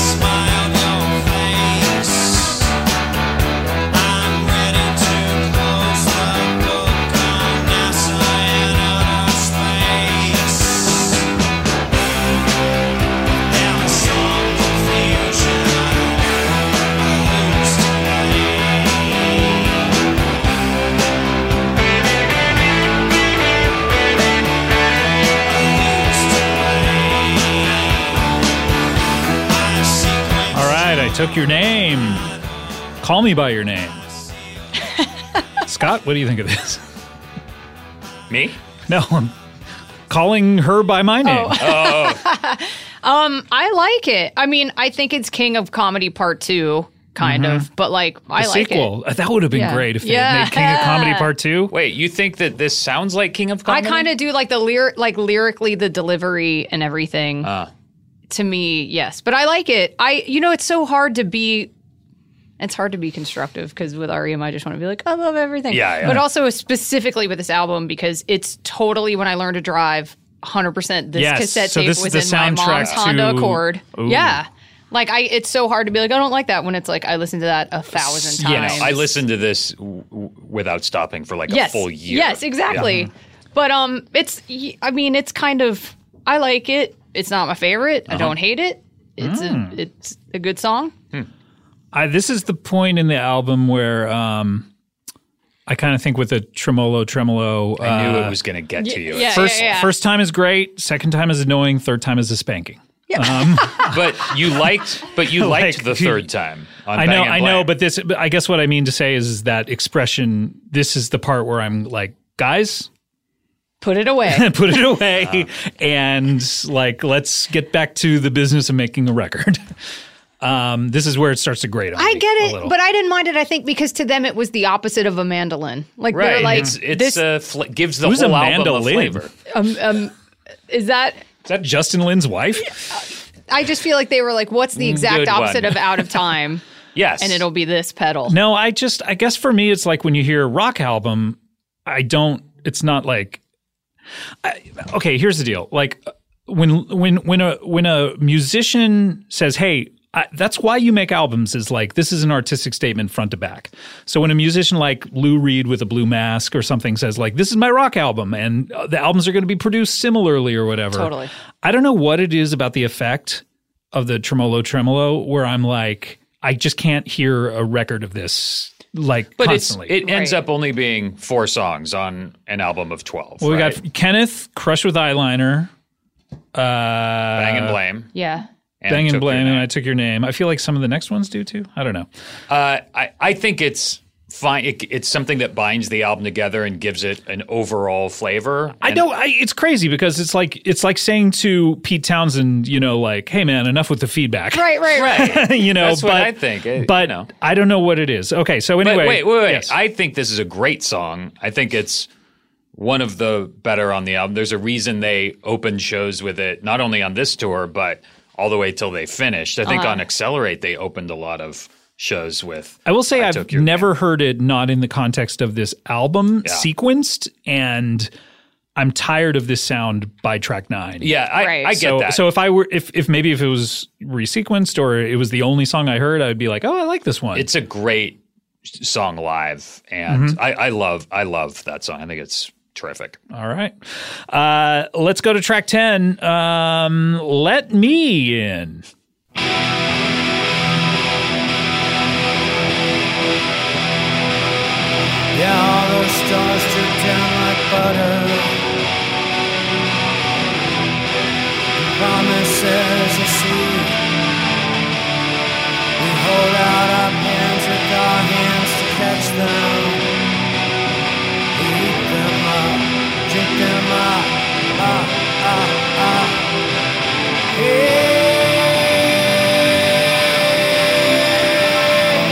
Smile your face took your name. Call me by your <laughs> name. Scott, what do you think of this? <laughs> Me? No, I'm calling her by my name. Oh. I like it. I mean, I think it's King of Comedy Part Two, kind of, but like I A like it. Mm-hmm. sequel. That would have been Yeah. great if they Yeah. had made King of Comedy Part Two. Wait, you think that this sounds like King of I Comedy? kind of do like the lyric, like lyrically, the delivery and everything. Ah. to me, yes, but I like it. I, you know, it's so hard to be. It's hard to be constructive because with REM, I just want to be like, I love everything. Yeah, yeah. But also specifically with this album because it's totally when I learned to drive, 100%. This Yes, cassette so tape this is was the in my mom's soundtrack Honda to- Accord. Ooh. Yeah. Like I, it's so hard to be like, I don't like that when it's like I listened to that a thousand You know, times. I listened to this w- w- without stopping for like yes. a full year. Mm-hmm. Yes, exactly. But um, it's y- I mean, it's kind of I like it. It's not my favorite. Uh-huh. I don't hate it. It's Mm. a it's a good song. I, this is the point in the album where um, I kind of think with a tremolo, tremolo. I knew uh, it was going to get to you. Yeah, First, yeah, yeah. first time is great. Second time is annoying. Third time is a spanking. But <laughs> you liked but you liked Like, the dude, third time on I Bang know, and I know, Blank. but this, but I guess what I mean to say is, is that expression. This is the part where I'm like, guys, Put <laughs> it away. put it <laughs> away, Uh-huh. and like, let's get back to the business of making a record. <laughs> um, this is where it starts to grate on. I me get a it, little. but I didn't mind it. I think because to them it was the opposite of a mandolin. Like Right, they're like, it's, it's this a fl- gives the Who's whole Amanda album a Lynn? flavor. um, um, is that. is that Justin Lin's wife? I just feel like they were like, what's the exact Mm, good opposite one. <laughs> of out of time? Yes, and it'll be this pedal. No, I just I guess for me it's like when you hear a rock album, I don't. It's not like. I, okay, here's the deal. Like when when when a when a musician says, "Hey." I, that's why you make albums is like this is an artistic statement front to back. So when a musician like Lou Reed with a blue mask or something says like this is my rock album and uh, the albums are going to be produced similarly or whatever. Totally. I don't know what it is about the effect of the tremolo tremolo where I'm like, I just can't hear a record of this like but it's, constantly. it ends Right. up only being four songs on an album of twelve. well, we right? got Kenneth Crush with eyeliner, Bang and Blame. Yeah. And Uh, Bang and Took Your Blame, and Name. I took your name. I feel like some of the next ones do too. I don't know. Uh, I, I think it's fine. It, it's something that binds the album together and gives it an overall flavor. I And don't. I, it's crazy because it's like it's like saying to Pete Townsend, you know, like, hey man, enough with the feedback. <laughs> Right, right, right. you know, That's but what I think, eh, but you know. I don't know what it is. Okay, so But anyway, wait, wait, wait. yes. I think this is a great song. I think it's one of the better on the album. There's a reason they opened shows with it, not only on this tour, but all the way till they finished. I think on Accelerate, they opened a lot of shows with. I will say I have Took Your never heard it not in the context of this album sequenced, and I'm tired of this sound by track nine. Yeah, I, Right. I get So, that. so if I were, if, if maybe if it was resequenced or it was the only song I heard, I'd be like, oh, I like this one. it's a great s- song live, and I, I love I love that song. I think it's terrific. All right. Uh, let's go to track 10. Um, Let Me In. Yeah, all those stars drip down like butter. Promises are sweet. We hold out our hands with our hands to catch them. We eat them up, drink them up, Ah, up, up, up. Hey.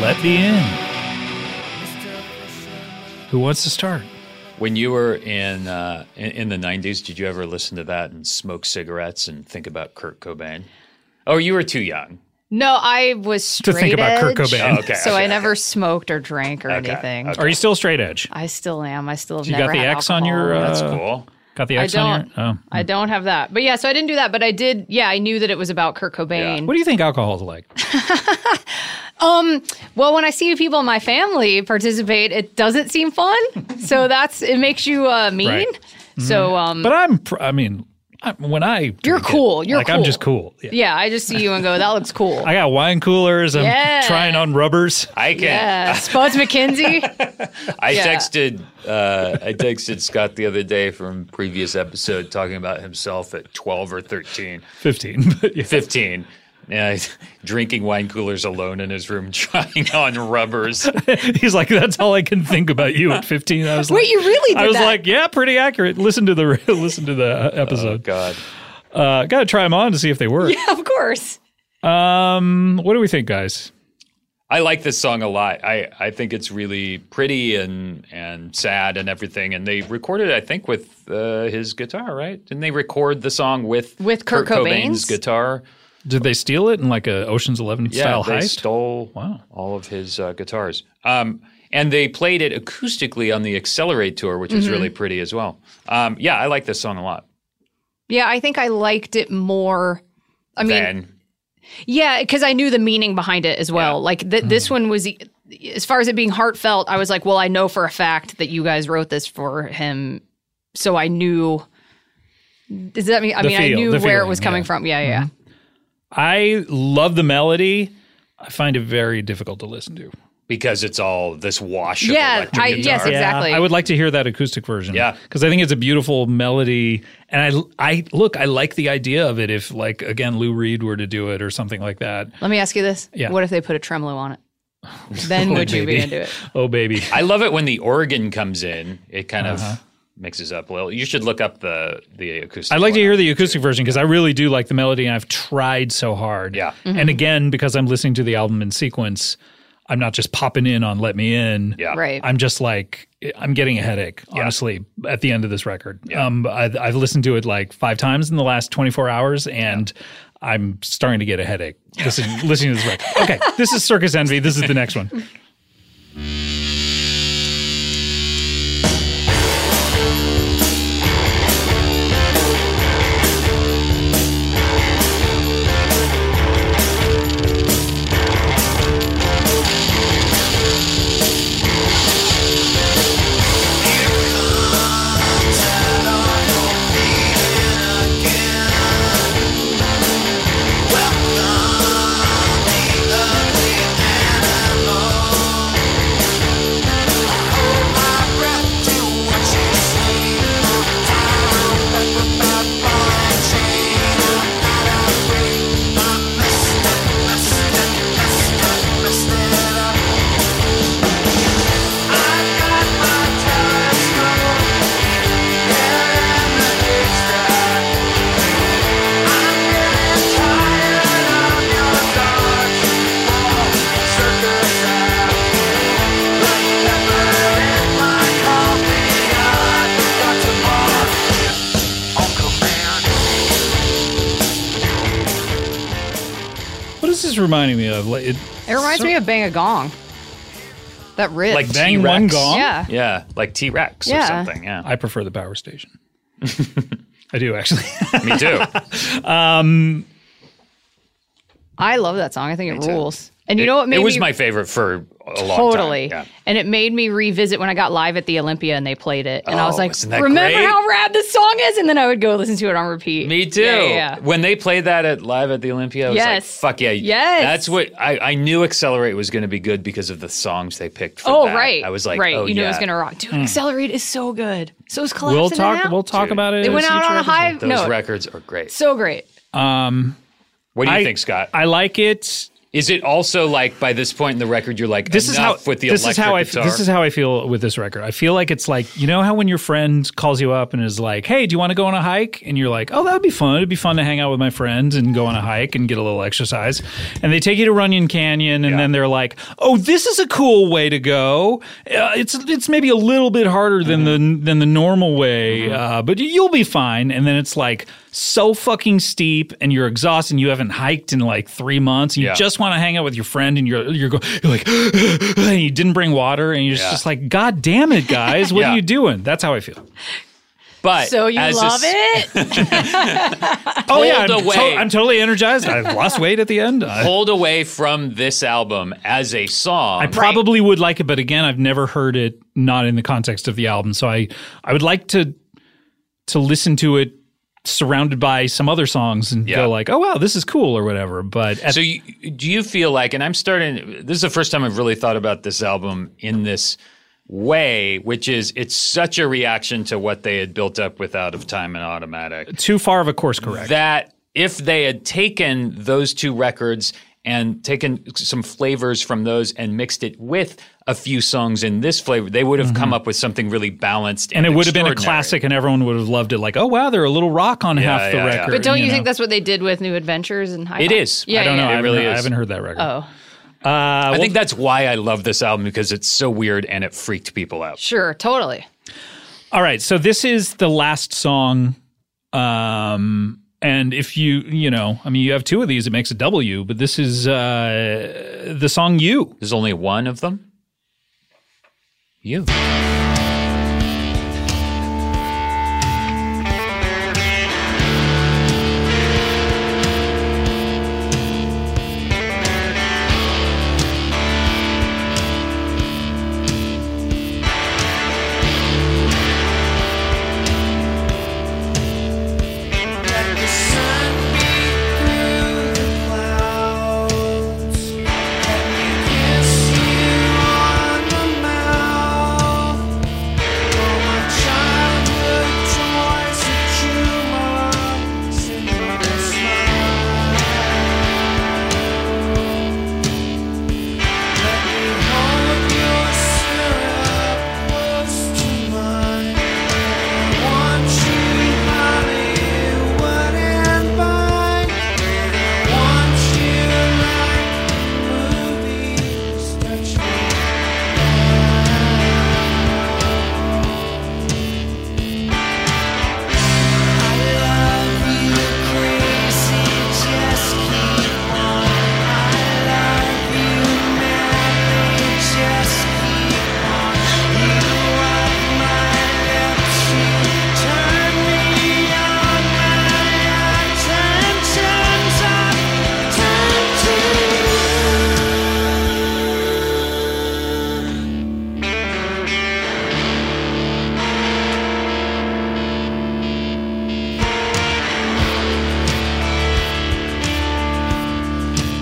Let Me In. Who wants to start? When you were in uh, in, in the '90s, did you ever listen to that and smoke cigarettes and think about Kurt Cobain? Oh, you were too young. No, I was To straight think about Kurt edge, Cobain. Oh, Okay, So okay, I never smoked or drank or anything. Are you still straight edge? I still am. I still have You never got the had X on your. alcohol. Uh, That's cool. Got the I X on don't. your. Oh. I don't have that. But yeah, so I didn't do that. But I did. Yeah, I knew that it was about Kurt Cobain. What do you think alcohol's like? Um, well, when I see people in my family participate, it doesn't seem fun. so that's it makes you uh, mean. Right. Mm-hmm. So um, But I'm, pr- I mean, I, when I You're drink it, cool. You're like I'm cool. just cool. Yeah. yeah, I just see you and go, that looks cool. I got wine coolers. I'm Yeah. trying on rubbers. <laughs> I can. yeah, Spuds McKenzie. I Yeah. texted uh, I texted Scott the other day from previous episode talking about himself at 12 or 13, 15. <laughs> But yeah. 15. Yeah, <laughs> drinking wine coolers alone in his room, <laughs> trying on rubbers. He's like, that's all I can think about you at 15. I was like, Wait, you really did I was that? like, yeah, pretty accurate. Listen to the <laughs> listen to the uh, episode. God, uh, got to try them on to see if they work. yeah, <laughs> of course. Um, what do we think, guys? I like this song a lot. I, I think it's really pretty and and sad and everything. And they recorded, it, I think, with uh, his guitar, right? Didn't they record the song with With Kurt Cobain's? guitar? Did they steal it in like a Ocean's Eleven style they heist? stole all of his uh, guitars. Um, and they played it acoustically on the Accelerate tour, which Mm-hmm. was really pretty as well. Um, yeah, I like this song a lot. Yeah, I think I liked it more. I mean, Then Yeah, because I knew the meaning behind it as well. Like th- this one was, e- as far as it being heartfelt, I was like, well, I know for a fact that you guys wrote this for him, so I knew. Does that mean? I The mean, feel- I knew the where it was feeling, coming yeah. from. Yeah, yeah. I love the melody. I find it very difficult to listen to. because it's all this wash of Yeah, electric I- guitar. yes, Yeah, Exactly. I would like to hear that acoustic version. Yeah. because I think it's a beautiful melody, and I, I look, I like the idea of it. If like again, Lou Reed were to do it or something like that, Let me ask you this: Yeah. What if they put a tremolo on it? Then would you be baby. into it? oh baby, I love it when the organ comes in. It kind Uh-huh. of mixes up a little. You should look up the the acoustic. I'd like to one. hear the acoustic version because I really do like the melody, and I've tried so hard. Yeah. and again, because I'm listening to the album in sequence, I'm not just popping in on "Let Me In." Yeah. Right. Uh, I'm just like I'm getting a headache, honestly, at the end of this record. Um, I, I've listened to it like five times in the last 24 hours, and I'm starting to get a headache listening, listening to this record. Okay, this is Circus Envy. This is the next <laughs> one. What is this reminding me of? Like, it, It reminds me of Bang a Gong. That riff. like Bang T-Rex. one gong? yeah. Yeah, like T Rex Yeah. or something. Yeah, I prefer the Power Station. <laughs> I do actually. me too. <laughs> I love that song. I think it rules. And you know what made it was me my favorite for a long time. totally Yeah. and it made me revisit when i got live at the olympia and they played it and i was Oh, like isn't that remember great?" how rad this song is and then i would go listen to it on repeat Me too. yeah, yeah, yeah. When they played that at live at the Olympia, I was Yes. like, "Fuck yeah!" Yes. That's what I, I knew. Accelerate was going to be good because of the songs they picked. For oh that. right I was like, right "Oh you knew yeah." it was gonna rock dude accelerate is so good so is collapse we'll in talk. and Out. We'll talk Dude, about it. it in went a out future on a episode. high Those note records are great. so great what do you I- think, Scott? I like it. is it also like by this point in the record, you're like, this is how "Enough with the this electric is how I guitar. this is how I feel with this record. I feel like it's like you know how when your friend calls you up and is like, "Hey, do you want to go on a hike?" and you're like, "Oh, that would be fun. It'd be fun to hang out with my friends and go on a hike and get a little exercise." And they take you to Runyon Canyon, and then they're like, "Oh, this is a cool way to go. Uh, it's it's maybe a little bit harder than Mm-hmm. the than the normal way, uh, but you'll be fine." And then it's like so fucking steep, and you're exhausted, and you haven't hiked in like three months, and you Yeah. just want to hang out with your friend, and you're you're going you're like, <clears throat> and you didn't bring water, and you're just like, God damn it, guys, what Yeah. are you doing? That's how I feel. But So you as a love s- <laughs> it? Oh yeah, I'm, Pulled to- away. I'm totally energized. I've lost weight at the end. I, Pulled away from this album as a song. I probably would like it, but again, I've never heard it not in the context of the album. So I I would like to to listen to it surrounded by some other songs and Yeah. go like, oh wow, this is cool or whatever. But at, so you, do you feel like and i'm starting this is the first time i've really thought about this album in this way which is it's such a reaction to what they had built up with out of time and automatic too far of a course correct. that if they had taken those two records and taken some flavors from those and mixed it with a few songs in this flavor they would have come up with something really balanced and, Mm-hmm. and it would have been a extraordinary. classic, and everyone would have loved it. Like, oh wow, they're a little rock on half the yeah, yeah. record. but don't you, know? think that's what they did with New Adventures and High? It Fi- is. Yeah, I don't yeah, know. yeah. It really I is. haven't heard that record. Oh, I think that's why I love this album because it's so weird and it freaked people out. sure, totally. All right, so this is the last song. Um and if you, you know, I mean you have two of these it makes a W, but this is uh the song You. There's only one of them. You.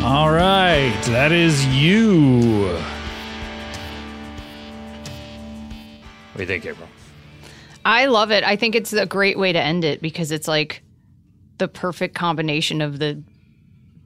All right, that is You. What do you think, April? I love it. I think it's a great way to end it because it's like the perfect combination of the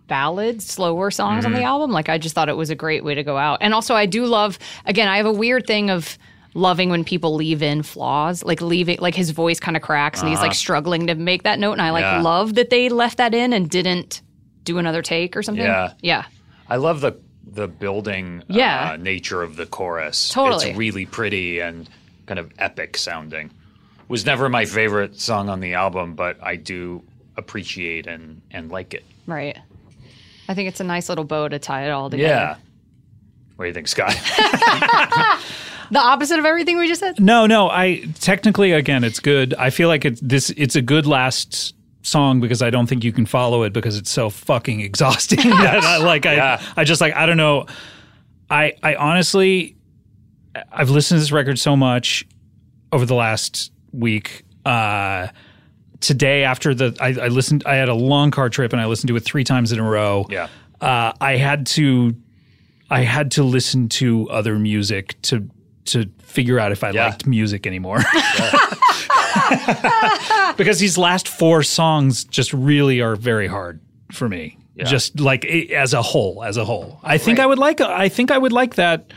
ballads, slower songs Mm-hmm. on the album. Like I just thought it was a great way to go out. And also I do love again, I have a weird thing of loving when people leave in flaws, like leaving like his voice kind of cracks and he's like struggling to make that note and I like Uh-huh. Yeah. love that they left that in and didn't do another take or something. Yeah. Yeah. I love the the building Yeah. uh, nature of the chorus. Totally. It's really pretty and kind of epic sounding. Was never my favorite song on the album, but I do appreciate and and like it. Right. I think it's a nice little bow to tie it all Yeah. together. What do you think, Scott? The opposite of everything we just said. No, no, I technically again it's good. I feel like it's this it's a good last song because I don't think you can follow it because it's so fucking <laughs> exhausting that I like I I just like I don't know. I I honestly I've listened to this record so much over the last week. Uh today after the I, I listened I had a long car trip and I listened to it three times in a row. yeah. Uh, I had to I had to listen to other music to to figure out if I Yeah. liked music anymore. <laughs> because these last four songs just really are very hard for me. Just like i as a whole, as a whole. I think I would like I think I would like that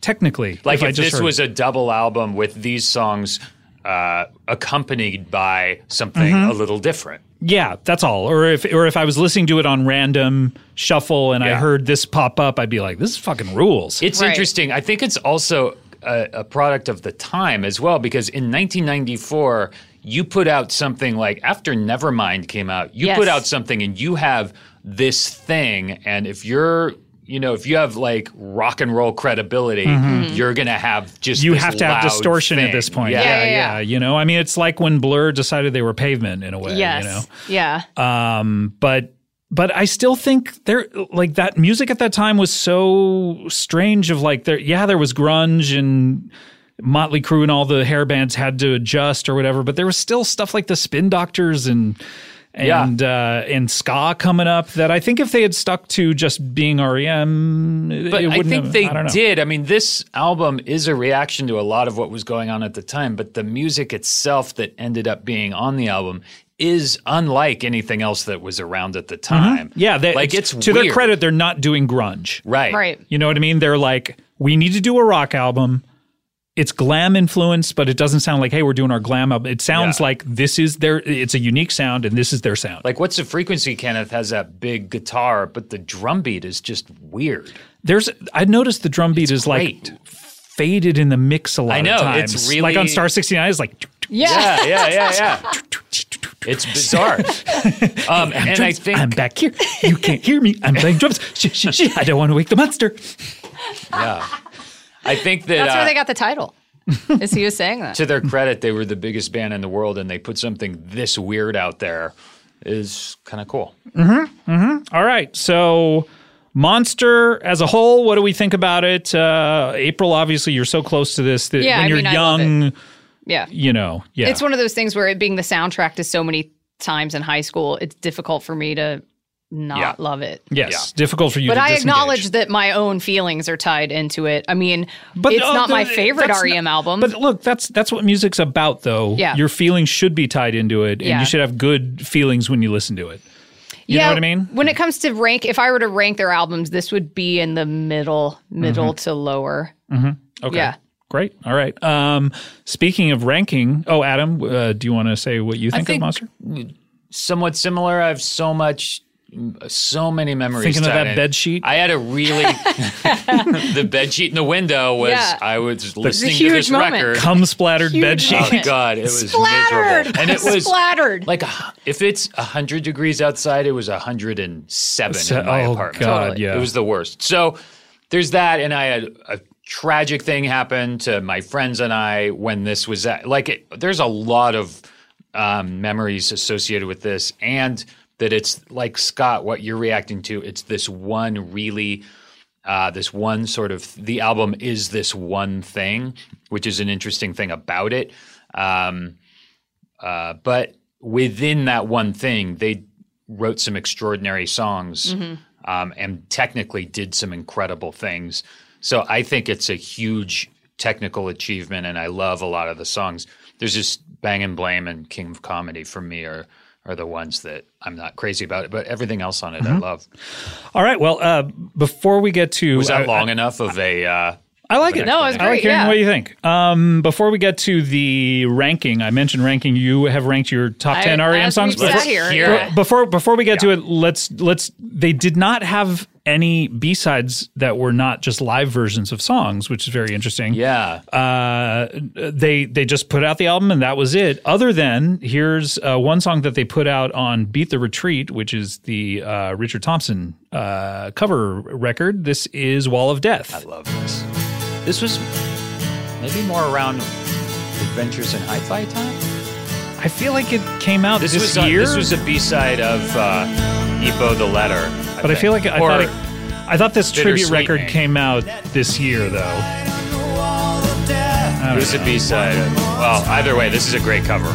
technically. Like I if, just this heard was a double album with these songs uh, accompanied by something a little different. Yeah, that's all. Or if or if I was listening to it on random shuffle and I Yeah. heard this pop up, I'd be like, "This fucking rules." It's Right. interesting. I think it's also a, a product of the time as well, because in 1994, you put out something like after Nevermind came out, you Yes. put out something and you have this thing. And if you're you know, if you have like rock and roll credibility, Mm-hmm. you're gonna have just you this have to have loud distortion at thing. this point. Yeah. Yeah, Yeah, yeah, yeah. You know, I mean, it's like when Blur decided they were pavement in a way. Yes. You know, Yeah. Uh, but but I still think there like that music at that time was so strange. Of like there, yeah, there was grunge and. Motley Crue and all the hair bands had to adjust or whatever, but there was still stuff like the Spin Doctors and Yeah. and uh, and ska coming up that I think if they had stuck to just being E REM, But it I wouldn't think have- they I don't know. did. I mean, this album is a reaction to a lot of what was going on at the time, but the music itself that ended up being on the album is unlike anything else that was around at the time. Mm-hmm. Yeah, they, like it's to their weird. credit, they're not doing grunge. right? right. You know what I mean? They're like, we need to do a rock album. It's glam influenced, but it doesn't sound like, hey, we're doing our glam album. It sounds Yeah. like this is their, it's a unique sound and this is their sound. Like, what's the frequency? Kenneth has that big guitar, but the drum beat is just weird. There's, I noticed the drum beat is great. <laughs> like faded in the mix a lot I know, of it's times. like on really- Star 69, it's like, Yeah. yeah, yeah, yeah. yeah. It's <laughs> bizarre. Um, and I drums, think I'm back here. You can't hear me. I'm playing drums. <laughs> Shh, shh, shh. I don't want to wake the monster. I think that That's uh, where they got the title. Is he was saying <laughs> that? to their credit, they were the biggest band in the world, and they put something this weird out there is kind of cool. All right. So, Monster as a whole, what do we think about it? Uh, April, obviously, you're so close to this that Yeah, when I you're mean, I love young, yeah. you know, yeah. It's one of those things where it being the soundtrack to so many times in high school, it's difficult for me to not Yeah. love it. yes, difficult for you. But to I disengage. acknowledge that my own feelings are tied into it. I mean, But it's oh, not my th- favorite that's REM not- album. But look, that's that's what music's about, though. Yeah. your feelings should be tied into it, and Yeah. you should have good feelings when you listen to it. You know what I mean? When it comes to rank, if I were to rank their albums, this would be in the middle, middle to lower. Mm-hmm. Okay. Yeah. Great. All right. Um, speaking of ranking, oh Adam, uh, do you want to say what you think, think of <laughs> Monster? Somewhat similar. I have so much, so many memories. Thinking of tied that in. bed sheet? I had a <laughs> really the bed sheet in the window was. Yeah. I was listening to huge this moment. record. Cum splattered bed sheet. <laughs> Oh God, it was Splattered. miserable, <laughs> and it was splattered. like a hu- if it's 100 degrees outside it was 107 So- in my oh, apartment God, Totally. yeah. it was the worst so there's that and i had a tragic thing happen to my friends and i when this was at, like it, there's a lot of um, memories associated with this and that it's like scott what you're reacting to it's this one really uh, this one sort of the album is this one thing which is an interesting thing about it um, uh, but within that one thing, they wrote some extraordinary songs um, and technically did some incredible things. So I think it's a huge technical achievement, and I love a lot of the songs. There's just Bang and Blame and King of Comedy for me are are the ones that I'm not crazy about, but everything else on it Mm-hmm. I love. All right. Well, uh, before we get to Was that I- long enough of a? Uh, I like it. No, it was I like great, hearing yeah. what you think. Um, before we get to the ranking, I mentioned ranking. You have ranked your top I- ten REM as songs. we sat Before, here, be- yeah. before before we get to it, let's let's. They did not have any B sides that were not just live versions of songs, which is very interesting. yeah, Uh, they they just put out the album and that was it. Other than here's uh, one song that they put out on Beat the Retreat, which is the uh, Richard Thompson uh, cover record. This is Wall of Death. I love this. This was maybe more around Adventures in Hi-Fi time. I feel like it came out this, This, was year, A, this was a B side of uh, Ebo the Letter. I but I feel like I Or- thought it, I thought this tribute Bittersweet record Name. came out this year though. I it don't was a know. B side. of- Well, either way, this is a great cover.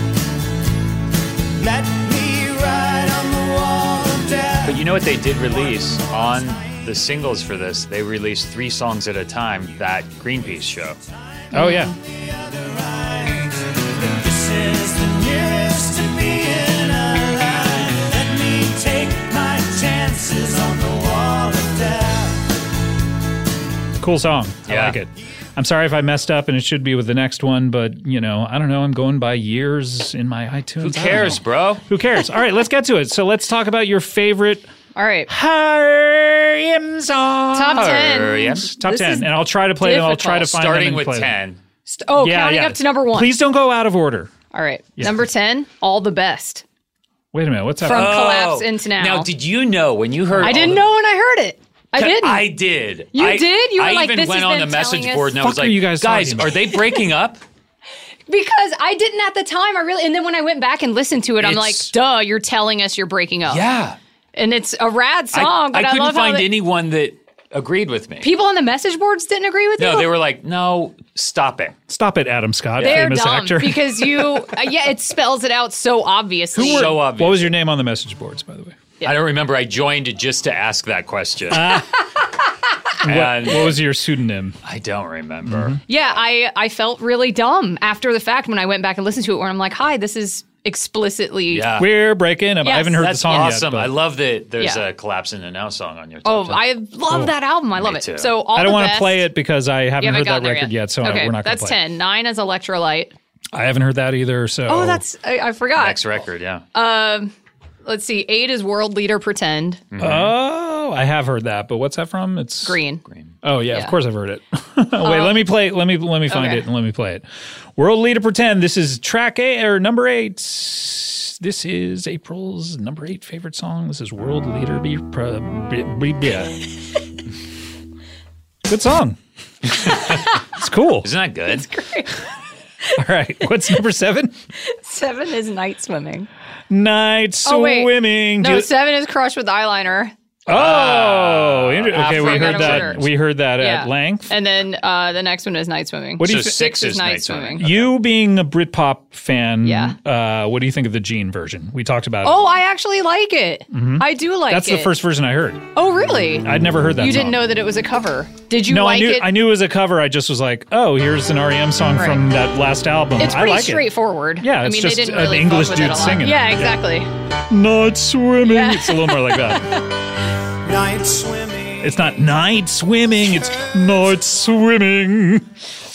But you know what they did release on the singles for this? They released three songs at a time. That Greenpeace show. Oh yeah, cool song. I Yeah. like it. I'm sorry if I messed up, and it should be with the next one. But you know, I don't know. I'm going by years in my iTunes. Who cares, bro? Who cares? All right, let's get to it. So let's talk about your favorite All right. R.E.M. song. Top 10. Or, yeah. This Top is ten, and I'll try to play them. I'll try to difficult. find them Starting and with play them. ten. St- Oh, Yeah, counting yeah. up to number one. Please don't go out of order. All right. Number 10, All the Best Wait a minute. What's that? from Oh. Collapse into Now. Now, did you know when you heard? I all didn't the- know when I heard it. I didn't. I did. You I- did? You were I like, even "This went has on been the message telling us- board and I was Fuck are like, you guys guys, talking are they breaking <laughs> up? because I didn't at the time. I really, and then when I went back and listened to it, I'm like, It's- duh, you're telling us you're breaking up. yeah. and it's a rad I- song. I, but I, couldn't love find how they- anyone that agreed with me. people on the message boards didn't agree with you. No, they were like, no, stop it. Stop it, Adam Scott, They're famous dumb <laughs> actor. because you, uh, yeah, it spells it out so obviously. so obvious. what was your name on the message boards, by the way? I don't remember. I joined just to ask that question. <laughs> What, and what was your pseudonym? I don't remember. mm-hmm. Yeah, I I felt really dumb after the fact when I went back and listened to it, where I'm like, hi, this is explicitly. Yeah. We're breaking up. I Yes. haven't heard That's the song awesome. yet. I but- love that there's Yeah. a collapse in and out song on your top Oh, ten. I love that album. I love it. too. So all I don't the want to best- play it because I haven't, You haven't heard gotten that there record yet, yet, so I- okay, we're not going that's to play. ten. Nine is Electrolyte. it. I haven't heard that either, so Oh, that's I, I Oh. forgot. Next record, yeah. Let's see. Eight is World Leader Pretend. Oh, I have heard that, but what's that from? It's Green. Oh yeah, Yeah. of course I've heard it. <laughs> Wait, let me play. Let me let me find okay. it and let me play it. World leader pretend. This is track eight or number eight. This is April's number eight favorite song. This is World Leader Be. Pre- Be- Be- <laughs> Be- Good song. it's cool. Isn't that good? All right, what's number seven? Seven is Night Swimming. Night Oh, wait. swimming. No, Ju- seven is Crush with Eyeliner. oh, inter- okay. We Africa heard that. Words. We heard that Yeah. at length. And then uh, the next one is Night Swimming. What do you so thi- six is Night Swimming. You being a Britpop fan, Yeah. uh, what do you think of the Gene version? We talked about it. Oh, I actually like it. I do like Mm-hmm. That's it. the first version I heard. Oh, really? I'd never heard that. you didn't song. know that it was a cover. Did you No, like I knew. it? I knew it was a cover. I just was like, oh, here's an REM song Right. from that last album. It's I pretty like straightforward. Yeah, I it's mean, just they didn't an really English fuck with it dude a lot. singing it. Yeah, Yeah. exactly. it. Night swimming. Yeah. It's a little more like that. Night swimming. It's not night swimming. It's night swimming.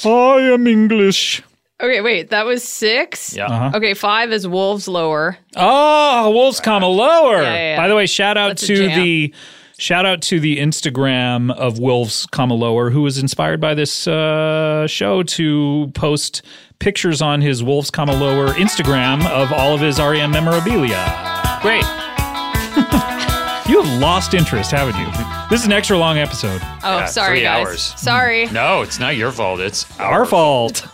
I am English. Okay, wait, that was six. Yeah. Uh-huh. Okay, five is Wolves Lower. Oh, wolves come lower. Yeah, yeah, yeah. By the way, shout out That's a to jam. the shout out to the Instagram of wolves come lower, who was inspired by this uh, show to post pictures on his wolves come lower Instagram of all of his REM memorabilia. Great. <laughs> You have lost interest, haven't you? This is an extra long episode. Oh, Yeah, sorry, three guys. hours. Sorry. No, it's not your fault. It's Our fault.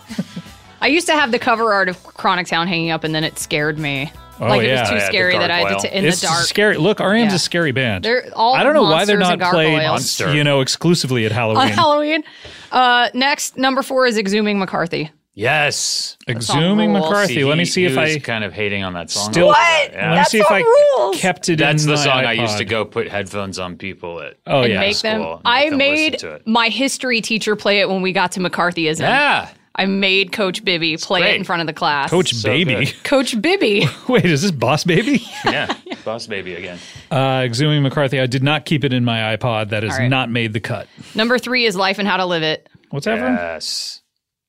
I used to have the cover art of Chronic Town hanging up, and then it scared me. Oh, like it yeah, was too yeah, the scary that I had to gargoyle. t- in it's the dark. scary. Look, REM's Yeah. a scary band. They're all I don't know why they're not monsters and played, gargoyles. <laughs> you know, exclusively at on Halloween. Halloween. Uh, next, number four is Exhuming McCarthy. Yes. Exhuming rules. McCarthy. he- Let me see he if was I kind of hating on that song. Still- What? Yeah. Let me That's see if all I rules. kept it That's in the my song I iPod. used to go put headphones on people at. Oh and yeah. make them. School, make I them made listen to it. my history teacher play it when we got to McCarthyism. Yeah. I made Coach Bibby play it great. in front of the class. Coach So Baby. good. Coach Bibby. <laughs> Wait, is this Boss Baby? <laughs> Yeah. Boss Baby again. uh, exhuming McCarthy. I did not keep it in my iPod. That has All right. not made the cut. Number three is Life and How to Live It. What's that from? Yes.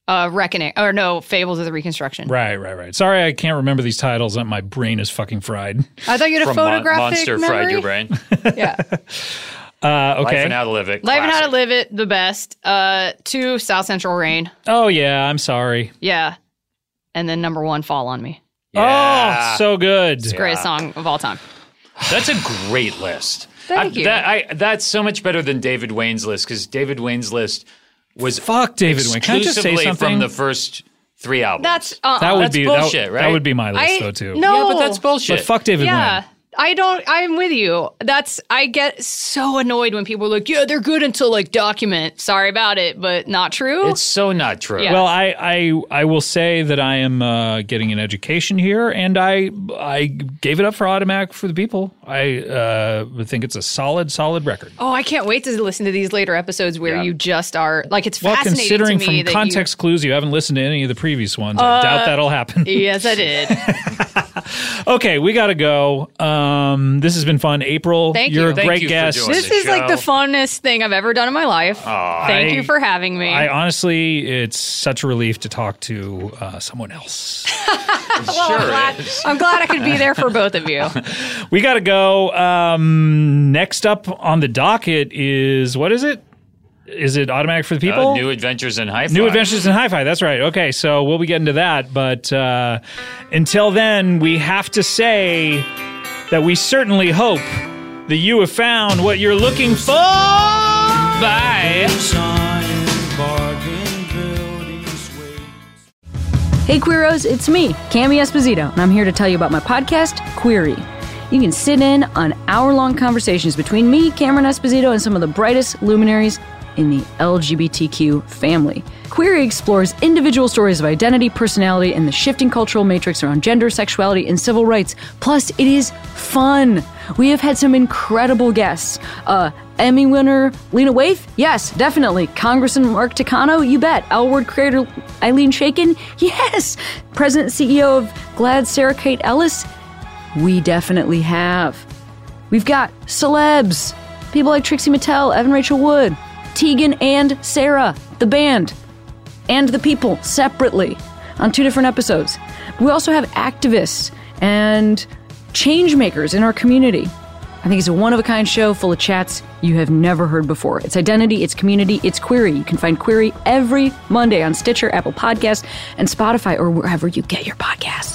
Uh, Reckoning. Or no, Fables of the Reconstruction. Right, right, right. Sorry, I can't remember these titles. Uh, My brain is fucking fried. I thought you had a From Mon- photographic Monster memory. Fried Your Brain. Yeah. Uh, Life <laughs> okay. and How to Live It. Life and How to classic. Live It, the best. Uh, two, South Central Rain. oh yeah, I'm sorry. Yeah. And then number one, Fall on Me. Ah. Oh, so good. Greatest song of all time. Oh. That's a great list. Thank I- you. That, I, that's so much better than David Wayne's list because David Wayne's list was Fuck David Wayne. Can I just say exclusively something? from the first three albums. That's uh, that would That's be that- bullshit, That right? would be my list I, though too. No, yeah, but that's bullshit. Oh. but fuck David Yeah. Wayne. I don't. I'm with you. That's. I get so annoyed when people are like, "Yeah, they're good until like document." Sorry about it, but not true. It's so not true. Yeah. Well, I, I I will say that I am uh, getting an education here, and I I gave it up for automatic for the people. I uh, think it's a solid solid record. oh, I can't wait to listen to these later episodes where you just are like, it's Well, fascinating considering to me from that Uh, context clues, you haven't listened to any of the previous ones. I doubt that'll happen. You, yes, I did. okay, we gotta go. Um, this has been fun. April, Thank you're you. a Thank great you for guest. joining. this the is like show. the funnest thing I've ever done in my life. Thank I- you for having me. I honestly, it's such a relief to talk to uh, someone else. Well, I'm, glad, I'm glad I could be there for both of you. we gotta go. Um, next up on the docket is what is it? Is it automatic for the people? Uh, New Adventures in Hi-Fi. New Adventures in Hi-Fi. That's right. Okay, so we'll be getting to that, but uh, until then, we have to say that we certainly hope that you have found what you're looking for. Bye. Hey, Queeros, it's me, Cami Esposito, and I'm here to tell you about my podcast, Query. You can sit in on hour long conversations between me, Cameron Esposito, and some of the brightest luminaries in the LGBTQ family. Query explores individual stories of identity, personality, and the shifting cultural matrix around gender, sexuality, and civil rights. Plus, it is fun. We have had some incredible guests. Uh, Emmy winner Lena Waithe? Yes, definitely. Congressman Mark Takano? You bet. L Word creator Eileen Shaken? Yes. President and CEO of Glad Sarah Kate Ellis? We definitely have. We've got celebs, people like Trixie Mattel, Evan Rachel Wood, Tegan and Sarah, the band, and the people separately on two different episodes. We also have activists and change makers in our community. I think it's a one of a kind show full of chats you have never heard before. It's identity, it's community, it's query. You can find query every Monday on Stitcher, Apple Podcasts, and Spotify, or wherever you get your podcasts.